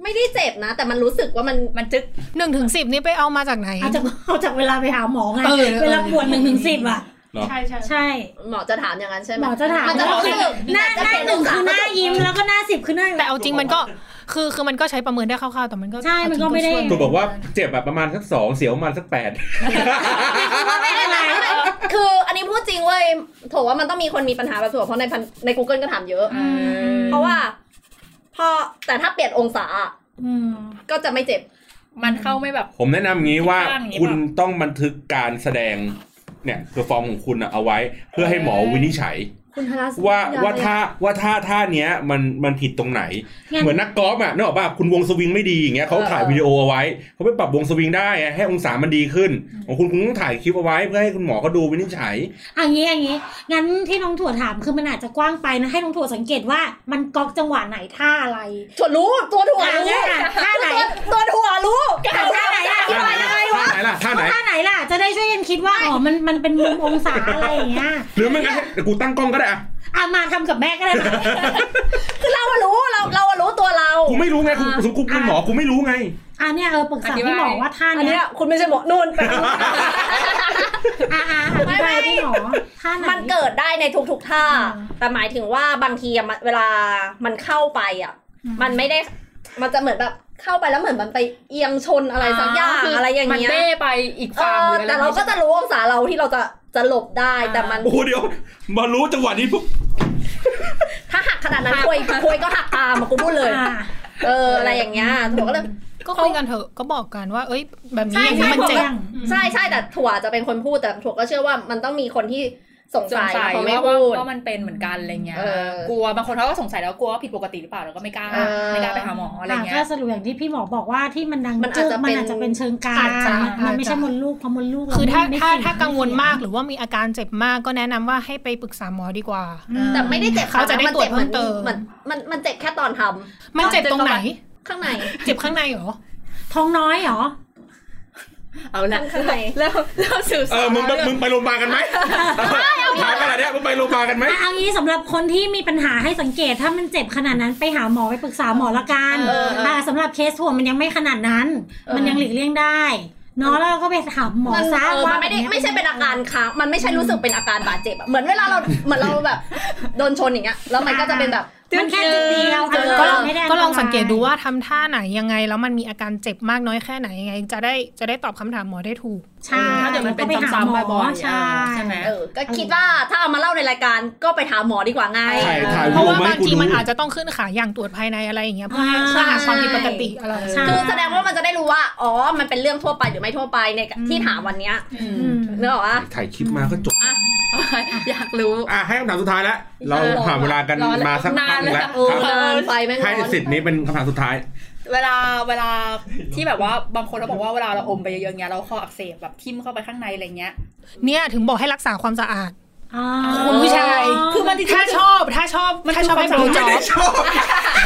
C: ไม่ได้เจ็บนะ แต่มันรู้สึกว่ามัน
E: มันจึ๊ก
F: หนึ่งถึงสิบนี่ไปเอามาจากไหน
D: เอาจากเอาจากเวลาไปหาหมอไง
F: เออ
D: เวลาปวดหนึ่งถึงสิบอ่ะ
F: ใช่ใช่
D: ใช่
C: หมอจะถามอย่างนั้นใช่ไหม
D: หมอจะถาม
C: มันจะรู้สึก
D: หน้าหน้าหนึ่งคือหน้ายิ้มแล้วก็หน้าสิบคือหน้า
F: แต่เอาจริงมันก็คือคือมันก็ใช้ประเมินได้คร่าวๆแต่มันก็
D: ใช่มันก็ไม่ได้
B: ตัวบอกว่าเจ็บแบบประมาณสักสองเสียวประมาณสักแปด
C: ไม่ไม่ไม่ไม่คืออันนี้พูดจริงเว้ยโถว่ามันต้องมีคนมีปัญหาแบบส่วนเพราะในพันใน Google ก็ถามเยอะ เพราะว่า พอแต่ถ้าเปลี่ยนองศาอะ
D: อืม
C: ก็จะไม่เจ็บ
E: มันเข้าไม่แบบ
B: ผมแนะนำงี้ว่า
E: ข้างอย่างนี้
B: คุณ
E: เปล่า
B: ต้องบันทึกการแสดงเนี่ยคือฟอร์มของคุณอะเอาไว้เพื่อให้หมอวินิจฉัย
C: คุณธนส
B: ว่า
C: อย่
B: ว่า
C: เลย
B: ท่าว่าท่าท่าเนี้ยมันมันผิดตรงไหน เหมือนนักกอล์ฟอ่ะนึกออกป่ะคุณวงสวิงไม่ดีอย่างเงี้ยเขา
C: เออ
B: ถ่ายวิดีโอเอาไว้เขาไปปรับวงสวิงได้อะให้องศามันดีขึ้นของคุณคุณต้องถ่ายคลิปเอาไว้เพื่อให้คุณหมอเขาดูวินิจฉัย
D: อันนี้อันนี้ งั้นที่น้องถั่วถามคือมันอาจจะกว้างไปนะ ให้น้องถั่วสังเกตว่ามันก๊อกจังหวะไหนท่าอะไร
C: ชวนรู้ตัวถั่ว
D: อ่ะ
C: รู้
D: เนี่ยอ่ะท่าไหน
C: ตัวตัวถั่วรู้
D: อ่ะท่าไหนล่ะ
B: ท่าไหนล่ะท่าไหนล่ะท่าไหน
D: ท่าไหนล่ะ จะได้ช่วยกันคิดว่า อ๋อ มันมันเป็นมุมองศาอะไรอย่างเงี้ย
B: หรือไม่งั้นกูตั้งกล้องก็ได้อะ
D: อามาทำกับแม่ก็ได้นะ
C: คือเราอะรู้เราเราอะรู้ตัวเรา
B: กูไม่รู้ไงกูกูกูเป็นหมอกูไม่รู้ไง
D: อ่ะเนี่ยเออปรึกษา
E: อธิบาย
D: พี่หมอว่าท่า
C: อัน
D: เนี้
C: เนี้
D: ย
C: ยคุณไม่ใช่หมอนู่นไป นู่น
D: อ่ะอ่ะอธิบายพี่หมอท่าไหน
C: มันเกิดได้ในทุกๆท่า
D: อืม
C: แต่หมายถึงว่าบางทีอะมันเวลามันเข้าไปอ่ะ มันไม่ได้ มันจะเหมือนแบบเข้าไปแล้วเหมือนมันไปเอียงชนอะไรสักอย่าง
E: คื
C: อะไรอย่าง
E: มัน
C: เงี้ย
E: เบ้ไปอีก
C: เอ
E: ฝั่ง
C: อ
E: หรืออะไร
C: แต่เราก็จะรู้องศาเราที่เราจะจะหลบได้แต่มัน
B: โอ้โหเดี๋ยวมารู้จังหวะนี้ปุ๊บ
C: ถ้าหักขนาดนั้นควยควยก็หักตามอะกูพูดเลย
D: อ่ะ
C: เอออะไรอย่างเงี้ยถั่วก็เลย
F: ก็คุยกันเถอะก็บอกกันว่าเอ้ย แบบนี้
C: ใช่
F: อย่างนี้มัน
C: ใช่
F: เจ๋
D: เจ๋
F: ง
D: ง
F: อืม
C: ใช่ใช่แต่ถั่วจะเป็นคนพูดแต่ถั่วก็เชื่อว่ามันต้องมีคนที่สง
E: สง
C: สัย
E: สัย
C: เขาไม่
E: ว่า
C: พูด
E: ว่ามันเป็นเหมือนกันอะไรเงี้ย
C: เออก
E: ลัวบางคนเขาก็สงสัยแล้วกลัวว่าผิดปกติหรือเปล่าแล้วก็ไม่กล้า
C: เออ
E: ไม่กล้าไปหาหมออะไร
D: อ่ะ
E: เงี้
D: ก็
E: ย
D: สรุปอย่างที่พี่หมอบอกว่าที่มันดัง
C: มันอาจ
D: จึ๊ก
C: จะ
D: มัน
C: เป็น
D: อาจจะเป็นเชิงการ
F: อาจจะ
D: มันไม่ใช่มดลูกเพราะมดลูกเร
F: คือถ้า
D: ไม่
F: ถ้า
D: เสี่ย
F: ถ้ากังวลมากหรือว่ามีอาการเจ็บมากก็แนะนำว่าให้ไปปรึกษาหมอดีกว่า
C: แต่ไม่ได้เจ็บ
F: เขาจะได้
C: นจ็บ
F: ตรวจเพิ่มเติม
C: หอนมันมันเจ็บแค่ตอนทำ
F: มันเจ็บตรงไหน
C: ข้างใน
F: เจ็บข้างในเหรอ
D: ท้องน้อยเหรอ
E: เอาละ
C: ข้างใน
E: เริ่มเริ่มสื่อ
B: เอ
E: สาร
B: อมึงมึง
E: เรื่อ
B: มึงไปโรงพยาบาลกันไหมถามขนาดเนี้ยมึงไปโรงพยาบาลกันไหม
D: อ่ะเอางี้สำหรับคนที่มีปัญหาให้สังเกตถ้ามันเจ็บขนาดนั้นไปหาหมอไปปรึกษาหมอละกัน
C: เออ
D: แต่สำหรับเคสหัวมันยังไม่ขนาดนั้น
C: เออ
D: มันยังหลีกเลี่ยงได้เนาะแล้วเราก็ไปถามหมอ
C: มัน
D: ซะ
C: เออ
D: ว่า
C: มันไม่ได้
D: แบบย
C: ไม่ใช่เป็นอาการค้างมันไม่ใช่รู้สึกเป็นอาการบาดเจ็บอะเหมือนเวลาเราเหมือนเราแบบโดนชนอย่างเงี้ยแล้วมันก็จะเป็นแบบ
D: มันแค่จุดเดียว
C: เออ
F: ก็ลอง
D: ไม่ได้
F: ก็ลองสังเกตดู
D: อันตร
F: ว่าทำท่าไหนยังไงแล้วมันมีอาการเจ็บมากน้อยแค่ไหนยังไง จะได้จะได้ตอบคำถามหมอได้ถูก
D: ยใช่
E: งถ้าเกิดมันเป็น
D: แล้วก็ไหา
E: ซ้ำ
D: หม
E: ๆบ่อยๆ
D: ใช่
E: อ่ะใช่ไหม
C: เออก็คิดว่าถ้าเอามาเล่าในรายการก็ไปถามหมอดีกว่าไง
B: ใช่ถ่าย
F: เพ
B: วิ
F: ราะ
B: ดี
F: ว่า
B: โอมา
F: บา
B: ให้
F: ง
B: กู
F: ที
B: ดู
F: มันอาจจะต้องขึ้นขายอย่างตรวจภายในอะไรอย่างเงี้ยเพื่อให้เพื่อหาความผิดปกติอะไร
D: ใช่
C: คือแสดงว่ามันจะได้รู้ว่าอ๋อมันเป็นเรื่องทั่วไปหรือไม่ทั่วไปในที่ถามวันเนี้ย
D: อืม
C: นึกออกปะ
B: ถ่ายคลิปมาก็จบ
E: อยากรู้
B: อ่ะให้คำถามสุดท้ายแล้ว เรา
E: เออ
B: ผ่านเวลากัน
E: รอแล้ว
B: มาสักพักหนึ่งแล้ว
E: นาน
C: โอ้
E: แล้
B: คว รับ
C: นานไปแม่ง
B: ให้
C: ร้อน
B: สิทธิ์นี้เป็นคำถามสุดท้าย
E: เวลาเวลาที่แบบว่าบางคนเขาบอกว่าเวลาเราอมไปเยอะๆเงี้ยเราคออักเสบแบบทิ่มเข้าไปข้างในอะไรเงี้ย
F: เนี่ยถึงบอกให้รักษาความสะอาด
D: อ่า
F: คุณผู้ชาย
E: คือมันจริงๆ
F: ถ้าชอบถ้าชอบถ้าชอบให้บริจอบ
B: ชอบ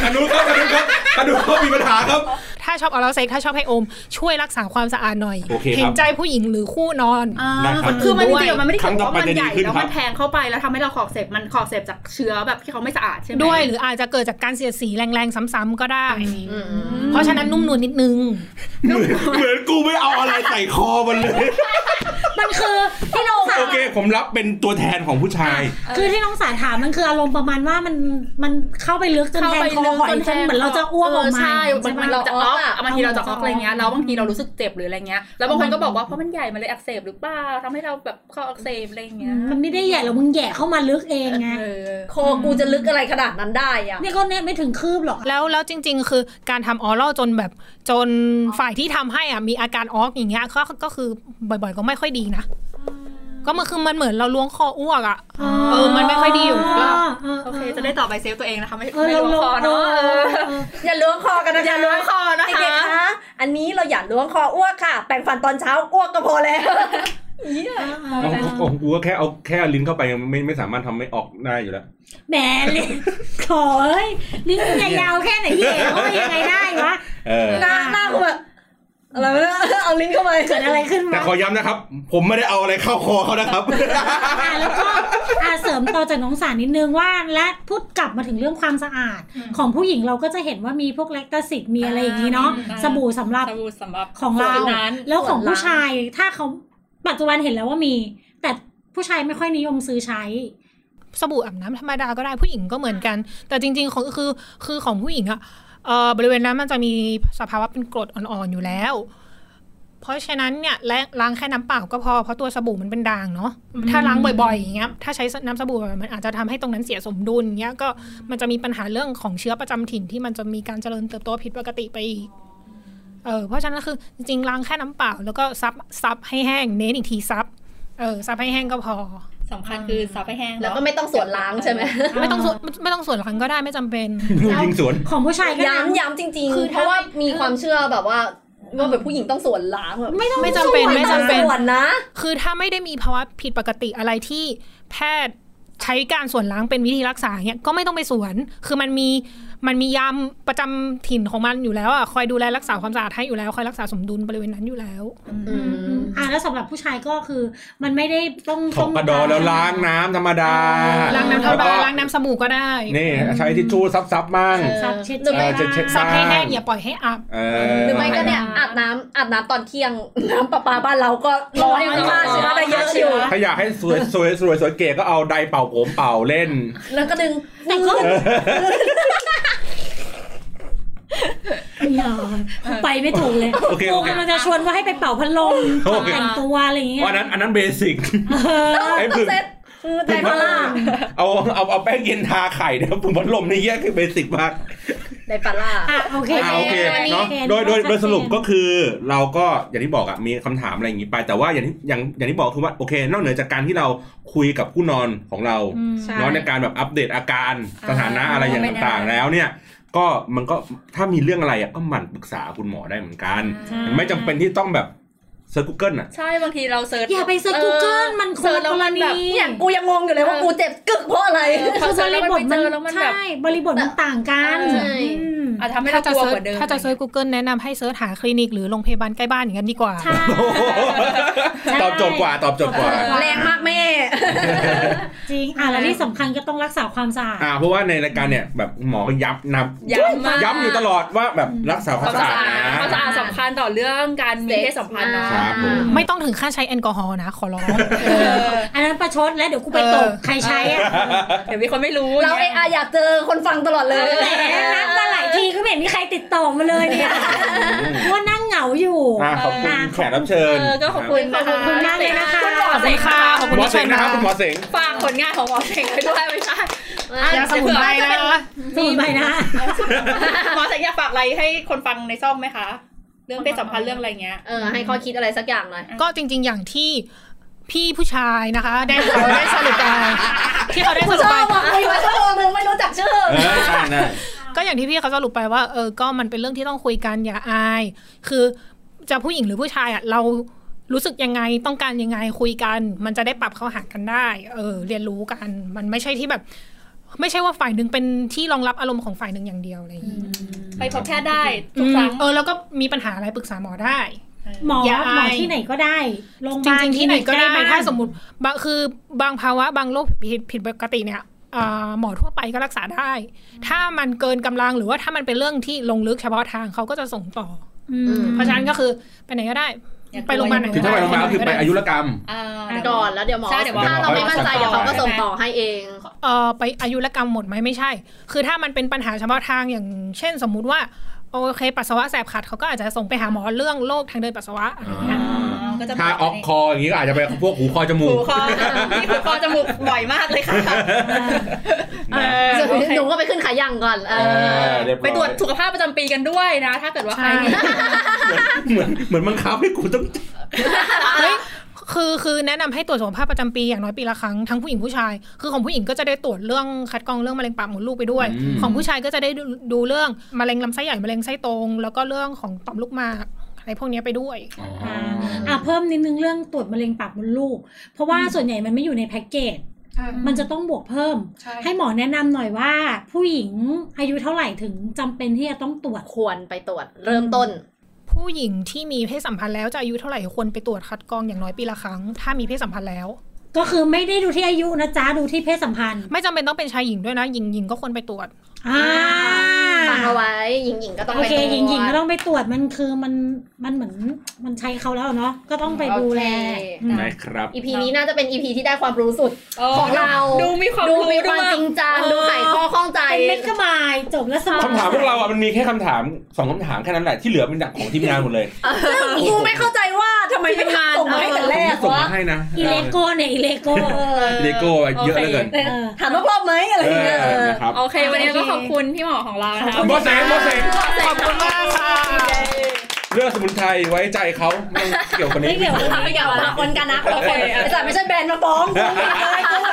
B: อนุครับอนุครับอนุครับมีปัญหาครับ
F: ถ้าชอบเอาเราเซ็กถ้าชอบให้อม ช่วยรักษาความสะอาดหน่อย
B: โอเคครับ
F: เห็นใจผู้หญิงหรือคู่นอน
E: อ่า
B: ได้ครับ
E: คือมันจริงๆมันไม่ได้เกี่ยวกับ
B: ครั้งต่อ
E: ว่า
B: ไป
E: มัน
B: จะดี
E: ใหญ่
B: ขึ้น
E: แล้ว
B: ครั
E: มั
B: บ
E: นแทงเข้าไปแล้วทำให้เราคออักเสบมันคออักเสบจากเชื้อแบบที่เขาไม่สะอาดใช่ไหม
F: ด้วยหรืออาจจะเกิดจากการเสียดสีแรงๆ ซ้ำๆก็ได้
C: อืม
F: เพราะฉะนั้นนุ่มนวลนิดนึง
B: เหมือนเหมือนกูไม่เอาอะไรใส่คอมันเลย
D: มันคือที่น้องสา
B: โอเค ผมรับเป็นตัวแทนของผู้ชาย
D: คือที่น้องสาถามมันคืออารมณ์ประมาณว่ามันมันเข้าไปลึกจนแทงคอหอยจนเหมือนเราจะอ้วกออกมา
E: ใช่มันมันจะออกบางทีเราจะออกอะไรเงี้ย แล้วบางทีเรารู้สึกเจ็บหรืออะไรเงี้ย แล้วบางคนก็บอกว่าเพราะมันใหญ่ มันเลยอักเสบหรือเปล่าทำให้เราแบบข้ออักเสบอะไรเงี้ย
D: มันไม่ได้ใหญ่หรอกมึงแหย่เข้ามาลึกเองไง
E: เออ
C: คอกูจะลึกอะไรขนาดนั้นได้อะ
D: เนี่ยก็เนี่ยไม่ถึงคืบหรอก
F: แล้วแล้วจริง ๆ คือการทำออรัลจนแบบจนฝ่ายที่ทำให้อ่ะมีอาการออกอย่างเงี้ยก็ก็คือบ่อยๆ ก็ไม่ค่อยดีนะ ก็มันคือมันเหมือนเราล้วงคออ้วกอ่ะ เออมันไม่ค่อยดีอยู่แล้ว
E: โอเค จะได้ต่อไปเซฟตัวเองนะคะ ไม่
D: เออ
E: ไม่
D: เรา
E: ล้วงคอ
D: เอ
E: เนาะเอ
D: อ
E: อ
C: อย่าล้วงคอกันนะ
E: อย่าล้วงคอนะ
C: เด็
E: คะ
C: กๆคะอันนี้เราอย่าล้วงคออ้วกค่ะ แปรงฟันตอนเช้าอ้วกก็พอแล้ว
B: ของของกูก็แค่เอาแค่เอาลิ้นเข้าไปไม่ไม่สามารถทำไม่ออกได้อยู่แล้ว
D: แหมลิ้นขอเอ้ยลิ้นจะยาวแค่ไหนแหย่เข้าไปยังไงได้วะ
B: เออ
C: หน้าหน้ากูแบบอะไรวะเนี่ยเอาลิ้นเข้าไป
D: เกิดอะไรขึ้น
B: แต่
D: มา
B: ขอย้ำนะครับ ผมไม่ได้เอาอะไรเข้าคอเขานะครับ
D: อ่ะแล้วก็อ่ะเสริมต่อจากน้องสารนิดนึงว่าและพูดกลับมาถึงเรื่องความสะอาด ของผู้หญิงเราก็จะเห็นว่ามีพวกแลคตาซิดมีอะไรอย่างนี้เนาะสบู่สำหรับ
E: สบู่สำหรับ
D: ของเรา
E: ส่วนนั้น
D: แล้วของ
E: ส่วนเรา
D: ผู้ชายถ้าเขาปัจจุบันเห็นแล้วว่ามี แต่ผู้ชายไม่ค่อยนิยมซื้อใช้
F: สบู่อาบน้ำธรรมดาก็ได้ผู้หญิงก็เหมือนกัน แต่จริงๆของคือคือของผู้หญิงอะเอ่อบริเวณนั้นมันจะมีสภาวะเป็นกรดอ่อนๆอยู่แล้ว เพราะฉะนั้นเนี่ยและล้างแค่น้ำเปล่าก็พอเพราะตัวสบู่มันเป็นด่างเนาะถ้าล้างบ่อยๆอย่างเงี้ยถ้าใช้น้ำสบู่มันอาจจะทำให้ตรงนั้นเสียสมดุลเงี้ยก็มันจะมีปัญหาเรื่องของเชื้อประจำถิ่นที่มันจะมีการเจริญเติบโตผิดปกติไปอีกเออเพราะฉะนั้นคือจริงๆล้างแค่น้ำเปล่า แล้วก็ซับซับให้แห้งเน้นอีกทีซับเออซับให้แห้งก็พอ
E: สำคัญคือซับให้แห้ง
C: แล้วก็ไม่ต้องสวนล้างใช่ไหม
F: ไม่ต้องส่วนไม่ต้องส่วนหลังก็ได้ไม่จำเป็น
B: มึงยิงสวน
D: ของผู้ชายก็นะ
C: ย้ำย้ำจริง
F: คือ
C: ๆ เพ
F: ถ้า
C: ราะว่ามีความเชื่อแบบว่าว่าแบบผู้หญิงต้องสวนล้างแบบ
F: ไม่ต้องไม่จำเป็นไม่จำเป็น
C: สวนนะ
F: คือถ้าไม่ได้มีภาวะผิดปกติอะไรที่แพทย์ใช้การส่วนล้างเป็นวิธีรักษาเนี่ยก็ไม่ต้องไปสวน คือมันมี มันมียามประจำถิ่นของมันอยู่แล้วอ่ะคอยดูแลรักษาความสะอาดให้อยู่แล้วคอยรักษาสมดุลบริเวณนั้นอยู่แล้ว
C: อืม
D: อ่าแล้วสำหรับผู้ชายก็คือ มันไม่ได้ต้อง
B: ถกกระดอแล้วล้างน้ำธรรมดา
F: ล้างน้ำธรรม
B: แว
F: ดา
B: ก็
F: ล้างน้ำสมูกก็ได้
B: นี่ใช้ทิชชู่ซับซับๆมั่ง
E: เออ
D: ซับเช็ด
C: หรือไม่
D: บ้าง
B: เออเช็ดเช็ด
F: ซับให้แห้งอย่าปล่อยให้อับ
B: เอ
C: หรือไม่
B: อ
C: ก็เนี่ยอาบน้ำอาบน้ำตอนเที่ยง น้ำประปาบ้านเราก็ร้อนมากเชื้อได้เยอะอยู่
B: ถ้าอยากให้สวยสวยสวยสวยเก๋ก็เอาไดร์เป่าผมเป่าเล่น
C: แล้วก็ดึง
D: แต่ก็เออไปไม่ถูกเลย
B: โอเค
D: กู
B: โอเค
D: กำลังจะชวนว่าให้ไปเป่าพัดลม
B: โอเค
D: แต่งตัวอะไรอย่างเงี้ย
B: วันนั้นอันนั้นเบสิก
D: เออ
B: ไอ้
C: ต้อ
B: ผึ่
C: ง
B: ง
C: เซ็ตไดมาล่า
B: เอาเอาเอาแป้งเย็นทาไข่นะครับปุ่มพัดลมนี่แยกคือเบสิกมาก
C: ไดปลาล่า
D: อ่ะโอเค
B: อ่าโอเค
D: อั
B: เนาะ
D: ห็
B: โดยโดย
D: ชัเจน
B: โดยสรุปก็คือเราก็อย่างที่บอกอะมีคำถามอะไรอย่างนี้ไป แต่ว่าอย่างที่อย่างอย่างที่บอกคือว่าโอเค นอกเหนือจากการที่เราคุยกับผู้นอนของเรา
E: ใช่
B: เนาะในการแบบอัปเดตอาการสถานะ
E: อ่า
B: อะไรอย่าง
E: เป็นยังไง
B: ต่างๆ แล้วเนี่ย ก็มันก็ถ้ามีเรื่องอะไรอะก็หมั่นปรึกษาคุณหมอได้เหมือนกัน
D: ใช่
B: ไม่จำเป็นที่ต้องแบบเซิร์ชกูเกิล อะ
E: ใช่บางทีเราเซิร์ช
D: อย่าไปเซิร์ช Google มันคนละ
E: เซิร์ชแล้วมัแบ
D: กร
E: บ
D: ณี
C: อย่
E: อา
C: ย่าง งกูยังงงอยู่เลยว่า
E: เออ
C: กูเจ็บกึกเพราะอะไร
E: เออพอเซิร์ชแล้วมันไปเจอแล้วมันแบบ
D: ใช่บริบทมันต่างกัน
E: ใช่
D: อืม
E: อาจจะทำให้
F: ถ้า
E: เรา
F: จะ
E: กลัว
F: เซิร์
E: กว่า
F: ช
E: เดิม
F: ถ้าจะเซิร์ช Google แนะนำให้เซิร์ชหาคลินิกหรือโรงพยาบาลใกล้บ้านอย่างนั้นดีกว่า
D: ใช่ใช่
B: ตอบโจทย์กว่าตอบโจทย์กว่า
C: แรงมากแม่
D: จริงอ่ะแล้วที่สำคัญก็ต้องรักษาความสะอาด
B: อ่าเพราะว่าในรายการเนี่ยแบบหมอก็ย้ำนับ
E: ย้ำมาก
B: ย้ำอยู่ตลอดว่าแบบรักษา
E: ค
B: คาว
E: วาม ม
B: สะ
E: สะ
B: อาด
E: อาด
B: นะ
E: ความสะอาดสำคัญต่อเรื่องการมีเพศสัมพันธ์เนาะ
B: ครับผม
F: ไม่ต้องถึงขั้นใช้แอลกอฮอล์นะ ขอร้อง
E: เออ
D: อันนั้นประชดแล้วเดี๋ยวกูไปตบใครใช้อ่ะ
E: เดี๋ยวมีคนไม่รู้
C: เราเออาอยากเจอคนฟังตลอดเลย
D: แหมนัดมาหลายทีก็ไม่เห็นมีใครติดต่อมาเลยเนี่ยว่านั่งเหงาอยู่
B: อ่ะขอบคุณ
D: อ่ะ
B: แขกรับเชิ
E: เอ
B: ญ
E: อก็ขอบคุณนะะ
D: ขอบคุณมากเลยนะคะ
E: คุณหมอเสงค่ะ
F: ขอบคุ
B: ห
F: ณ
B: มอเสงนะครับคุณหมอเสง
E: ฝากผลงานของหมอเสงไปด้วยไม่ใช่อ่ะ
F: ยาสมุนไพรนะ
D: สมุนไพรนะ
E: หมอเสงอยากฝากอะไรให้คนฟังในซ่องไหมคะ เรื่องเพศสัมพันธ์เรื่องอะไรเงี้ย
C: เออให้ข้อคิดอะไรสักอย่างหน่อย
F: ก็จริงๆอย่างที่พี่ผู้ชาย นะคะ ได้เขาได้สรุปไปที่เขาได้สรุปไป
C: บอกคุยมาชั่วโมงนึงไม่รู้จักชื่อ
B: เออใช่นะ
F: ก็อย่างที่พี่เขาสรุปไปว่าเออ ก็มันเป็นเรื่องที่ต้องคุยกันอย่าอาย คือจะผู้หญิงหรือผู้ชายอ่ะเรารู้สึกยังไงต้องการยังไงคุยกัน มันจะได้ปรับเข้าหากันได้ เออ เรียนรู้กัน มันไม่ใช่ที่แบบ ไม่ใช่ว่าฝ่ายหนึ่งเป็นที่รองรับอารมณ์ของฝ่ายหนึ่งอย่างเดียวอะไรอย่างนี้
E: ไปพบแพทย์ได้ทุกครั้ง
F: เออแล้วก็มีปัญหาอะไรปรึกษาหมอได้
D: หมอ
F: อย่าอาย
D: หมอที่ไหนก็ได้โรงพยา
F: จ
D: บาล
F: ริงๆที่ไหนก็ได้
D: ใล้บ้น
F: ถ้าสมมติบางคือบางภาวะบางโรคผิดผิดปกติเนี่ยอ่าหมอทั่วไปก็รักษาได้ ถ้ามันเกินกำลังหรือว่าถ้ามันเป็นเรื่องที่ลงลึกเฉพาะทางเขาก็จะส่งต่อ
D: อืม
F: อเพราะฉะนั้นก็คือไปไหนก็ได้
E: อยก
F: ไปโรงพยาบาลไหน
B: คือถ้าไปโรงพยาบาลก็คือไปอายุรกรรม
E: อ่า
C: ก่อนแล้วเดี๋ยวหมอ
E: ใช่เดี๋ยวหมอ
C: ถ้าเราไม่มั่นใจเดี๋ยวเขาก็ส่งต่อให้เอง
F: เออไปอายุรกรรมหมดไหมไม่ใช่ คือถ้ามันเป็นปัญหาเฉพาะทางอย่าง เช่นสมมุติว่าโอเคปัสสาวะแสบขัดเขาก็อาจจะส่งไปหาหมอเรื่องโรคทางเดินปัสสาวะอะไรอย่างเงี้ย
E: อ๋อก็จะ
B: ถ้าออกคออย่างนี้ก็อาจจะไปพวกหูคอจมู
E: หู
B: ก
E: คอนี่หูคอจมูกบ่อยมากเลยค่ะเอ
B: นะ
E: อโอเค
C: หนูก็ไปขึ้นขาย่างก่อน
B: เอ
C: เออ
B: อเยบอย
E: ไปตรวจสุขภาพประจำปีกันด้วยนะ ถ้าเกิดว่าใคร
F: ใช่
B: เหมือนเหมือนบังคับให้กูต้อง
F: เฮ้ยคือคือแนะนำให้ตรวจสุขภาพประจำปีอย่างน้อยปีละครั้งทั้งผู้หญิงผู้ชาย คือของผู้หญิงก็จะได้ตรวจเรื่องคัดกรองเรื่องมะเร็งปากมดลูกไปด้วย
B: อืม
F: ของผู้ชายก็จะได้ดูดูเรื่องมะเร็งลำไส้ใหญ่มะเร็งไส้ตรง แล้วก็เรื่องของต่อมลูกหมากอะไรพวกเนี้ยไปด้วย
B: อ๋อ
D: อ่าอ่ะเพิ่มนิดนึงเรื่องตรวจมะเร็งปากมดลูก เพราะว่าส่วนใหญ่มันไม่อยู่ในแพ็กเกจ มันจะต้องบวกเพิ่ม
E: ใช่
D: ให้หมอแนะนำหน่อยว่า ผู้หญิงอายุเท่าไหร่ถึงจำเป็นที่จะต้องตรวจ
C: ควรไปตรวจเริ่มต้น
F: ผู้หญิงที่มีเพศสัมพันธ์แล้วจะอายุเท่าไหร่ควรไปตรวจคัดกรองอย่างน้อยปีละครั้ง ถ้ามีเพศสัมพันธ์แล้ว
D: ก็คือไม่ได้ดูที่อายุนะจ๊ะ ดูที่เพศสัมพันธ์
F: ไม่จำเป็นต้องเป็นชายหญิงด้วยนะหญิงหญิงก็ควรไปตรวจ
D: อ่า
C: ฟังเอาไว้หญิงหญิงๆก็ต้อง
D: โอ
C: ไป
D: เค
C: ตรวจ
D: หญิงหญิงก็ต้องไปตรวจมันคือมันมันเหมือนมันใช้เขาแล้วเนาะก็ต้องไปดูแลอืม
B: นะครับ
C: อีพีนี้น่าจะเป็นอีพีที่ได้ความรู้สุดของเรา
E: ดูมีความ
C: ดู
E: รู้
C: มีความ
E: ด้วย
C: จริงจังดูไขข้อข้องใจ
D: เป็นเม็ดกระบายจบแล้วสมอง
B: คำถามพวกเราอ่ะมันมีแค่คำถามสองคำถามแค่นั้นแหละที่เหลือเป็นจากของทีมงานหมดเลย
C: กูไม่เข้าใจว่าทำไมไม่ทานส่งมาให้แต่แร
B: ผม
C: ก
B: ส่ง
C: วะ
B: มาให้นะ
D: อิเลโก้เนี่ยอิเลโก้
B: เลโก้อะเยอะเหลือเกิน
D: เออ
C: ถามว่าพร้อมไหมอะไร
B: เอ
C: อย่างเงี้ยเอ
B: อ
C: อ
B: นะครับ
E: โอเค วันนี้ก็
D: โอเค
E: ขอบคุณพี่หมอของเรานะคะ
B: บอสเสงบอสเสง
F: ขอบคุณมากค่ะ
B: เรื่องสมุนไพรไว้ใจเขาไม่เกี่ยวกับนี้
D: ไม่เกี่ยว
C: ไม่เกี่ยวกับคนกันนะคนคนไอ้สัตว์ไม่ใช่แบรนด์มาฟ้องกูเลยกูแบ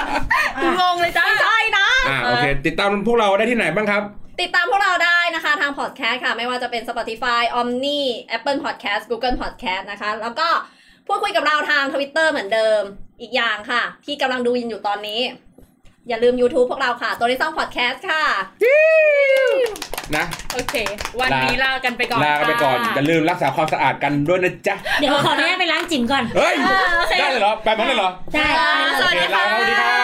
C: บ
E: งงเลยจ้า
C: ไม่ใช่นะ
B: อ่าโอเคติดตามพวกเราได้ที่ไหนบ้างครับ
C: ติดตามพวกเราได้นะคะทางพอดแคสต์ค่ะ ไม่ว่าจะเป็น Spotify Omni Apple Podcast Google Podcast นะคะ แล้วก็พูดคุยกับเราทาง Twitter เหมือนเดิมอีกอย่างค่ะ ที่กำลังดูยินอยู่ตอนนี้ อย่าลืม YouTube พวกเราค่ะ ตัวที่สองพอดแคสต์ค่ะ
B: นะ
E: โอเค วันนี้ลากันไปก่อน
B: ลากันไปก่อน
E: ค่ะ
B: อย่าลืมรักษาความสะอาดกันด้วยนะจ๊ะ
D: เดี๋ยวขออนุญาตไปล้างจิ๋มก่อน
B: เฮ้ย
E: เออโอเค
B: ได้เลยเหรอ แปลมันเลยเหรอ
D: ได้
E: สวัสดีค่ะ
B: โอเลาสวัสดีครับ